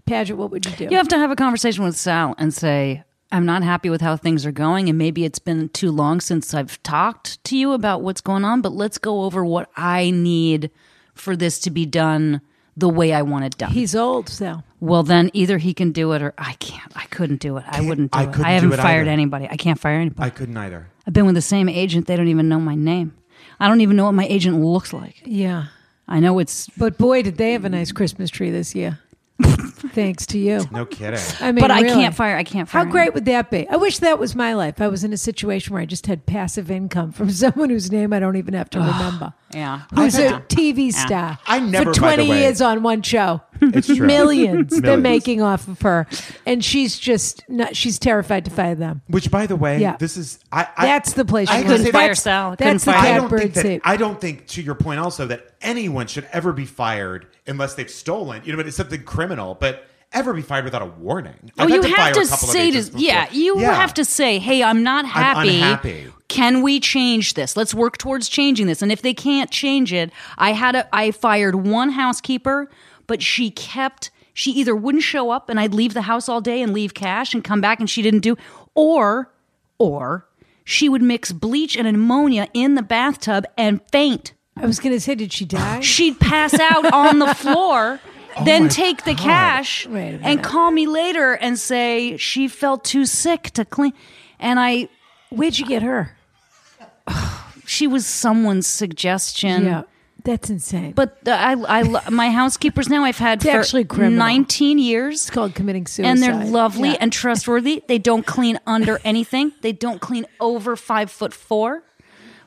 B: Paget, what would you do?
D: You have to have a conversation with Sal and say, I'm not happy with how things are going. And maybe it's been too long since I've talked to you about what's going on, but let's go over what I need for this to be done the way I want it done.
B: He's old, so
D: well, then either he can do it or I can't. I couldn't do it. I wouldn't do
C: I
D: it.
C: couldn't
D: I haven't
C: do it
D: fired
C: either.
D: anybody. I can't fire anybody.
C: I couldn't either.
D: I've been with the same agent. They don't even know my name. I don't even know what my agent looks like.
B: yeah.
D: I know it's,
B: But boy, did they have a nice Christmas tree this year. Thanks to you.
C: No kidding.
B: I mean,
D: but I
B: really.
D: can't fire. I can't fire.
B: How great
D: anybody.
B: would that be? I wish that was my life. I was in a situation where I just had passive income from someone whose name I don't even have to remember.
D: Yeah.
B: Who's
C: I've
B: a
C: had-
B: TV star
C: I never,
B: for
C: by the
B: 20
C: way-
B: years on one show.
C: It's true.
B: Millions they're
C: Millions.
B: making off of her. And she's just not, she's terrified to fire them.
C: Which, by the way,
B: Yeah.
C: this is I. I
B: That's the place
C: I
B: you
C: couldn't
B: want to-
C: fire
B: that's-
D: Sal. I couldn't
B: That's the
D: fire
C: I don't think
B: catbird
C: that
B: seat.
C: I don't think to your point also that anyone should ever be fired unless they've stolen. You know, but it's something criminal. But ever be fired without a warning?
D: Oh,
C: I've had
D: you
C: fire
D: have
C: a
D: to
C: couple of
D: say to
C: agents before.
D: yeah, you
C: Yeah.
D: have to say, "Hey, I'm not happy.
C: unhappy.
D: Can we change this? Let's work towards changing this." And if they can't change it, I had a I fired one housekeeper, but she kept she either wouldn't show up and I'd leave the house all day and leave cash and come back and she didn't do or or she would mix bleach and ammonia in the bathtub and faint.
B: I was going to say, did she die?
D: She'd pass out on the floor,
C: my
D: then take the
C: God.
D: cash
B: Oh Wait a
D: and
B: minute.
D: call me later and say she felt too sick to clean. And I,
B: Where'd you get her?
D: she was someone's suggestion.
B: Yeah, that's insane. But
D: But the, I, I, lo- my housekeepers now I've had
B: It's
D: for
B: actually criminal.
D: 19 years.
B: it's called committing suicide.
D: and they're lovely
B: Yeah.
D: and trustworthy. They don't clean under anything. They don't clean over five foot four,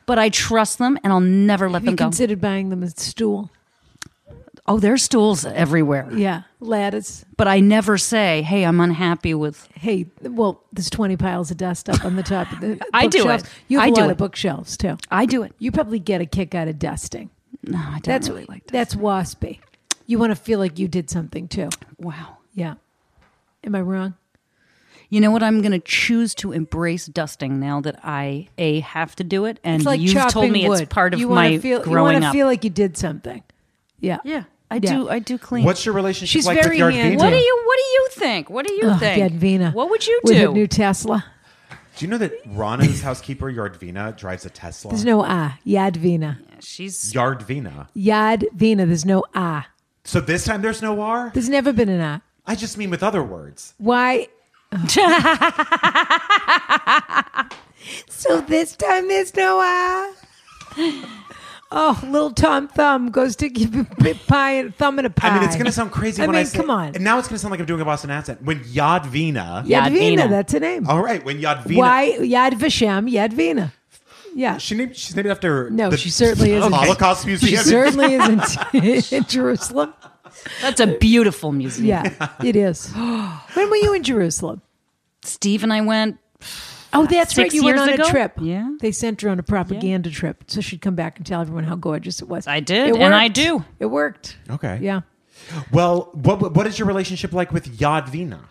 D: but I trust them and I'll never let
B: Have you
D: them go.
B: considered buying them a stool?
D: oh, there's stools everywhere,
B: Yeah, ladders.
D: but I never say, "Hey, I'm unhappy with."
B: Hey, well, there's 20 piles of dust up on the top of the
D: I do
B: bookshelves.
D: it.
B: You have
D: I
B: a
D: do
B: lot
D: it.
B: of bookshelves too.
D: I do it.
B: You probably get a kick out of dusting.
D: No, I don't
B: That's
D: really like that.
B: that's waspy. You want to feel like you did something too.
D: Wow.
B: Yeah. Am I wrong?
D: You know what? I'm going to choose to embrace dusting now that I a have to do it, and
B: It's like
D: you've
B: chopping
D: told me
B: wood.
D: it's part of
B: you wanna
D: my
B: feel, You
D: growing
B: wanna
D: up.
B: feel like you did something. Yeah.
D: yeah, I
B: Yeah.
D: do. I do clean.
C: What's your relationship
B: She's
C: like
B: very
C: with your
B: handy.
D: what
C: Vina?
D: do you? What do you think? What do you
B: Ugh,
D: think?
B: Yadvina.
D: What would you
B: With her
D: do?
B: new Tesla.
C: Do you know that Rana's housekeeper Yardvina drives a Tesla?
B: There's no ah. Yadvina.
D: She's
C: Yardvina.
B: Yadvina. There's no ah.
C: So this time there's no R.
B: There's never been an ah.
C: I just mean with other words.
B: Why? so this time there's no ah. Oh, little Tom Thumb goes to give a bit pie and thumb in a pie.
C: I mean, it's going to sound crazy
B: I
C: when
B: mean,
C: I say.
B: come on.
C: And now it's going to sound like I'm doing a Boston accent. When
B: Yadvina,
C: Yadvina.
D: Yadvina.
B: that's her name.
C: All right, when Yadvina.
B: Why Yad Vashem, Yadvina? Yeah.
C: She named, she's named after.
B: No,
C: the
B: she certainly isn't.
C: Holocaust
B: She
C: Museum.
B: certainly isn't in Jerusalem.
D: that's a beautiful museum.
B: Yeah, it is. When were you in Jerusalem?
D: Steve and I went.
B: Oh, that's right.
D: Six
B: You went
D: years
B: on
D: ago?
B: a trip.
D: Yeah.
B: They sent her on a propaganda trip. So she'd come back and tell everyone how gorgeous it was.
D: I did,
B: It
D: and I
B: worked.
D: do.
B: It worked.
C: Okay.
B: Yeah.
C: Well, what, what is your relationship like with Yadvina?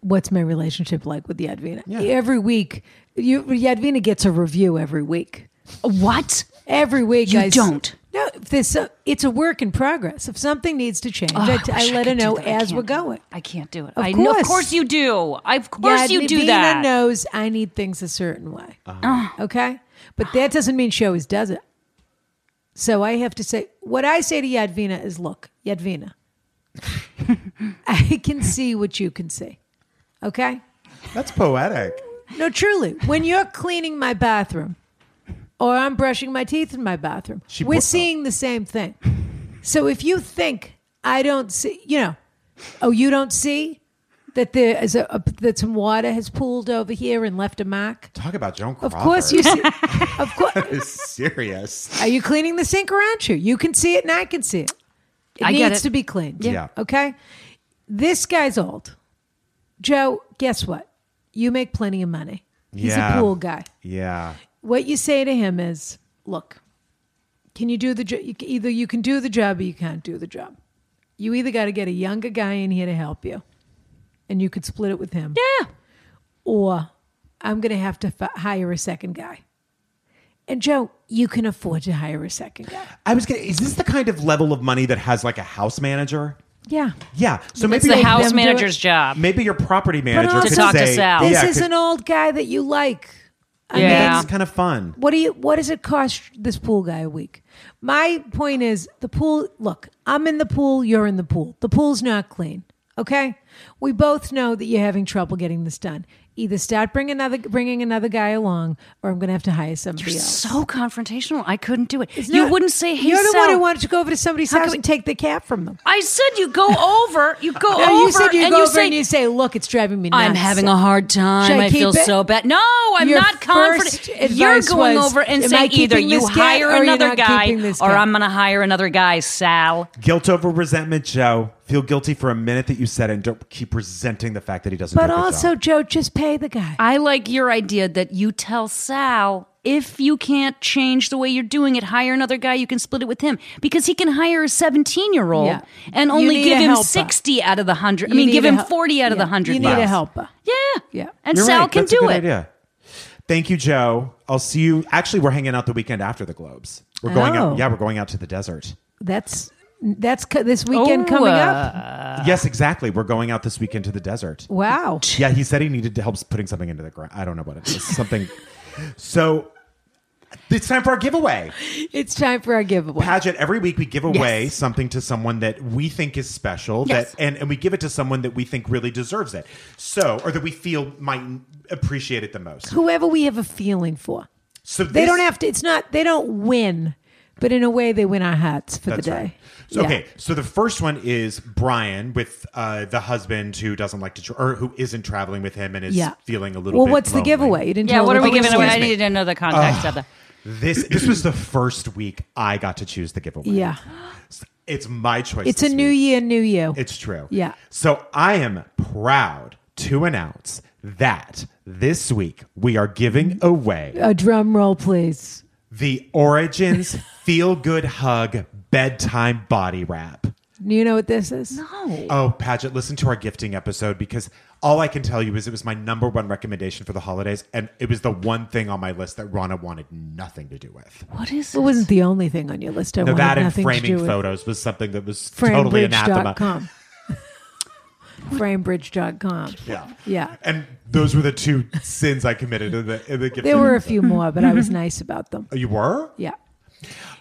B: What's my relationship like with Yadvina?
C: Yeah.
B: Every week, you, Yadvina gets a review every week.
D: What?
B: Every week,
D: You
B: I s-
D: don't.
B: No, if there's so- it's a work in progress. If something needs to change,
D: Oh,
B: I,
D: I
B: I
D: wish I
B: let her
D: could do
B: know
D: that. I
B: as we're
D: can't do
B: going.
D: it. I can't do it.
B: Of
D: I know. Of
B: course.
D: course you do. Of course you do
B: Yadvina
D: that. Uh-huh.
B: knows I need things a certain way. Oh. Okay? But that doesn't mean she always does it. So I have to say, what I say to Yadvina is look, Yadvina, I can see what you can see. Okay?
C: That's poetic.
B: No, truly, when you're cleaning my bathroom, or I'm brushing my teeth in my bathroom.
C: She
B: We're
C: bro-
B: seeing the same thing. So if you think I don't see, you know, oh, you don't see that there is a, a that some water has pooled over here and left a mark.
C: Talk about Joan
B: Of
C: Crawford.
B: course you see. Of course,
C: Is serious.
B: are you cleaning the sink or aren't you? You can see it and I can see it. It
D: I
B: needs
D: get it.
B: to be cleaned.
C: Yeah.
B: Okay. This guy's old. Joe, guess what? You make plenty of money. He's
C: Yeah.
B: a pool guy.
C: Yeah.
B: What you say to him is, look, can you do the job? Either you can do the job or you can't do the job. You either got to get a younger guy in here to help you and you could split it with him.
D: Yeah.
B: Or I'm going to have to f- hire a second guy. And Joe, you can afford to hire a second guy.
C: I was gonna. Is this the kind of level of money that has like a house manager?
B: Yeah.
C: Yeah. So
D: It's
C: maybe
D: the
B: Make
D: house
B: them do it.
D: manager's job.
C: maybe your property manager
B: also-
C: could
D: To talk to
C: say,
D: Sal.
B: This
C: yeah,
B: is
C: could-
B: an old guy that you like. I
D: Yeah.
B: mean,
C: That's kind of fun.
B: what do you what does it cost this pool guy a week? My point is the pool look, I'm in the pool, you're in the pool. The pool's not clean. Okay? We both know that you're having trouble getting this done. Either start bring another, bringing another guy along, or I'm going to have to hire somebody
D: You're
B: else.
D: so confrontational. I couldn't do it. you
B: No,
D: wouldn't say, "Hey,
B: You're the
D: Sal,
B: one who wanted to go over to somebody's house
D: come-
B: and take the cat from them.
D: I said you go over. You go
B: No,
D: over.
B: you said you
D: Oh, and
B: go
D: you
B: over
D: say,
B: and you say, "Look, it's driving me nuts."
D: I'm having a hard time.
B: Should I
D: I, feel
B: keep it?
D: so bad. No, I'm
B: Your
D: not
B: first
D: confident. You're
B: advice
D: going
B: was,
D: over and
B: am I
D: saying either
B: keeping
D: you
B: this guy
D: hire
B: or you're
D: another
B: not
D: guy,
B: keeping this
D: or
B: guy?
D: I'm going to hire another guy, Sal.
C: Guilt over resentment, Joe. Feel guilty for a minute that you said it and don't keep resenting the fact that he doesn't
B: But
C: do a good
B: also,
C: job.
B: Joe, just pay the guy.
D: I like your idea that you tell Sal if you can't change the way you're doing it, hire another guy. You can split it with him because he can hire a 17 year old
B: Yeah.
D: and
B: You
D: only
B: need
D: give
B: a
D: him
B: helper.
D: 60 out of the hundred. I
B: You
D: mean,
B: need
D: give
B: a
D: him
B: hel-
D: 40 out of
B: yeah.
D: the hundred.
B: You need
D: bucks.
B: a helper.
D: Yeah,
B: Yeah.
D: and
C: You're
D: Sal
C: right.
D: can
C: That's a
D: do
C: good
D: it.
C: idea. Thank you, Joe. I'll see you. Actually, we're hanging out the weekend after the Globes. We're going
B: Oh.
C: out. Yeah, we're going out to the desert.
B: That's that's co- this weekend
D: Oh,
B: coming
D: uh,
B: up.
C: yes, exactly. We're going out this weekend to the desert.
B: Wow.
C: Yeah, he said he needed help putting something into the ground. I don't know what it is. Something. so it's time for our giveaway.
B: It's time for our giveaway.
C: Paget, every week we give away
D: Yes.
C: something to someone that we think is special
D: Yes.
C: that and, and we give it to someone that we think really deserves it. So or that we feel might appreciate it the most.
B: Whoever we have a feeling for.
C: So
B: They
C: this-
B: don't have to it's not they don't win, but in a way they win our hearts for the
C: That's
B: day.
C: right. So,
B: Yeah.
C: Okay, so the first one is Brian with uh, the husband who doesn't like to tra- or who isn't traveling with him and is
B: Yeah.
C: feeling a little.
B: Well,
C: bit
B: what's the
C: lonely.
B: giveaway? You didn't
D: Yeah,
B: tell
D: what
B: us
D: are we
B: the
D: giving
B: giveaway.
D: away? I need to know the context
C: Uh,
D: of that.
C: This this was the first week I got to choose the giveaway.
B: Yeah.
C: it's my choice.
B: It's a
C: this
B: new
C: week.
B: year, new you.
C: It's true.
B: Yeah.
C: So I am proud to announce that this week we are giving away
B: a drum roll, please.
C: the Origins Feel Good Hug Bedtime Body Wrap.
B: Do you know what this is?
C: Oh, Paget, listen to our gifting episode because all I can tell you is it was my number one recommendation for the holidays, and it was the one thing on my list that Rana wanted nothing to do with.
D: What is
B: It wasn't the only thing on your list. I
C: No,
B: wanted
C: that and
B: nothing to do
C: framing
B: with.
C: photos was something that was totally anathema.
B: Framebridge.com. Framebridge.com.
C: Yeah.
B: Yeah.
C: And those were the two sins I committed in the, in the gifting.
B: There were a few more, but I was nice about them.
C: You were?
B: Yeah.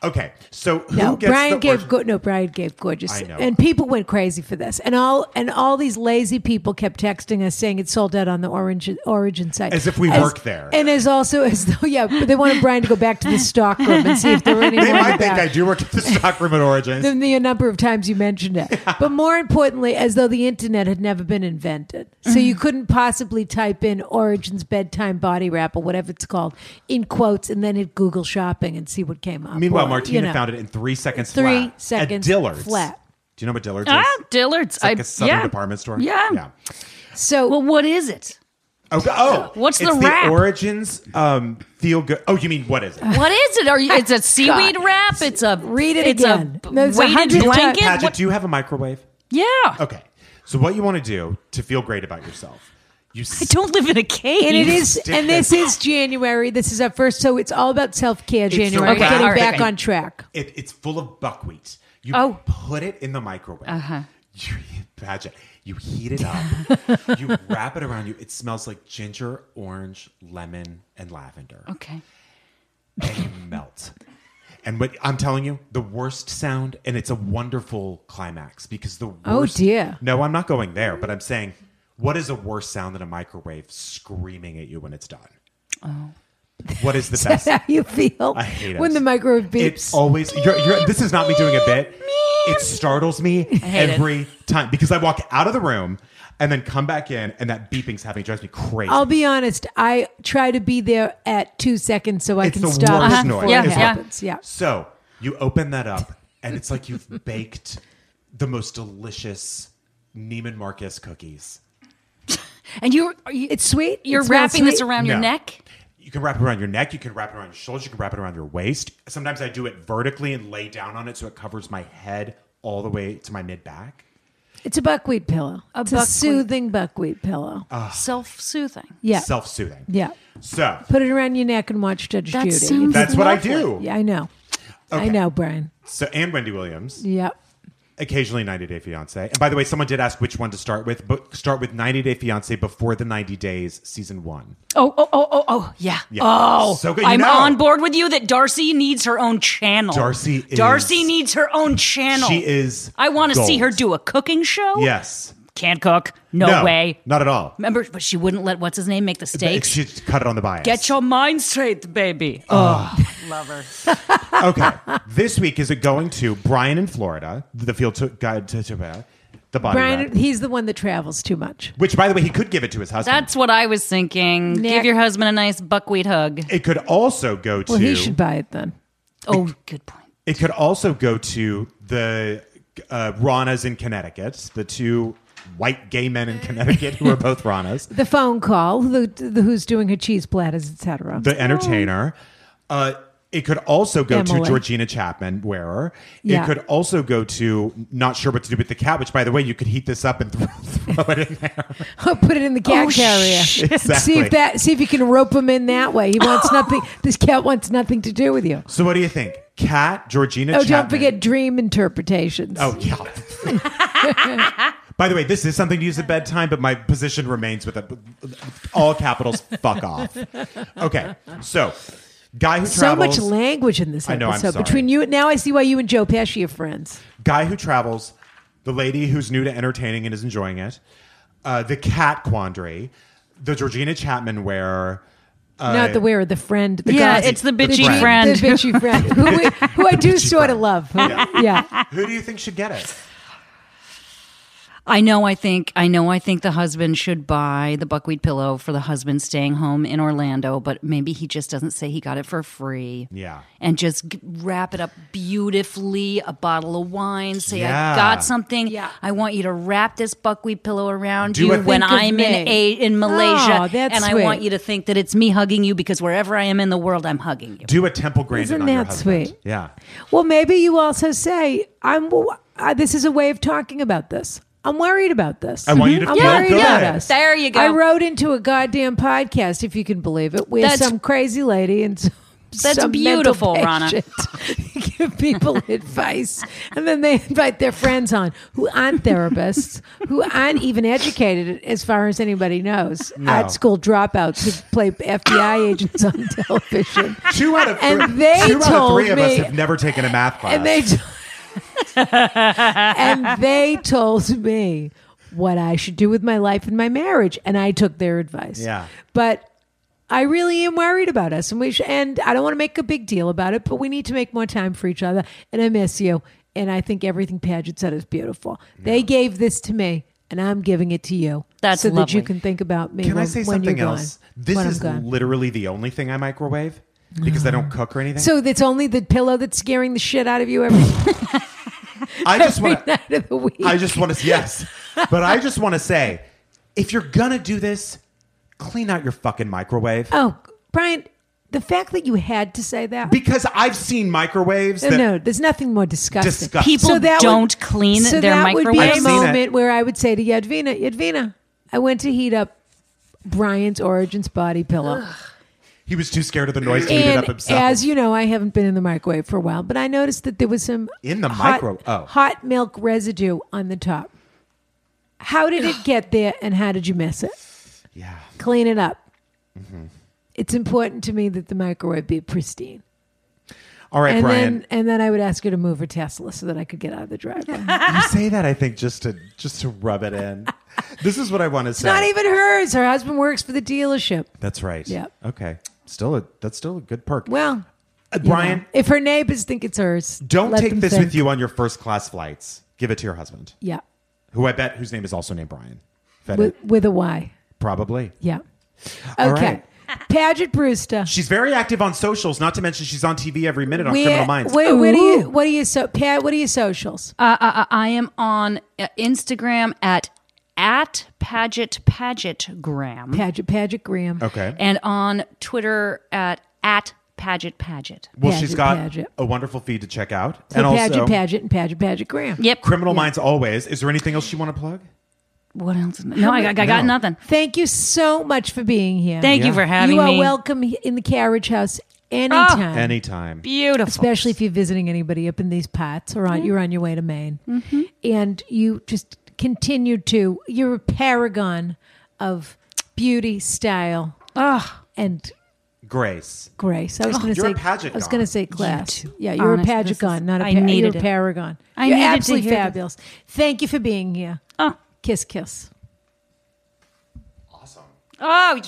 C: Okay. So who
B: No,
C: gets
B: Brian
C: the
B: gave
C: org-
B: go- no. Brian gave gorgeous,
C: I know.
B: and people went crazy for this, and all and all these lazy people kept texting us saying it sold out on the orange origin site,
C: As if we work there.
B: and as also as though yeah, but they wanted Brian to go back to the stock room and see if there were any.
C: They
B: more
C: might think
B: about-
C: I do work at the Stockroom at Origins.
B: than the number of times you mentioned it. But more importantly, as though the internet had never been invented. So you couldn't possibly type in Origins Bedtime Body Wrap or whatever it's called in quotes and then hit Google Shopping and see what came up.
C: Meanwhile,
B: Or,
C: Martina
B: you know.
C: found it in three seconds
B: Three
C: flat
B: seconds
C: at Dillard's.
B: flat.
C: Do you know what Dillard's
D: Ah,
C: is?
D: Dillard's.
C: It's like
D: I-
C: a southern
D: yeah.
C: department store.
D: Yeah.
C: Yeah.
B: So
D: Well, what is it?
C: Okay. Oh,
D: What's the
C: it's
D: wrap?
C: origins? Um, feel good. Oh, you mean what is it?
D: What is it? Are you, it's a seaweed wrap? It's a
B: Oh, Read it
D: it's
B: again.
D: A b-
B: No, it's a
D: weighted
B: hundred
D: blanket.
B: times.
C: Paget,
D: What-
C: do you have a microwave?
D: yeah.
C: Okay. So what you want to do to feel great about yourself? You
D: I don't live in a cave.
B: and it is,
C: stick
B: and this is January. This is our first, so it's all about self care.
C: all
B: January,
C: about-
B: getting
D: all right,
B: back
D: okay.
B: on track.
C: It, it's full of buckwheat. You
D: Oh.
C: put it in the microwave. Uh-huh. You, Paget, you heat it up. you wrap it around you. It smells like ginger, orange, lemon, and lavender.
D: Okay.
C: and you melt. And what I'm telling you, the worst sound, and it's a wonderful climax because the worst.
B: Oh, dear.
C: No, I'm not going there, but I'm saying, what is a worse sound than a microwave screaming at you when it's done? Oh. What is the
B: Is
C: best?
B: that how you feel
C: I hate it.
B: when the microwave beeps?
C: It's always you're, you're, this is not me doing a bit. It startles me
D: hate it.
C: every time because I walk out of the room and then come back in, and that beeping's happening. It drives me crazy.
B: I'll be honest. I try to be there at two seconds so I
C: It's
B: can
C: the
B: stop
C: worst
B: before it
C: noise.
D: Yeah, yeah.
B: happens. Yeah.
C: so you open that up, and it's like you've baked the most delicious Neiman Marcus cookies.
D: And you're, are you,
B: It's sweet.
D: you're
B: It smells
D: wrapping this
B: sweet.
D: around your
C: No.
D: neck.
C: You can wrap it around your neck. You can wrap it around your shoulders. You can wrap it around your waist. Sometimes I do it vertically and lay down on it so it covers my head all the way to my mid back.
B: It's a buckwheat pillow.
D: A
B: it's a
D: buckwheat-
B: soothing buckwheat pillow.
C: Ah.
D: Self-soothing.
B: yeah.
C: Self soothing.
B: yeah.
C: So
B: Put it around your neck and watch Judge
D: That
B: Judy.
D: sounds
C: that's what I do.
D: lovely.
B: yeah, I know. I
C: Okay.
B: know, Brian.
C: So and Wendy Williams,
B: Yeah.
C: occasionally 90 Day Fiance. And by the way, someone did ask which one to start with, but start with 90 Day Fiance before the 90 Days season one.
D: Oh, oh, oh, oh, oh, yeah.
C: Yeah.
D: Oh,
C: So good, you
D: I'm
C: know.
D: on board with you that Darcy needs her own channel.
C: Darcy is-
D: Darcy needs her own channel.
C: She is.
D: I want to see
C: gold.
D: her do a cooking show.
C: Yes.
D: Can't cook. No, way.
C: Not at all.
D: Remember, but she wouldn't let what's his name make the steaks.
C: She just cut it on the bias.
D: Get your mind straight, baby.
C: Ah.
D: Oh, love her.
C: okay. This week is it going to Brian in Florida, the field to, guide to, to the body.
B: Brian,
C: rep,
B: he's the one that travels too much.
C: which, by the way, he could give it to his husband.
D: That's what I was thinking.
B: Nick.
D: Give your husband a nice buckwheat hug.
C: it could also go to.
B: Well, he should buy it then.
D: Oh, good point.
C: It could also go to the uh, Ranas in Connecticut, the two white gay men in Connecticut who are both Ranas,
B: The phone call, the, the who's doing her cheese platters, etc.
C: the entertainer. Uh, it could also go
B: Emily.
C: to Georgina Chapman Wearer.
B: Yeah.
C: It could also go to not sure what to do with the cat, which, by the way, you could heat this up and throw, throw it in there.
B: Put it in the cat
D: Oh,
B: carrier.
D: shit.
B: See if
C: Exactly.
B: that. See if you can rope him in that way. He wants nothing. This cat wants nothing to do with you.
C: So, what do you think? Cat, Georgina
B: Oh,
C: Chapman.
B: don't forget dream interpretations.
C: Oh, yeah. By the way, this is something to use at bedtime, but my position remains with a, all capitals. fuck off. Okay, so guy who
B: so
C: travels,
B: much language in this
C: I know, I'm
B: episode.
C: sorry.
B: Between you, now I see why you and Joe Pesci are friends.
C: guy who travels, the lady who's new to entertaining and is enjoying it, uh, the cat quandary, the Georgina Chapman where Uh,
B: Not the wearer, the friend. The
D: Yeah,
B: gossip.
D: it's the bitchy
B: cheat-
D: friend.
B: The bitchy friend. Who, I- who I do sort of
C: friend.
B: love. Yeah.
C: who do you think should get it?
D: I know. I think. I know. I think the husband should buy the buckwheat pillow for the husband staying home in Orlando, but maybe he just doesn't say he got it for free.
C: Yeah.
D: And just g- wrap it up beautifully, a bottle of wine. Say, I
C: Yeah.
D: got something.
B: Yeah.
D: I want you to wrap this buckwheat pillow around
C: Do
D: you
C: it.
D: when
B: Think of
D: I'm in
B: me.
D: a, in Malaysia,
B: Oh, that's
D: and I
B: sweet.
D: want you to think that it's me hugging you because wherever I am in the world, I'm hugging you.
C: Do a Temple Grandin
B: Isn't
C: on your
B: that
C: husband.
B: sweet?
C: Yeah,
B: Well, maybe you also say, "I'm." Uh, this is a way of talking about this. I'm worried about this.
C: I want you to
B: I'm
C: feel
B: worried
C: good.
B: about us.
D: There you go.
B: I wrote into a goddamn podcast, if you can believe it, where
D: That's-
B: some crazy lady and some,
D: That's
B: some
D: beautiful,
B: mental
D: Rana.
B: patient give people advice, and then they invite their friends on who aren't therapists, who aren't even educated, as far as anybody knows, at school dropouts who play FBI agents on television.
C: two out of three,
B: And they
C: two out of
B: told
C: three of us
B: me-
C: have never taken a math class.
B: And they t- and they told me what I should do with my life and my marriage, and I took their advice.
C: Yeah.
B: but I really am worried about us, and we sh- and I don't want to make a big deal about it, but we need to make more time for each other. And I miss you, and I think everything Paget said is beautiful. They gave this to me. And I'm giving it to you,
D: That's
B: so that you
D: lovely.
B: can think about me.
C: Can
B: when,
C: I say
B: when
C: something
B: you're
C: else?
B: Gone,
C: This
B: when
C: is
B: I'm gone. Mm.
C: literally the only thing I microwave because I don't cook or anything.
B: so it's only the pillow that's scaring the shit out of you every
C: I just want
B: night of the week.
C: I just want to yes. But I just want to say if you're going to do this, clean out your fucking microwave.
B: Oh, Brian, the fact that you had to say that.
C: Because I've seen microwaves
B: no,
C: that
B: no, there's nothing more disgusting.
C: Disgusting.
D: People don't clean
B: so
D: their
B: that would be
D: microwaves.
B: a
C: I've seen it.
B: moment where I would say to Yadvina, Yadvina, I went to heat up Brian's Origins body pillow.
C: he was too scared of the noise to heat it up
B: And
C: himself.
B: as you know, I haven't been in the microwave for a while, but I noticed that there was some
C: In the
B: hot,
C: micro- oh.
B: hot milk residue on the top. How did it get there and how did you miss it?
C: yeah.
B: Clean it up.
C: Mm-hmm.
B: It's important to me that the microwave be pristine.
C: All right,
B: and
C: Brian.
B: then and then I would ask her to move her Tesla so that I could get out of the driveway. it's
C: you say that I think just to just to rub it in. This is what I want to say.
B: not even hers. Her husband works for the dealership.
C: That's right.
B: Yep.
C: Okay. Still, a, that's still a good perk.
B: Well,
C: Uh, Brian,
B: if her neighbors think it's hers,
C: don't
B: let
C: take
B: them
C: this
B: think.
C: with you on your first class flights. Give it to your husband,
B: Yeah,
C: who I bet whose name is also named Brian. Fed
B: with,
C: it,
B: with a Y.
C: probably.
B: Yeah.
C: All
B: Okay. Paget Brewster.
C: She's very active on socials. Not to mention, she's on TV every minute on
B: Where,
C: Criminal Minds.
B: where, where do
D: Ooh.
B: you? What are you so? Pat, what are your socials?
D: Uh, uh, uh, I am on uh, Instagram at at Paget Pagetgram
B: Paget Paget Graham.
C: okay.
D: and on Twitter at at Paget Paget.
C: well, she's
B: Padgett,
C: got
B: Padgett.
C: a wonderful feed to check out,
B: So
C: and
B: Paget
C: also
B: Paget and Paget Paget Graham.
D: Yep.
C: Criminal Minds always. Is there anything else you want to plug?
D: What else? Is no, I, I got
C: No.
D: nothing.
B: Thank you so much for being here.
D: Thank
C: Yeah.
D: you for having
B: you are
D: me.
B: welcome in the carriage house anytime.
C: Anytime.
D: Beautiful.
B: especially if you're visiting anybody up in these parts or on, you're on your way to Maine.
D: Mm-hmm.
B: And you just continue to, you're a paragon of beauty, style, and
C: Grace.
B: grace. I was going to
C: you're
B: say,
C: a pageant
B: I was
C: god.
B: going to say class.
D: too.
B: yeah, you're
D: Honest,
B: a
D: this is-
B: pajagon, not a,
D: I
B: pa- you're
D: needed
B: a
D: it.
B: paragon.
D: I
B: you're
D: needed to
B: absolutely
D: hear this.
B: fabulous. Thank you for being here.
D: Oh.
B: Kiss, kiss.
C: Awesome.
D: Oh,